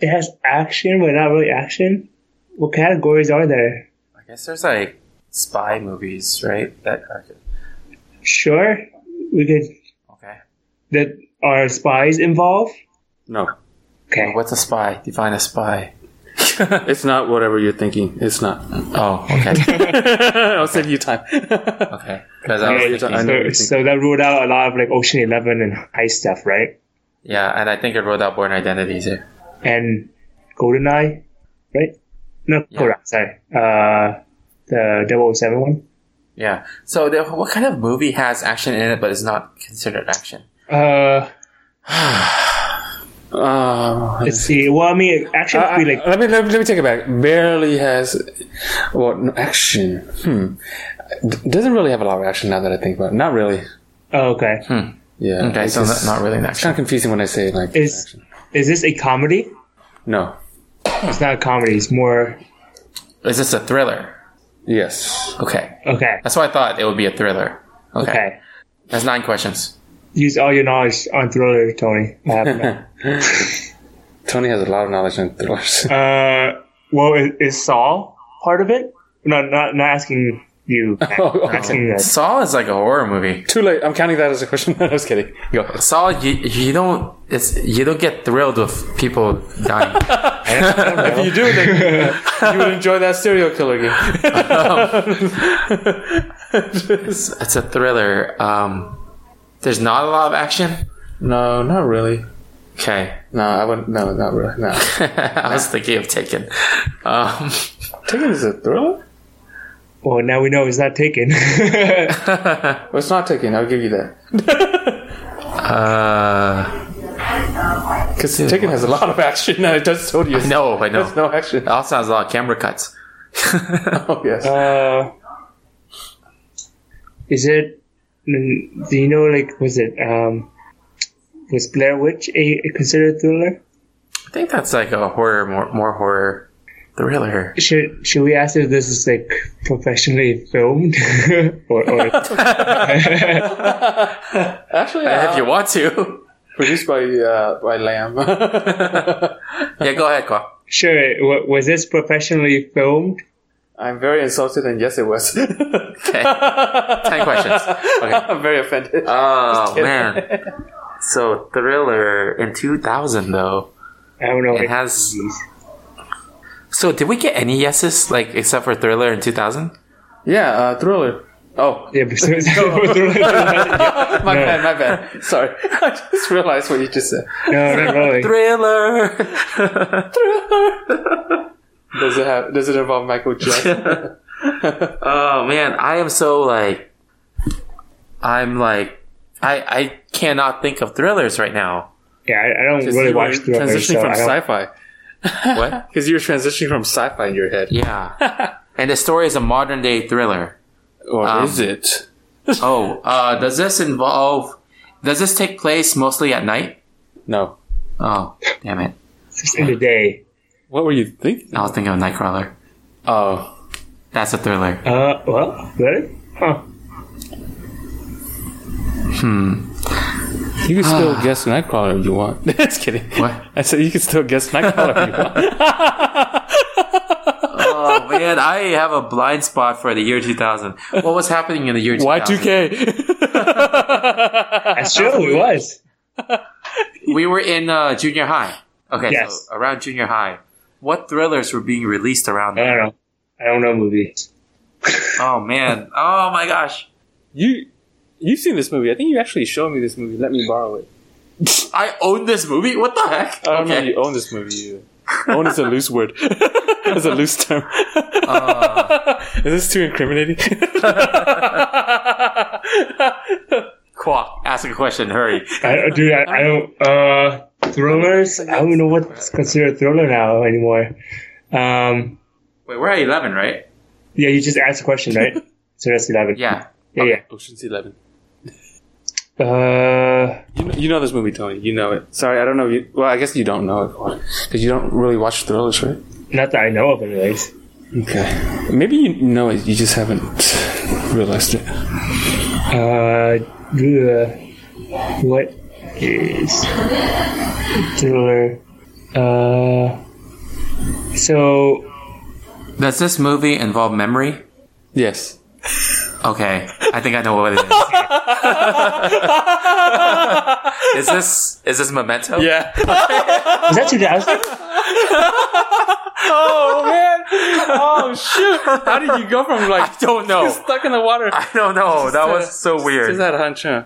D: it has action, but not really action. What categories are there?
B: I guess there's like spy movies, right? That are good.
D: Sure, we could.
B: Okay.
D: That are spies involved?
C: No.
D: Okay.
B: What's a spy? Define a spy.
C: It's not whatever you're thinking. It's not.
B: Oh, okay.
C: I'll save you time.
B: okay. Because I was
D: Okay,
B: thinking,
C: I know what
D: so,
C: you're
D: so that ruled out a lot of like Ocean Eleven and heist stuff, right?
B: yeah, and I think it wrote out Born Identities here.
D: and GoldenEye, right? No,
B: Yeah.
D: Goldeneye, sorry. Uh, the 007 one.
B: Yeah. So the, what kind of movie has action in it but is not considered action?
D: Uh,
C: Uh,
D: let's see. Well, I mean, action
C: I-
D: would be like,
C: let, me, let me let me take it back. Barely has well no, action. Hmm. D- doesn't really have a lot of action now that I think about it. Not really.
D: oh, okay.
C: Yeah.
B: Okay, so
C: it's-
B: not, not really an
C: It's
B: action.
C: kind of confusing when I say like
D: Is,
C: action.
D: is this a comedy?
C: No.
D: It's not a comedy. It's more,
B: Is this a thriller?
C: Yes.
B: Okay.
D: okay.
B: That's why I thought it would be a thriller. Okay.
D: Okay.
B: That's nine questions.
D: Use all your knowledge on Thriller, Tony. I have none.
C: Tony has a lot of knowledge on thrillers.
D: uh, well, is, is Saul part of it? No, not, not asking you.
C: Oh, okay.
D: asking us.
B: Saw is like a horror movie.
C: Too late. I'm counting that as a question. I was kidding. Go ahead.
B: Saw you, you don't it's you don't get thrilled with people dying.
C: If you do, then uh, you would enjoy that serial killer game.
B: It's, it's a thriller. Um, there's not a lot of action.
C: No, not really.
B: Okay,
C: No, I wouldn't. No, not really. No.
B: I was thinking of Taken. Um,
C: Taken is a thriller?
D: Well, now we know it's not taken.
C: Well, it's not Taken. I'll give you that.
B: uh,
C: Because Taken has a lot of action. I just told you.
B: no, I know.
C: There's no action.
B: It also has a lot of camera cuts.
C: Oh, yes.
D: Uh, is it? mm, Do you know? Like, was it? Um, was Blair Witch a, a considered thriller?
B: I think that's like a horror, more, more horror thriller.
D: Should Should we ask if this is like professionally filmed or, or
C: Actually,
B: if you want to,
C: produced by uh, by Lamb.
B: yeah, go ahead, Kwa.
D: sure? wa- Was this professionally filmed?
C: I'm very insulted, and yes, it was.
B: Okay, ten questions.
C: Uh, I'm very offended.
B: Oh man, So Thriller in 2000 though.
D: I don't know.
B: It has. So did we get any yeses like except for Thriller in 2000?
C: Yeah, uh, Thriller.
B: Oh,
D: Yeah, but so, no,
C: My bad, my bad. Sorry. I just realized what you just said.
D: not really.
B: Thriller.
C: Does it have, does it involve Michael Jackson?
B: oh man, I am so like, I'm like, I I cannot think of thrillers right now.
D: Yeah, I, I don't really
C: you
D: watch
C: were
D: thrillers.
C: transitioning
D: so
C: from
D: I don't-
C: sci-fi.
B: What?
C: Because you were transitioning from sci-fi in your head.
B: yeah. And the story is a modern day thriller.
C: Or
B: Um,
C: is it?
B: Oh, uh, does this involve? Does this take place mostly at night?
C: No.
B: Oh, damn it!
D: It's in the day.
C: What were you thinking?
B: I was thinking of Nightcrawler.
C: Oh.
B: That's a thriller.
D: Uh, well, really? Huh.
C: You can still guess Nightcrawler if you want. Just kidding.
B: What?
C: I said you can still guess Nightcrawler if you want.
B: Oh man, I have a blind spot for the year 2000. What was happening in the year 2000?
C: Y2K.
D: That's true. It was.
B: We were in uh, junior high. Okay,
D: Yes.
B: so around junior high, what thrillers were being released around?
D: I
B: Then?
D: don't know. I don't know movies.
B: Oh man! Oh my gosh!
C: you, you've seen this movie. I think you actually showed me this movie. Let me borrow it.
B: I own this movie. What the heck?
C: I don't know if you own this movie either. own is a loose word. it's a loose term. is this too incriminating?
B: Quack. Ask a question. Hurry.
D: I, dude, I, I don't. Uh, thrillers. I don't know what's considered thriller now anymore. Um,
B: Wait, we're at eleven, right?
D: yeah, you just asked a question, right? so that's eleven.
B: Yeah.
D: yeah, yeah.
C: Ocean's Eleven.
D: Uh,
C: You know, you know this movie, Tony. You know it. Sorry, I don't know. If you, well, I guess you don't know it because you don't really watch thrillers, right?
D: not that I know of, anyways.
C: Okay. Maybe you know it. You just haven't realized it.
D: Uh, uh, what is thriller? Uh, so
B: Does this movie involve memory?
C: Yes.
B: Okay, I think I know what it is. is this is this Memento?
C: Yeah.
D: was that 2000?
C: Oh man. Oh shoot. How did you go from like
B: Don't know.
C: stuck in the water?
B: I don't know. That was so
C: Is
B: weird.
C: that hunch? Huh?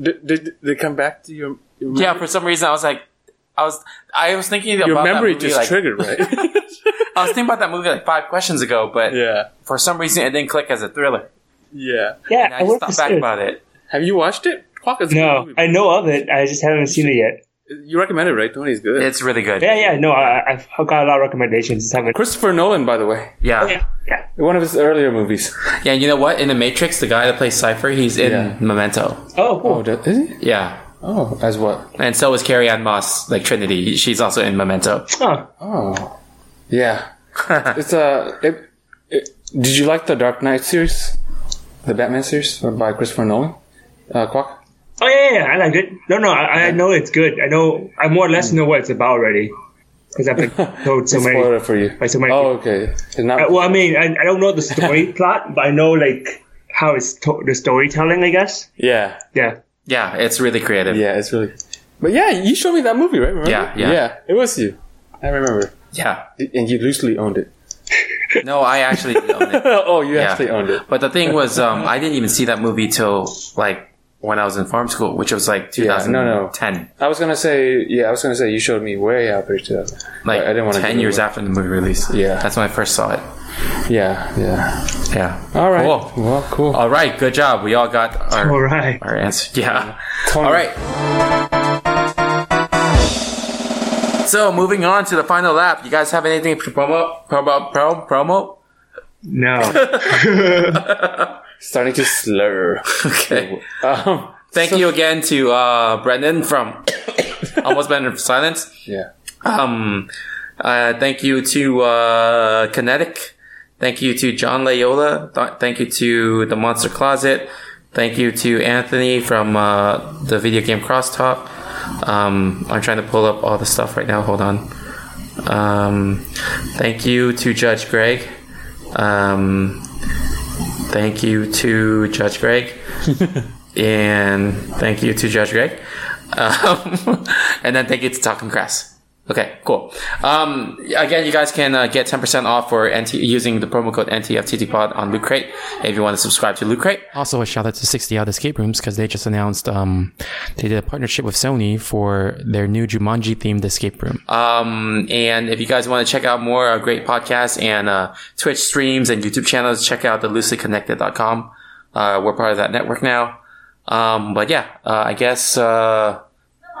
C: Did, did did it come back to your? your
B: Yeah,
C: memory?
B: for some reason I was like, I was I was thinking
C: your
B: about that
C: memory
B: movie,
C: just
B: like,
C: triggered, right?
B: I was thinking about that movie like five questions ago, but
C: yeah.
B: for some reason it didn't click as a thriller.
C: Yeah.
D: Yeah,
B: And
D: I,
B: I
D: was
B: just thought back about it.
C: Have you watched it? Fuck, it's a good
D: No,
C: movie.
D: I know of it. I just haven't seen it yet.
C: you recommend it, right? Tony's good.
B: It's really good.
D: Yeah, yeah. No, I, I've got a lot of recommendations. Just haven't.
C: Christopher Nolan, by the way,
B: Yeah.
C: one of his earlier movies.
B: Yeah, and you know what? In The Matrix, the guy that plays Cypher, he's in
C: Yeah.
B: Memento.
D: Oh,
C: Oh,
D: cool.
C: does, is he?
B: Yeah.
C: Oh, as what?
B: And so is Carrie Ann Moss, like Trinity. She's also in Memento.
D: Huh.
C: Oh, yeah. it's a. It, it, did you like the Dark Knight series, the Batman series by Christopher Nolan? Uh, Quack.
D: Oh yeah, yeah, yeah, I liked it. No, no, I, I know it's good. I know I more or less know what it's about already because I've been told
C: Mm.
D: so
C: It's
D: many.
C: spoiler for you.
D: by so many
C: oh, okay. It's not.
D: Uh, well, I mean, I, I don't know the story plot, but I know like how it's to- the storytelling. I guess.
C: yeah,
D: Yeah.
B: Yeah, it's really creative.
C: yeah. It's really. But yeah, you showed me that movie, right? Remember?
B: Yeah, yeah.
C: yeah. It was you. I remember,
B: Yeah.
C: and you loosely owned it.
B: No, I actually did own it.
C: oh, you
B: Yeah.
C: actually owned it.
B: But the thing was, um, I didn't even see that movie till like when I was in farm school, which was like
C: Yeah, no, no.
B: 2010,
C: I was gonna say, yeah, I was gonna say you showed me way out there too.
B: like
C: I didn't want to.
B: 10 years after the movie release.
C: Yeah.
B: That's when I first saw it.
C: Yeah, yeah.
B: Yeah.
C: All right.
B: Cool.
C: Well, cool.
B: All right. Good job. We all got our,
D: All right.
B: our answer. Yeah.
C: Tony.
B: All right. So moving on to the final lap. You guys have anything to promo? Promo? Promo? promo?
D: No.
C: starting to slur.
B: Okay.
C: Um,
B: Thank you again to uh, Brendan from Almost Brendan from Silence.
C: yeah.
B: Um, uh, thank you to uh, Kinetic. Thank you to John Layola. Th- thank you to the Monster Closet. Thank you to Anthony from uh, the video game Crosstalk. Um, I'm trying to pull up all the stuff right now. Hold on. Um, thank you to Judge Greg. Um, thank you to Judge Greg. And thank you to Judge Greg. Um, and then thank you to Talking Crass. Okay, cool. Um, again, you guys can uh, get 10% off for NT- using the promo code NTFTTPod on Loot Crate if you want to subscribe to Loot Crate.
H: Also, a shout out to 60 Odd Escape Rooms because they just announced um, they did a partnership with Sony for their new Jumanji themed escape room.
B: Um, and if you guys want to check out more uh, great podcasts and uh, Twitch streams and YouTube channels, check out the looselyconnected.com. Uh, we're part of that network now. Um, but yeah, uh, I guess uh,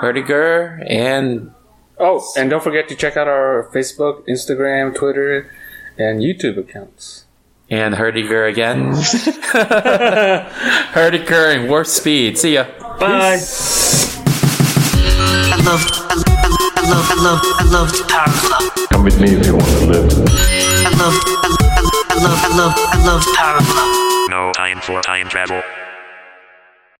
B: Herdiger and
C: Oh, and don't forget to check out our Facebook, Instagram, Twitter, and YouTube accounts.
B: and Herdiger again. Herdiger and Warp Speed. See ya.
D: Bye.
E: I loved, I loved, I loved, I loved, I loved Power Club.
F: Come with me if you want to live.
E: I loved, I loved, I loved, I loved, I loved Power Club.
G: No time for time travel.